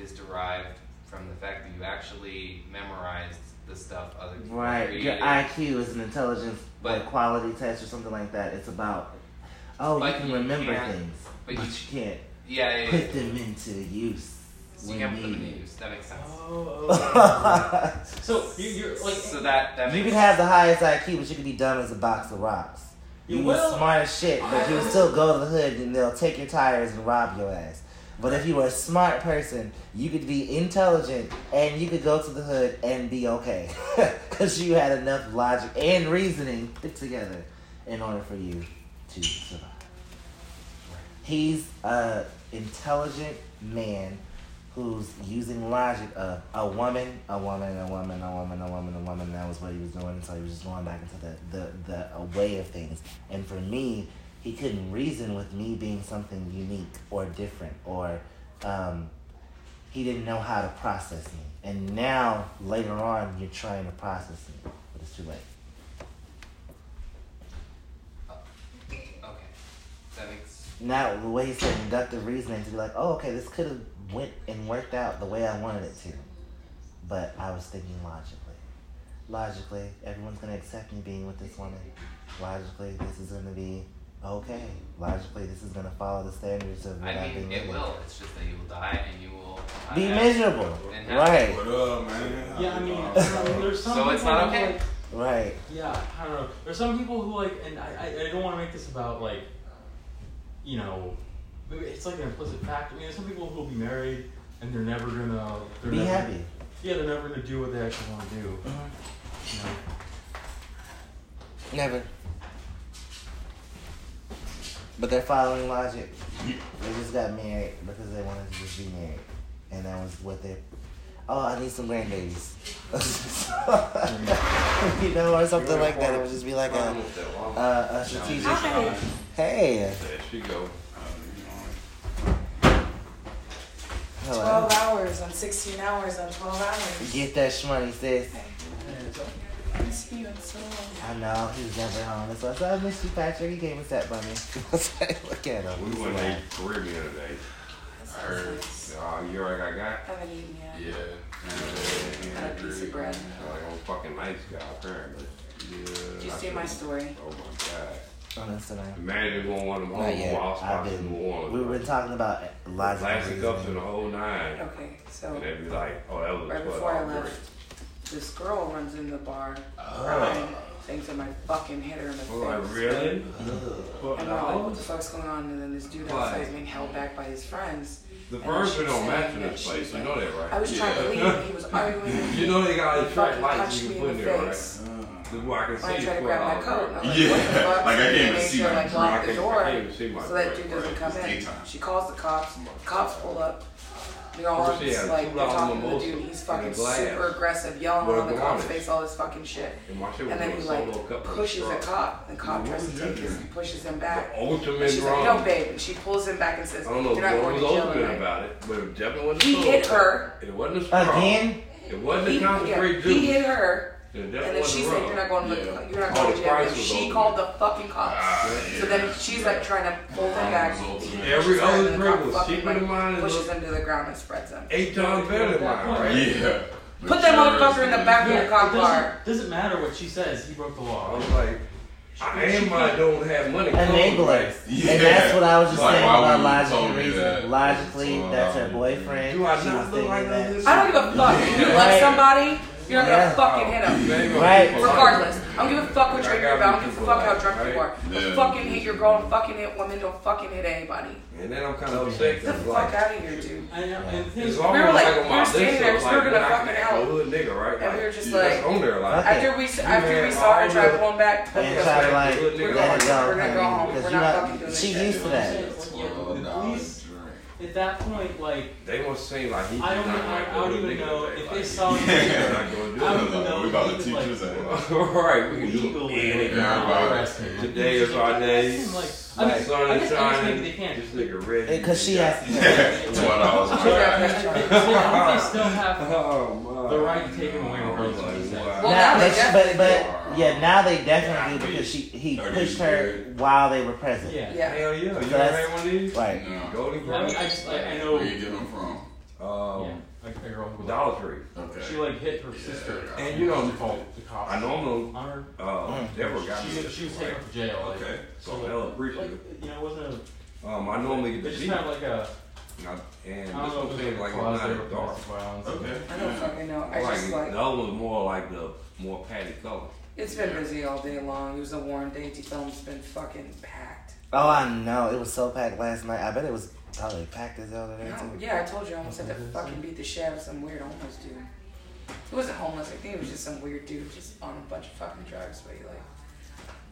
[SPEAKER 1] is derived from the fact that you actually memorized the stuff other people
[SPEAKER 2] Right. Your
[SPEAKER 1] created.
[SPEAKER 2] IQ is an intelligence
[SPEAKER 1] But-
[SPEAKER 2] like quality test or something like that. It's about oh you
[SPEAKER 1] But
[SPEAKER 2] can
[SPEAKER 1] you
[SPEAKER 2] remember
[SPEAKER 1] can't-
[SPEAKER 2] things,
[SPEAKER 1] but
[SPEAKER 2] but,
[SPEAKER 1] you-
[SPEAKER 2] you, can't
[SPEAKER 1] yeah, yeah, yeah.
[SPEAKER 2] [laughs] put them into use.
[SPEAKER 1] So
[SPEAKER 2] when
[SPEAKER 1] you can't put them
[SPEAKER 2] needed.
[SPEAKER 1] in use. That makes sense.
[SPEAKER 5] Oh. [laughs]
[SPEAKER 2] [laughs]
[SPEAKER 5] so you, you're like.
[SPEAKER 1] So that that
[SPEAKER 2] you
[SPEAKER 1] makes
[SPEAKER 2] can have the highest IQ, but you can be dumb as a box of rocks. You
[SPEAKER 5] You
[SPEAKER 2] can
[SPEAKER 5] will.
[SPEAKER 2] be smart as shit, but you'll still go to the hood and they'll take your tires and rob your ass. But if you were a smart person, you could be intelligent and you could go to the hood and be okay. [laughs] Because you had enough logic and reasoning put together in order for you to survive. He's a intelligent man who's using logic of a woman, a woman, a woman, a woman, a woman, a woman. That was what he was doing. So he was just going back into the, the, the uh, way of things. And for me, he couldn't reason with me being something unique or different or um, he didn't know how to process me. And now, later on, you're trying to process me, but it's too late.
[SPEAKER 1] okay. That makes
[SPEAKER 2] Now, the way he said inductive reasoning to be like, oh, okay, this could have went and worked out the way I wanted it to. But I was thinking logically. Logically, everyone's going to accept me being with this woman. Logically, this is going to be okay. Logically, this is going to follow the standards of what
[SPEAKER 1] I
[SPEAKER 2] have been
[SPEAKER 1] mean it
[SPEAKER 2] living.
[SPEAKER 1] will. It's just that you will die and you will not
[SPEAKER 2] Be
[SPEAKER 1] have-
[SPEAKER 2] miserable.
[SPEAKER 1] And have-
[SPEAKER 2] Right,
[SPEAKER 4] What up, man? uh,
[SPEAKER 5] Yeah, I mean,
[SPEAKER 4] How you doing?
[SPEAKER 5] there's some
[SPEAKER 1] So it's
[SPEAKER 5] people
[SPEAKER 1] not
[SPEAKER 5] who,
[SPEAKER 1] okay.
[SPEAKER 5] like,
[SPEAKER 2] right.
[SPEAKER 5] Yeah, I don't know. There's some people who like, and I, I, I don't want to make this about like, you know, it's like an implicit fact. I mean, there's some people who will be married and they're never gonna. They're
[SPEAKER 2] Be
[SPEAKER 5] never,
[SPEAKER 2] happy.
[SPEAKER 5] Yeah, they're never gonna do what they actually want to do.
[SPEAKER 2] Mhm.
[SPEAKER 5] You know?
[SPEAKER 2] Never. But they're following logic. They just got married because they wanted to just be married. And that was what they. Oh, I need some grandbabies. [laughs] you know, or something like that. It would just be like
[SPEAKER 3] Problem
[SPEAKER 2] a, uh,
[SPEAKER 3] with that
[SPEAKER 2] a,
[SPEAKER 3] one.
[SPEAKER 2] a strategic.
[SPEAKER 6] Hi.
[SPEAKER 2] Hey.
[SPEAKER 3] There she go.
[SPEAKER 2] Hello.
[SPEAKER 6] 12 hours on 16 hours on 12 hours.
[SPEAKER 2] Get that shmoney, sis.
[SPEAKER 6] I haven't seen you in so long.
[SPEAKER 2] I know, he's never home. It's like, I miss you, Patrick. He gave us that [laughs] bunny. Look at him.
[SPEAKER 3] We
[SPEAKER 2] He's
[SPEAKER 3] went to
[SPEAKER 2] alive.
[SPEAKER 3] eat Caribbean today.
[SPEAKER 6] That's
[SPEAKER 4] I heard.
[SPEAKER 6] nice.
[SPEAKER 3] Oh, you already got got?
[SPEAKER 6] I haven't eaten yet.
[SPEAKER 4] Yeah.
[SPEAKER 6] Got a piece of bread.
[SPEAKER 3] Oh, Like I'm fucking nice guy apparently.
[SPEAKER 6] Did you see my story?
[SPEAKER 3] Oh my god.
[SPEAKER 2] On Instagram.
[SPEAKER 3] Imagine going one of
[SPEAKER 4] Oh,
[SPEAKER 3] them
[SPEAKER 2] Not
[SPEAKER 3] home
[SPEAKER 2] yet.
[SPEAKER 3] wild
[SPEAKER 2] I've
[SPEAKER 3] spots
[SPEAKER 2] been.
[SPEAKER 3] in New Orleans.
[SPEAKER 2] We were talking about lots of
[SPEAKER 3] Plastic ups
[SPEAKER 2] reasons.
[SPEAKER 3] and the whole nine.
[SPEAKER 6] Okay, so
[SPEAKER 3] And they'd be like, oh, that was
[SPEAKER 6] Right
[SPEAKER 3] a
[SPEAKER 6] before I
[SPEAKER 3] 12
[SPEAKER 6] left. this girl runs in the bar crying,
[SPEAKER 4] Oh.
[SPEAKER 6] thinks I might fucking hit her in the face.
[SPEAKER 3] I'm Oh, like, really?
[SPEAKER 6] And we're like, what the fuck's going on? And then this dude
[SPEAKER 3] Why?
[SPEAKER 6] outside is being held back by his friends.
[SPEAKER 3] The
[SPEAKER 6] And
[SPEAKER 3] furniture
[SPEAKER 6] she's
[SPEAKER 3] don't match
[SPEAKER 6] saying
[SPEAKER 3] in
[SPEAKER 6] that
[SPEAKER 3] this
[SPEAKER 6] she,
[SPEAKER 3] place. You
[SPEAKER 6] like-
[SPEAKER 3] know that, right?
[SPEAKER 6] I was trying to leave, and he was arguing with
[SPEAKER 3] [laughs]
[SPEAKER 6] me.
[SPEAKER 3] You know they got
[SPEAKER 6] He
[SPEAKER 3] electric
[SPEAKER 6] fucking
[SPEAKER 3] lights
[SPEAKER 6] punched
[SPEAKER 3] you
[SPEAKER 6] me
[SPEAKER 3] can put
[SPEAKER 6] in the
[SPEAKER 3] in there, right?
[SPEAKER 6] face.
[SPEAKER 3] The where I can
[SPEAKER 6] When I
[SPEAKER 3] see
[SPEAKER 6] tried to
[SPEAKER 3] for
[SPEAKER 6] grab
[SPEAKER 3] all
[SPEAKER 6] my coat, and I was like,
[SPEAKER 4] Yeah,
[SPEAKER 6] what the
[SPEAKER 3] [laughs]
[SPEAKER 6] fuck?
[SPEAKER 4] like, I
[SPEAKER 6] And
[SPEAKER 4] can't
[SPEAKER 6] they
[SPEAKER 4] even
[SPEAKER 6] made
[SPEAKER 4] see
[SPEAKER 6] sure,
[SPEAKER 4] my
[SPEAKER 6] like,
[SPEAKER 4] brain.
[SPEAKER 6] lock the
[SPEAKER 3] I
[SPEAKER 6] door
[SPEAKER 3] can't even see my
[SPEAKER 6] so that
[SPEAKER 3] brain,
[SPEAKER 6] dude doesn't
[SPEAKER 3] right?
[SPEAKER 6] come
[SPEAKER 4] It's
[SPEAKER 6] in.
[SPEAKER 4] daytime.
[SPEAKER 6] She calls the cops. Cops pull up. They're all
[SPEAKER 3] Well, she
[SPEAKER 6] just
[SPEAKER 3] had
[SPEAKER 6] like
[SPEAKER 3] two
[SPEAKER 6] they're
[SPEAKER 3] dollar
[SPEAKER 6] talking to the
[SPEAKER 3] mimosa
[SPEAKER 6] dude. He's
[SPEAKER 3] in
[SPEAKER 6] fucking
[SPEAKER 3] a glass.
[SPEAKER 6] super aggressive, yelling
[SPEAKER 3] With a
[SPEAKER 6] on the cop's
[SPEAKER 3] garnish.
[SPEAKER 6] face, all this fucking shit.
[SPEAKER 3] And my shit was
[SPEAKER 6] And then
[SPEAKER 3] doing
[SPEAKER 6] he like
[SPEAKER 3] solo cup with a
[SPEAKER 6] pushes the
[SPEAKER 3] straw.
[SPEAKER 6] cop. The cop
[SPEAKER 4] What
[SPEAKER 6] tries
[SPEAKER 4] was
[SPEAKER 6] to
[SPEAKER 4] that
[SPEAKER 6] take his
[SPEAKER 4] doing?
[SPEAKER 6] and pushes him
[SPEAKER 3] The
[SPEAKER 6] back. And
[SPEAKER 3] ultimate
[SPEAKER 6] she's like, no,
[SPEAKER 3] wrong.
[SPEAKER 6] babe. And she pulls him back and says,
[SPEAKER 3] I don't
[SPEAKER 6] you're
[SPEAKER 3] know
[SPEAKER 6] not
[SPEAKER 3] what
[SPEAKER 6] going
[SPEAKER 3] was
[SPEAKER 6] to jail
[SPEAKER 3] ultimate
[SPEAKER 6] tonight.
[SPEAKER 3] about it, but it definitely wasn't
[SPEAKER 6] He
[SPEAKER 3] solo
[SPEAKER 6] hit
[SPEAKER 3] cup.
[SPEAKER 6] her.
[SPEAKER 3] It wasn't a straw.
[SPEAKER 2] Again?
[SPEAKER 3] It wasn't
[SPEAKER 6] He,
[SPEAKER 3] a
[SPEAKER 6] yeah,
[SPEAKER 3] concentrate juice.
[SPEAKER 6] he hit her.
[SPEAKER 3] It
[SPEAKER 6] And
[SPEAKER 3] definitely
[SPEAKER 6] then she
[SPEAKER 3] wasn't
[SPEAKER 6] said,
[SPEAKER 3] wrong.
[SPEAKER 6] "You're not going to the,
[SPEAKER 4] Yeah.
[SPEAKER 6] you're not
[SPEAKER 3] Oh,
[SPEAKER 6] going
[SPEAKER 3] the
[SPEAKER 6] to jail."
[SPEAKER 3] price
[SPEAKER 6] And
[SPEAKER 3] was
[SPEAKER 6] she
[SPEAKER 3] over. Ah,
[SPEAKER 6] called the fucking cops. So then she's like trying to pull him back.
[SPEAKER 3] Every other
[SPEAKER 6] She's
[SPEAKER 3] drink
[SPEAKER 6] like,
[SPEAKER 3] was
[SPEAKER 6] fucking,
[SPEAKER 3] cheaper than
[SPEAKER 6] like,
[SPEAKER 3] mine and
[SPEAKER 6] Pushes
[SPEAKER 3] look-
[SPEAKER 6] him to the ground and spreads him.
[SPEAKER 3] Eight times better than mine, right?
[SPEAKER 4] Yeah.
[SPEAKER 6] Put that motherfucker in the back of
[SPEAKER 5] Yeah,
[SPEAKER 6] the
[SPEAKER 5] it
[SPEAKER 6] cop car.
[SPEAKER 3] [laughs]
[SPEAKER 5] doesn't, doesn't matter what she says. He broke the
[SPEAKER 3] I
[SPEAKER 5] law.
[SPEAKER 3] was like, I am, but I don't have money.
[SPEAKER 2] Enablers.
[SPEAKER 4] [laughs] Yeah.
[SPEAKER 2] And that's what I was just
[SPEAKER 4] Like,
[SPEAKER 2] saying
[SPEAKER 4] why
[SPEAKER 2] about
[SPEAKER 4] would you
[SPEAKER 2] logic
[SPEAKER 4] tell
[SPEAKER 2] and
[SPEAKER 4] me
[SPEAKER 2] reason.
[SPEAKER 4] that?
[SPEAKER 2] Logically,
[SPEAKER 4] So,
[SPEAKER 2] that's her
[SPEAKER 4] um,
[SPEAKER 2] boyfriend.
[SPEAKER 3] Do I
[SPEAKER 2] she
[SPEAKER 3] not
[SPEAKER 2] was
[SPEAKER 3] look
[SPEAKER 2] thinking
[SPEAKER 3] like
[SPEAKER 2] that.
[SPEAKER 3] this?
[SPEAKER 6] I don't give a fuck. If you like
[SPEAKER 2] Right.
[SPEAKER 6] somebody, you're not
[SPEAKER 2] Yeah.
[SPEAKER 6] gonna fucking
[SPEAKER 3] Oh,
[SPEAKER 6] hit him.
[SPEAKER 2] Right.
[SPEAKER 6] Regardless, I don't give a fuck what drink you're about. I don't give a fuck how drunk you are.
[SPEAKER 4] Yeah.
[SPEAKER 6] Don't fucking hit your girl. Don't fucking hit women. Don't fucking hit anybody.
[SPEAKER 3] And then I'm kind of upset.
[SPEAKER 6] Get the
[SPEAKER 3] 'cause,
[SPEAKER 6] fuck
[SPEAKER 3] like,
[SPEAKER 6] out of here, dude.
[SPEAKER 5] I know. And the thing
[SPEAKER 3] it's
[SPEAKER 5] is,
[SPEAKER 3] almost
[SPEAKER 6] were like-
[SPEAKER 3] like on my
[SPEAKER 6] we were
[SPEAKER 3] list
[SPEAKER 6] standing
[SPEAKER 3] of,
[SPEAKER 6] there, we
[SPEAKER 3] like,
[SPEAKER 6] were gonna
[SPEAKER 3] when I
[SPEAKER 6] fucking
[SPEAKER 3] act
[SPEAKER 6] out.
[SPEAKER 3] a hood nigga, right?
[SPEAKER 6] And we were
[SPEAKER 3] Like,
[SPEAKER 6] just
[SPEAKER 4] Yeah.
[SPEAKER 6] like,
[SPEAKER 3] that's on there, like,
[SPEAKER 2] Fuck
[SPEAKER 6] after we after we saw her try to pull him back, both of
[SPEAKER 2] And
[SPEAKER 6] us [laughs]
[SPEAKER 2] try
[SPEAKER 6] were
[SPEAKER 2] to
[SPEAKER 6] like,
[SPEAKER 2] like,
[SPEAKER 3] We're
[SPEAKER 2] let
[SPEAKER 6] gonna-
[SPEAKER 2] it
[SPEAKER 6] we're gonna go
[SPEAKER 2] go.
[SPEAKER 6] home.
[SPEAKER 2] Because
[SPEAKER 6] We're
[SPEAKER 2] you're
[SPEAKER 6] not fucking
[SPEAKER 2] not,
[SPEAKER 6] doing
[SPEAKER 2] she's
[SPEAKER 6] this
[SPEAKER 2] used to that.
[SPEAKER 5] When the police at that point, like,
[SPEAKER 3] they must seem like he
[SPEAKER 5] I don't,
[SPEAKER 3] not
[SPEAKER 5] even- I,
[SPEAKER 3] like
[SPEAKER 5] I don't
[SPEAKER 3] a hood
[SPEAKER 5] even
[SPEAKER 3] nigga
[SPEAKER 5] know
[SPEAKER 3] today,
[SPEAKER 5] if
[SPEAKER 3] like, [laughs]
[SPEAKER 5] they saw me.
[SPEAKER 3] they're
[SPEAKER 4] Yeah.
[SPEAKER 3] not gonna do
[SPEAKER 5] I
[SPEAKER 3] that.
[SPEAKER 5] don't even know.
[SPEAKER 4] We about to teach
[SPEAKER 5] if he
[SPEAKER 4] you
[SPEAKER 5] was, like,
[SPEAKER 4] that.
[SPEAKER 3] All [laughs] right, we can do
[SPEAKER 5] legally
[SPEAKER 3] anything.
[SPEAKER 4] Yeah,
[SPEAKER 5] arrest him.
[SPEAKER 3] Today is our day.
[SPEAKER 5] Like, I mean,
[SPEAKER 3] Like, sun
[SPEAKER 5] I
[SPEAKER 3] is
[SPEAKER 5] guess, I guess
[SPEAKER 3] shining.
[SPEAKER 5] maybe they can't.
[SPEAKER 3] [laughs] This nigga Reggie.
[SPEAKER 2] Because she
[SPEAKER 3] nigga.
[SPEAKER 2] has.
[SPEAKER 5] [laughs]
[SPEAKER 4] Yeah. That's what I was
[SPEAKER 6] She's
[SPEAKER 4] like, "Alright."
[SPEAKER 6] got
[SPEAKER 3] [laughs]
[SPEAKER 6] that charge.
[SPEAKER 5] Well, I think they still have
[SPEAKER 3] Oh my.
[SPEAKER 5] the right to take him away regardless of what he
[SPEAKER 3] Like,
[SPEAKER 5] says.
[SPEAKER 3] wow.
[SPEAKER 6] Well,
[SPEAKER 2] Now,
[SPEAKER 6] now they
[SPEAKER 2] but, she- but,
[SPEAKER 4] definitely
[SPEAKER 2] but
[SPEAKER 4] do.
[SPEAKER 2] yeah, now they definitely do
[SPEAKER 4] Yeah.
[SPEAKER 2] because she he
[SPEAKER 4] Are
[SPEAKER 2] pushed
[SPEAKER 4] you
[SPEAKER 2] her
[SPEAKER 4] good?
[SPEAKER 2] while they were present.
[SPEAKER 5] Yeah.
[SPEAKER 6] Yeah.
[SPEAKER 3] Hell yeah. You ever
[SPEAKER 2] that's-
[SPEAKER 3] had one of these?
[SPEAKER 2] Right.
[SPEAKER 4] No.
[SPEAKER 3] Golden
[SPEAKER 5] I mean, I
[SPEAKER 3] Girls?
[SPEAKER 5] just, like, I know,
[SPEAKER 4] Where you get them from?
[SPEAKER 5] yeah,
[SPEAKER 3] Um,
[SPEAKER 5] a, a girl who, like,
[SPEAKER 3] Dollar Tree.
[SPEAKER 4] Okay.
[SPEAKER 5] she, like, hit her sister.
[SPEAKER 3] And you
[SPEAKER 5] She
[SPEAKER 3] know,
[SPEAKER 5] called the cops.
[SPEAKER 3] I normally,
[SPEAKER 5] On her.
[SPEAKER 6] Mm.
[SPEAKER 3] uh, Deborah got me
[SPEAKER 5] She, was-
[SPEAKER 3] this,
[SPEAKER 5] she was taken
[SPEAKER 3] right?
[SPEAKER 5] to jail. Like,
[SPEAKER 3] Okay, so
[SPEAKER 5] like,
[SPEAKER 3] hell appreciate
[SPEAKER 5] like,
[SPEAKER 3] it.
[SPEAKER 5] you know, it wasn't a.
[SPEAKER 3] Um, I normally get
[SPEAKER 5] They
[SPEAKER 3] the
[SPEAKER 5] just
[SPEAKER 3] beat,
[SPEAKER 5] had like a.
[SPEAKER 3] and I- and
[SPEAKER 5] I
[SPEAKER 3] this
[SPEAKER 5] don't know if
[SPEAKER 3] one
[SPEAKER 5] it was
[SPEAKER 3] seemed
[SPEAKER 5] like
[SPEAKER 3] like
[SPEAKER 5] a
[SPEAKER 3] it's
[SPEAKER 5] clause
[SPEAKER 3] not
[SPEAKER 5] there
[SPEAKER 3] as
[SPEAKER 5] with
[SPEAKER 3] dark.
[SPEAKER 5] domestic violence.
[SPEAKER 4] Okay.
[SPEAKER 6] I don't fucking know. I
[SPEAKER 3] Like,
[SPEAKER 6] just
[SPEAKER 3] the
[SPEAKER 6] like
[SPEAKER 3] other one's more like the more patty color.
[SPEAKER 6] it's been busy all day long. It was a warm day. The film's been fucking packed.
[SPEAKER 2] Oh, I know. It was so packed last night. I bet it was probably packed as hell today
[SPEAKER 6] No,
[SPEAKER 2] too.
[SPEAKER 6] yeah, I told you I almost had to fucking beat the shit out of some weird homeless dude. It wasn't homeless. I think it was just some weird dude just on a bunch of fucking drugs, but he like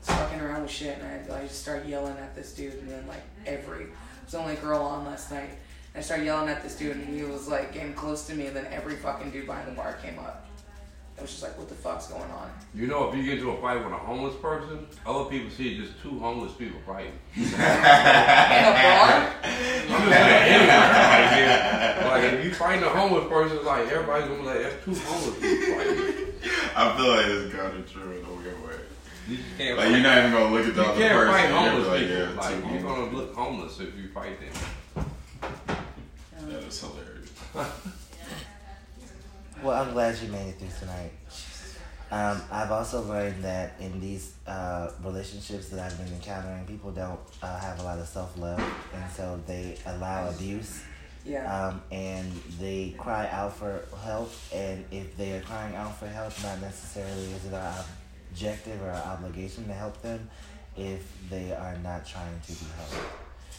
[SPEAKER 6] was fucking around with shit, and I, I just started yelling at this dude, and then like every it was the only girl on last night. And I started yelling at this dude, and he was like getting close to me, and then every fucking dude behind the bar came up. I was just like, what the fuck's going on?
[SPEAKER 3] You know, if you get to a fight with a homeless person, other people see just two homeless people fighting. [laughs]
[SPEAKER 6] In a bar?
[SPEAKER 3] I'm just saying, anywhere, like, if, like if you fight a homeless person, it's like everybody's gonna be like, that's two homeless people fighting.
[SPEAKER 4] I feel like it's kind of true in a weird way.
[SPEAKER 3] You just can't
[SPEAKER 4] Like
[SPEAKER 3] fight.
[SPEAKER 4] you're not even gonna look at the
[SPEAKER 3] You
[SPEAKER 4] other
[SPEAKER 3] can't
[SPEAKER 4] person.
[SPEAKER 3] fight
[SPEAKER 4] You're
[SPEAKER 3] homeless
[SPEAKER 4] like,
[SPEAKER 3] people.
[SPEAKER 4] yeah,
[SPEAKER 3] like,
[SPEAKER 4] too
[SPEAKER 3] you're
[SPEAKER 4] homeless.
[SPEAKER 3] gonna look homeless if you fight them.
[SPEAKER 4] That is hilarious.
[SPEAKER 2] Well, I'm glad you made it through tonight. Um, I've also learned that in these uh, relationships that I've been encountering, people don't uh, have a lot of self love, and so they allow abuse.
[SPEAKER 6] Yeah.
[SPEAKER 2] um, and they cry out for help. And if they are crying out for help, not necessarily is it our objective or our obligation to help them if they are not trying to be helped.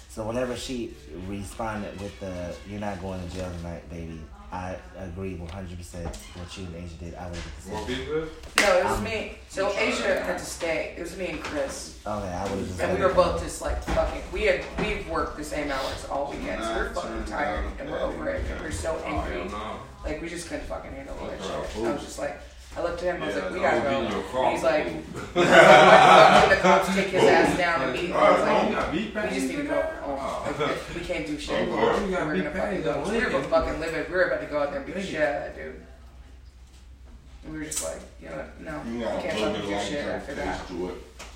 [SPEAKER 2] So whenever she responded with the "You're not going to jail tonight, baby," I agree 100 percent what you and Asia did. I would have
[SPEAKER 3] More
[SPEAKER 2] did the same.
[SPEAKER 3] pizza?
[SPEAKER 6] No, it was
[SPEAKER 2] Um,
[SPEAKER 6] me. So Asia had to stay. It was me and Chris,
[SPEAKER 2] Okay, I would have just.
[SPEAKER 6] and
[SPEAKER 2] let
[SPEAKER 6] we
[SPEAKER 2] it
[SPEAKER 6] were
[SPEAKER 2] go.
[SPEAKER 6] both just like fucking. We had we've worked the same hours all weekend, so we're fucking tired and we're over it. And we're so
[SPEAKER 3] Oh, hell
[SPEAKER 6] angry.
[SPEAKER 3] no.
[SPEAKER 6] Like we just couldn't fucking handle that
[SPEAKER 3] Those are our
[SPEAKER 6] shit.
[SPEAKER 3] fools.
[SPEAKER 6] I was just like, I looked at him. I was
[SPEAKER 4] Yeah,
[SPEAKER 6] like, we
[SPEAKER 4] those
[SPEAKER 6] gotta
[SPEAKER 3] I'll give you
[SPEAKER 6] go.
[SPEAKER 3] a call.
[SPEAKER 6] And he's like, [laughs] I'm the cops take his ass down and beat him. I was
[SPEAKER 3] Oh,
[SPEAKER 6] like,
[SPEAKER 3] you got beef
[SPEAKER 6] We just
[SPEAKER 3] patties?
[SPEAKER 6] need to go home.
[SPEAKER 4] [laughs]
[SPEAKER 6] Like, we can't do shit.
[SPEAKER 3] Oh,
[SPEAKER 6] anymore.
[SPEAKER 3] girl, you gotta
[SPEAKER 6] We're
[SPEAKER 3] be
[SPEAKER 6] gonna fucking
[SPEAKER 3] paid,
[SPEAKER 6] go.
[SPEAKER 3] though,
[SPEAKER 6] We were
[SPEAKER 3] ain't
[SPEAKER 6] gonna
[SPEAKER 3] it?
[SPEAKER 6] fucking live it. We were about to go out there and beat the
[SPEAKER 3] Ain't it?
[SPEAKER 6] shit out of that dude. And we were just like, you know what? No,
[SPEAKER 4] You
[SPEAKER 6] we
[SPEAKER 4] got a
[SPEAKER 6] can't
[SPEAKER 4] little bit
[SPEAKER 6] fucking
[SPEAKER 4] of
[SPEAKER 6] do
[SPEAKER 4] like
[SPEAKER 6] shit after that.
[SPEAKER 4] taste to it.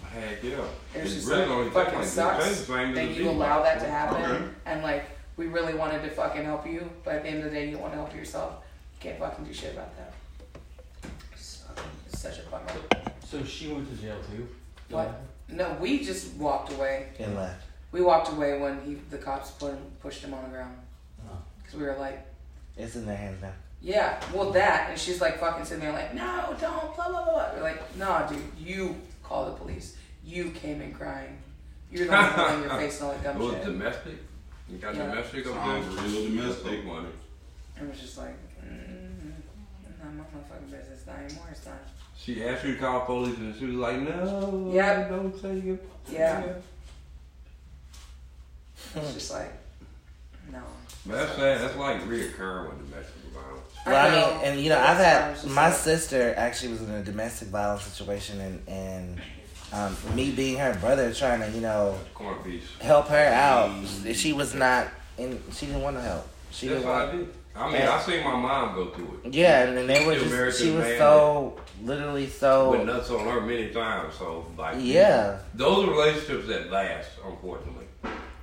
[SPEAKER 3] Heck yeah.
[SPEAKER 6] It was
[SPEAKER 3] It's
[SPEAKER 6] just
[SPEAKER 3] really
[SPEAKER 6] like,
[SPEAKER 3] only take
[SPEAKER 6] fucking
[SPEAKER 3] like the
[SPEAKER 6] sucks
[SPEAKER 3] taste thing to
[SPEAKER 6] that
[SPEAKER 3] the
[SPEAKER 6] you
[SPEAKER 3] beef.
[SPEAKER 6] allow that to happen.
[SPEAKER 4] Okay.
[SPEAKER 6] And like, we really wanted to fucking help you, but at the end of the day, you want to help yourself. Can't fucking do shit about that. It's it's such a bummer.
[SPEAKER 5] So she went to jail too.
[SPEAKER 6] What? No, we just walked away.
[SPEAKER 2] and left.
[SPEAKER 6] We walked away when he, the cops put him, pushed him on the ground
[SPEAKER 5] Oh.
[SPEAKER 6] because we were like.
[SPEAKER 2] It's in their hands now.
[SPEAKER 6] Yeah, well, that, and she's like fucking sitting there, like, no, don't, blah, blah, blah. blah." We're like, nah, dude, you call the police. You came in crying. You're the one holding your
[SPEAKER 3] [laughs]
[SPEAKER 6] face and all that
[SPEAKER 3] It
[SPEAKER 6] dumb
[SPEAKER 3] was
[SPEAKER 6] shit.
[SPEAKER 3] domestic. You got
[SPEAKER 6] Yeah.
[SPEAKER 3] domestic up there?
[SPEAKER 4] Sounds real domestic.
[SPEAKER 3] Big money.
[SPEAKER 6] I was just like, mm not my motherfucking business, not anymore, it's not.
[SPEAKER 3] She asked you to call police and she was like, no.
[SPEAKER 6] Yeah.
[SPEAKER 3] Don't take it.
[SPEAKER 6] Yeah.
[SPEAKER 2] Hmm.
[SPEAKER 6] It's just like, no.
[SPEAKER 3] But that's sad. That's like reoccurring with domestic violence.
[SPEAKER 6] I
[SPEAKER 2] Well, I,
[SPEAKER 6] know.
[SPEAKER 2] mean, and you know,
[SPEAKER 6] It's
[SPEAKER 2] I've
[SPEAKER 6] fine, it's
[SPEAKER 2] had
[SPEAKER 6] just
[SPEAKER 2] my
[SPEAKER 6] like-
[SPEAKER 2] sister actually was in a domestic violence situation, and and um, me being her brother, trying to you know
[SPEAKER 3] Corn piece.
[SPEAKER 2] help her out, she was not, and she didn't want to help. She
[SPEAKER 3] That's
[SPEAKER 2] didn't
[SPEAKER 3] what I
[SPEAKER 2] want.
[SPEAKER 3] did. I mean, I seen my mom go through it.
[SPEAKER 2] Yeah, and, and they were
[SPEAKER 3] Still married
[SPEAKER 2] just.
[SPEAKER 3] to
[SPEAKER 2] She
[SPEAKER 3] the
[SPEAKER 2] was
[SPEAKER 3] man
[SPEAKER 2] so literally
[SPEAKER 6] Oh.
[SPEAKER 3] Went
[SPEAKER 2] so.
[SPEAKER 3] nuts on her many times. So like,
[SPEAKER 2] Yeah,
[SPEAKER 3] those are relationships that last, unfortunately.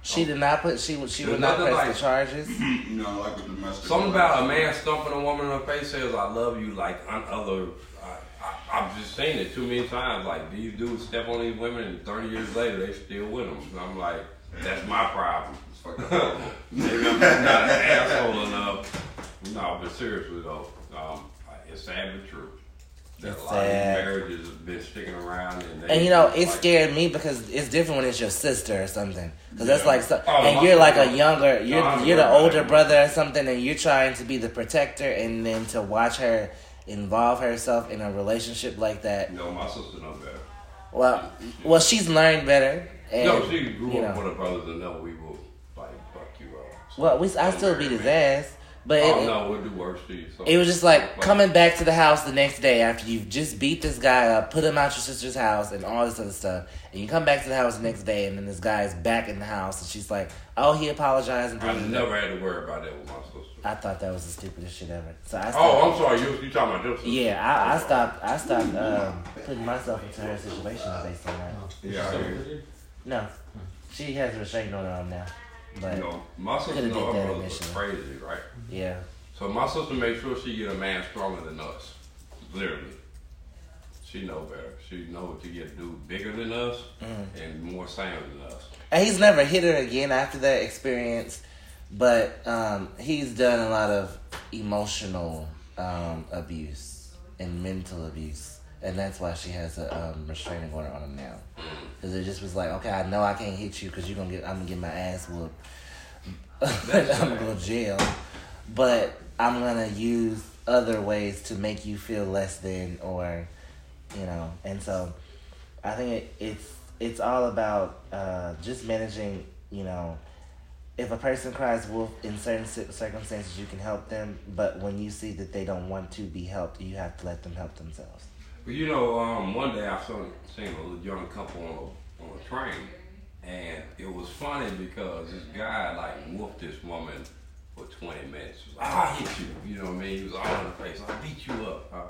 [SPEAKER 2] she did not put. She would. She
[SPEAKER 3] There's
[SPEAKER 2] would not
[SPEAKER 3] nothing
[SPEAKER 2] press
[SPEAKER 3] like-
[SPEAKER 2] the charges.
[SPEAKER 4] You know, like a domestic.
[SPEAKER 3] Something about a man stumping a woman in her face says, "I love you." Like on other, I, I, I've just seen it too many times. Like these dudes step on these women, and thirty years later they still with them. And I'm like, that's my problem. [laughs]
[SPEAKER 4] It's fucking horrible.
[SPEAKER 3] Maybe I'm just not an asshole enough. No, but seriously though, um, it's sad but true. That
[SPEAKER 2] It's
[SPEAKER 3] a lot
[SPEAKER 2] sad.
[SPEAKER 3] of these marriages have been sticking around, and, they,
[SPEAKER 2] And you know, it
[SPEAKER 3] like,
[SPEAKER 2] scared me because it's different when it's your sister or something. Because that's
[SPEAKER 3] Yeah.
[SPEAKER 2] like, so,
[SPEAKER 3] Oh, my-
[SPEAKER 2] and you're like a younger, you're
[SPEAKER 3] I'm
[SPEAKER 2] you're the
[SPEAKER 3] right.
[SPEAKER 2] older brother or something, and you're trying to be the protector, and then to watch her involve herself in a relationship like that.
[SPEAKER 3] No, my sister knows better.
[SPEAKER 2] Well, well, she's learned better. And,
[SPEAKER 3] no, she grew
[SPEAKER 2] you
[SPEAKER 3] up
[SPEAKER 2] know.
[SPEAKER 3] with her brothers, and no, we will like fuck you up.
[SPEAKER 2] Well, we I still beat his ass, but
[SPEAKER 3] oh
[SPEAKER 2] it,
[SPEAKER 3] no, we'll do worse to you. So.
[SPEAKER 2] it was just like coming back to the house the next day after you've just beat this guy up, put him out your sister's house, and all this other stuff. And you come back to the house the next day, and then this guy is back in the house, and she's like, "Oh, he apologized." And
[SPEAKER 3] I
[SPEAKER 2] things.
[SPEAKER 3] never had to worry about that with my sister.
[SPEAKER 2] I thought that was the stupidest shit ever. So I stopped,
[SPEAKER 3] Oh, I'm sorry. You you talking about your sister?
[SPEAKER 2] yeah, I, I stopped. I stopped um, putting myself into her situation based
[SPEAKER 5] Oh.
[SPEAKER 2] on that.
[SPEAKER 3] Yeah, I
[SPEAKER 5] So-
[SPEAKER 3] hear
[SPEAKER 2] No, she has a restraining order on now,
[SPEAKER 3] You
[SPEAKER 2] but
[SPEAKER 3] know, my sister
[SPEAKER 2] Could've
[SPEAKER 3] know
[SPEAKER 2] did that
[SPEAKER 3] her brothers
[SPEAKER 2] initially.
[SPEAKER 3] was crazy, right?
[SPEAKER 2] yeah.
[SPEAKER 3] So my sister made sure she get a man stronger than us, literally. She know better. She know to get a dude bigger than us and more sound than us.
[SPEAKER 2] Mm. And he's never hit her again after that experience, but um, he's done a lot of emotional um, abuse and mental abuse, and that's why she has a um, restraining order on him now. Because it just was like, okay, I know I can't hit you because you're gonna get, I'm gonna get my ass whooped. [laughs] I'm gonna go to jail, but I'm gonna use other ways to make you feel less than, or you know, and so. I think it, it's it's all about uh, just managing. You know, if a person cries wolf in certain ci- circumstances, you can help them. But when you see that they don't want to be helped, you have to let them help themselves.
[SPEAKER 3] But you know, um, one day I saw seen a little young couple on a, on a train, and it was funny because this guy like whooped this woman for 20 minutes. He was like, I'll hit you. You know what I mean? He was all in the face. I'll beat you up. I-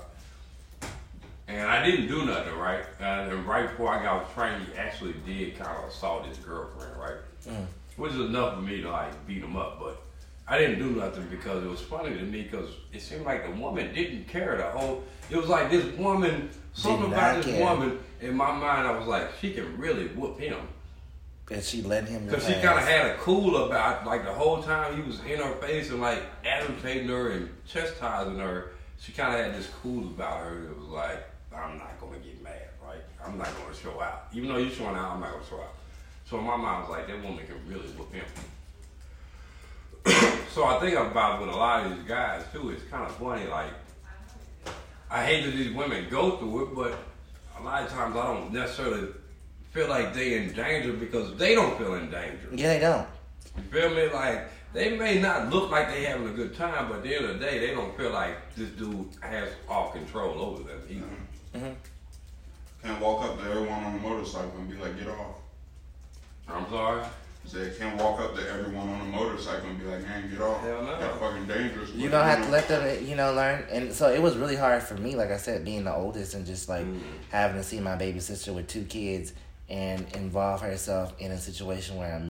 [SPEAKER 3] and I didn't do nothing, right? And then right before I got on the train, he actually did kind of assault his girlfriend, right? Which is enough for me to like beat him up, but I didn't do nothing because it was funny to me because it seemed like the woman didn't care the whole. It was like this woman,
[SPEAKER 2] Did
[SPEAKER 3] something
[SPEAKER 2] not
[SPEAKER 3] about this
[SPEAKER 2] care.
[SPEAKER 3] woman. In my mind, I was like, she can really whoop him
[SPEAKER 2] And she let him.
[SPEAKER 3] because she
[SPEAKER 2] pass.
[SPEAKER 3] kind of had a cool about like the whole time he was in her face and like agitating her and chastising her. She kind of had this cool about her. It was like, I'm not gonna get mad, right? I'm not gonna show out, even though you're showing out. I'm not gonna show out. So in my mind, I was like, that woman can really whip him. [coughs] so I think about with a lot of these guys too. It's kind of funny. Like I hate that these women go through it, but a lot of times I don't necessarily feel like they in danger because they don't feel in danger.
[SPEAKER 2] Yeah, they don't.
[SPEAKER 3] You feel me? Like they may not look like they having a good time, but at the end of the day, they don't feel like this dude has all control over them either.
[SPEAKER 4] Can't walk up to everyone on a motorcycle and be like, get off.
[SPEAKER 3] I'm sorry.
[SPEAKER 4] They can't walk up to everyone on a motorcycle and be like, man, get off.
[SPEAKER 3] Hell no.
[SPEAKER 4] That's fucking dangerous.
[SPEAKER 2] You don't have to let them, you know, learn. And so it was really hard for me, like I said, being the oldest and just
[SPEAKER 3] Mm.
[SPEAKER 2] like having to see my baby sister with two kids and involve herself in a situation where I'm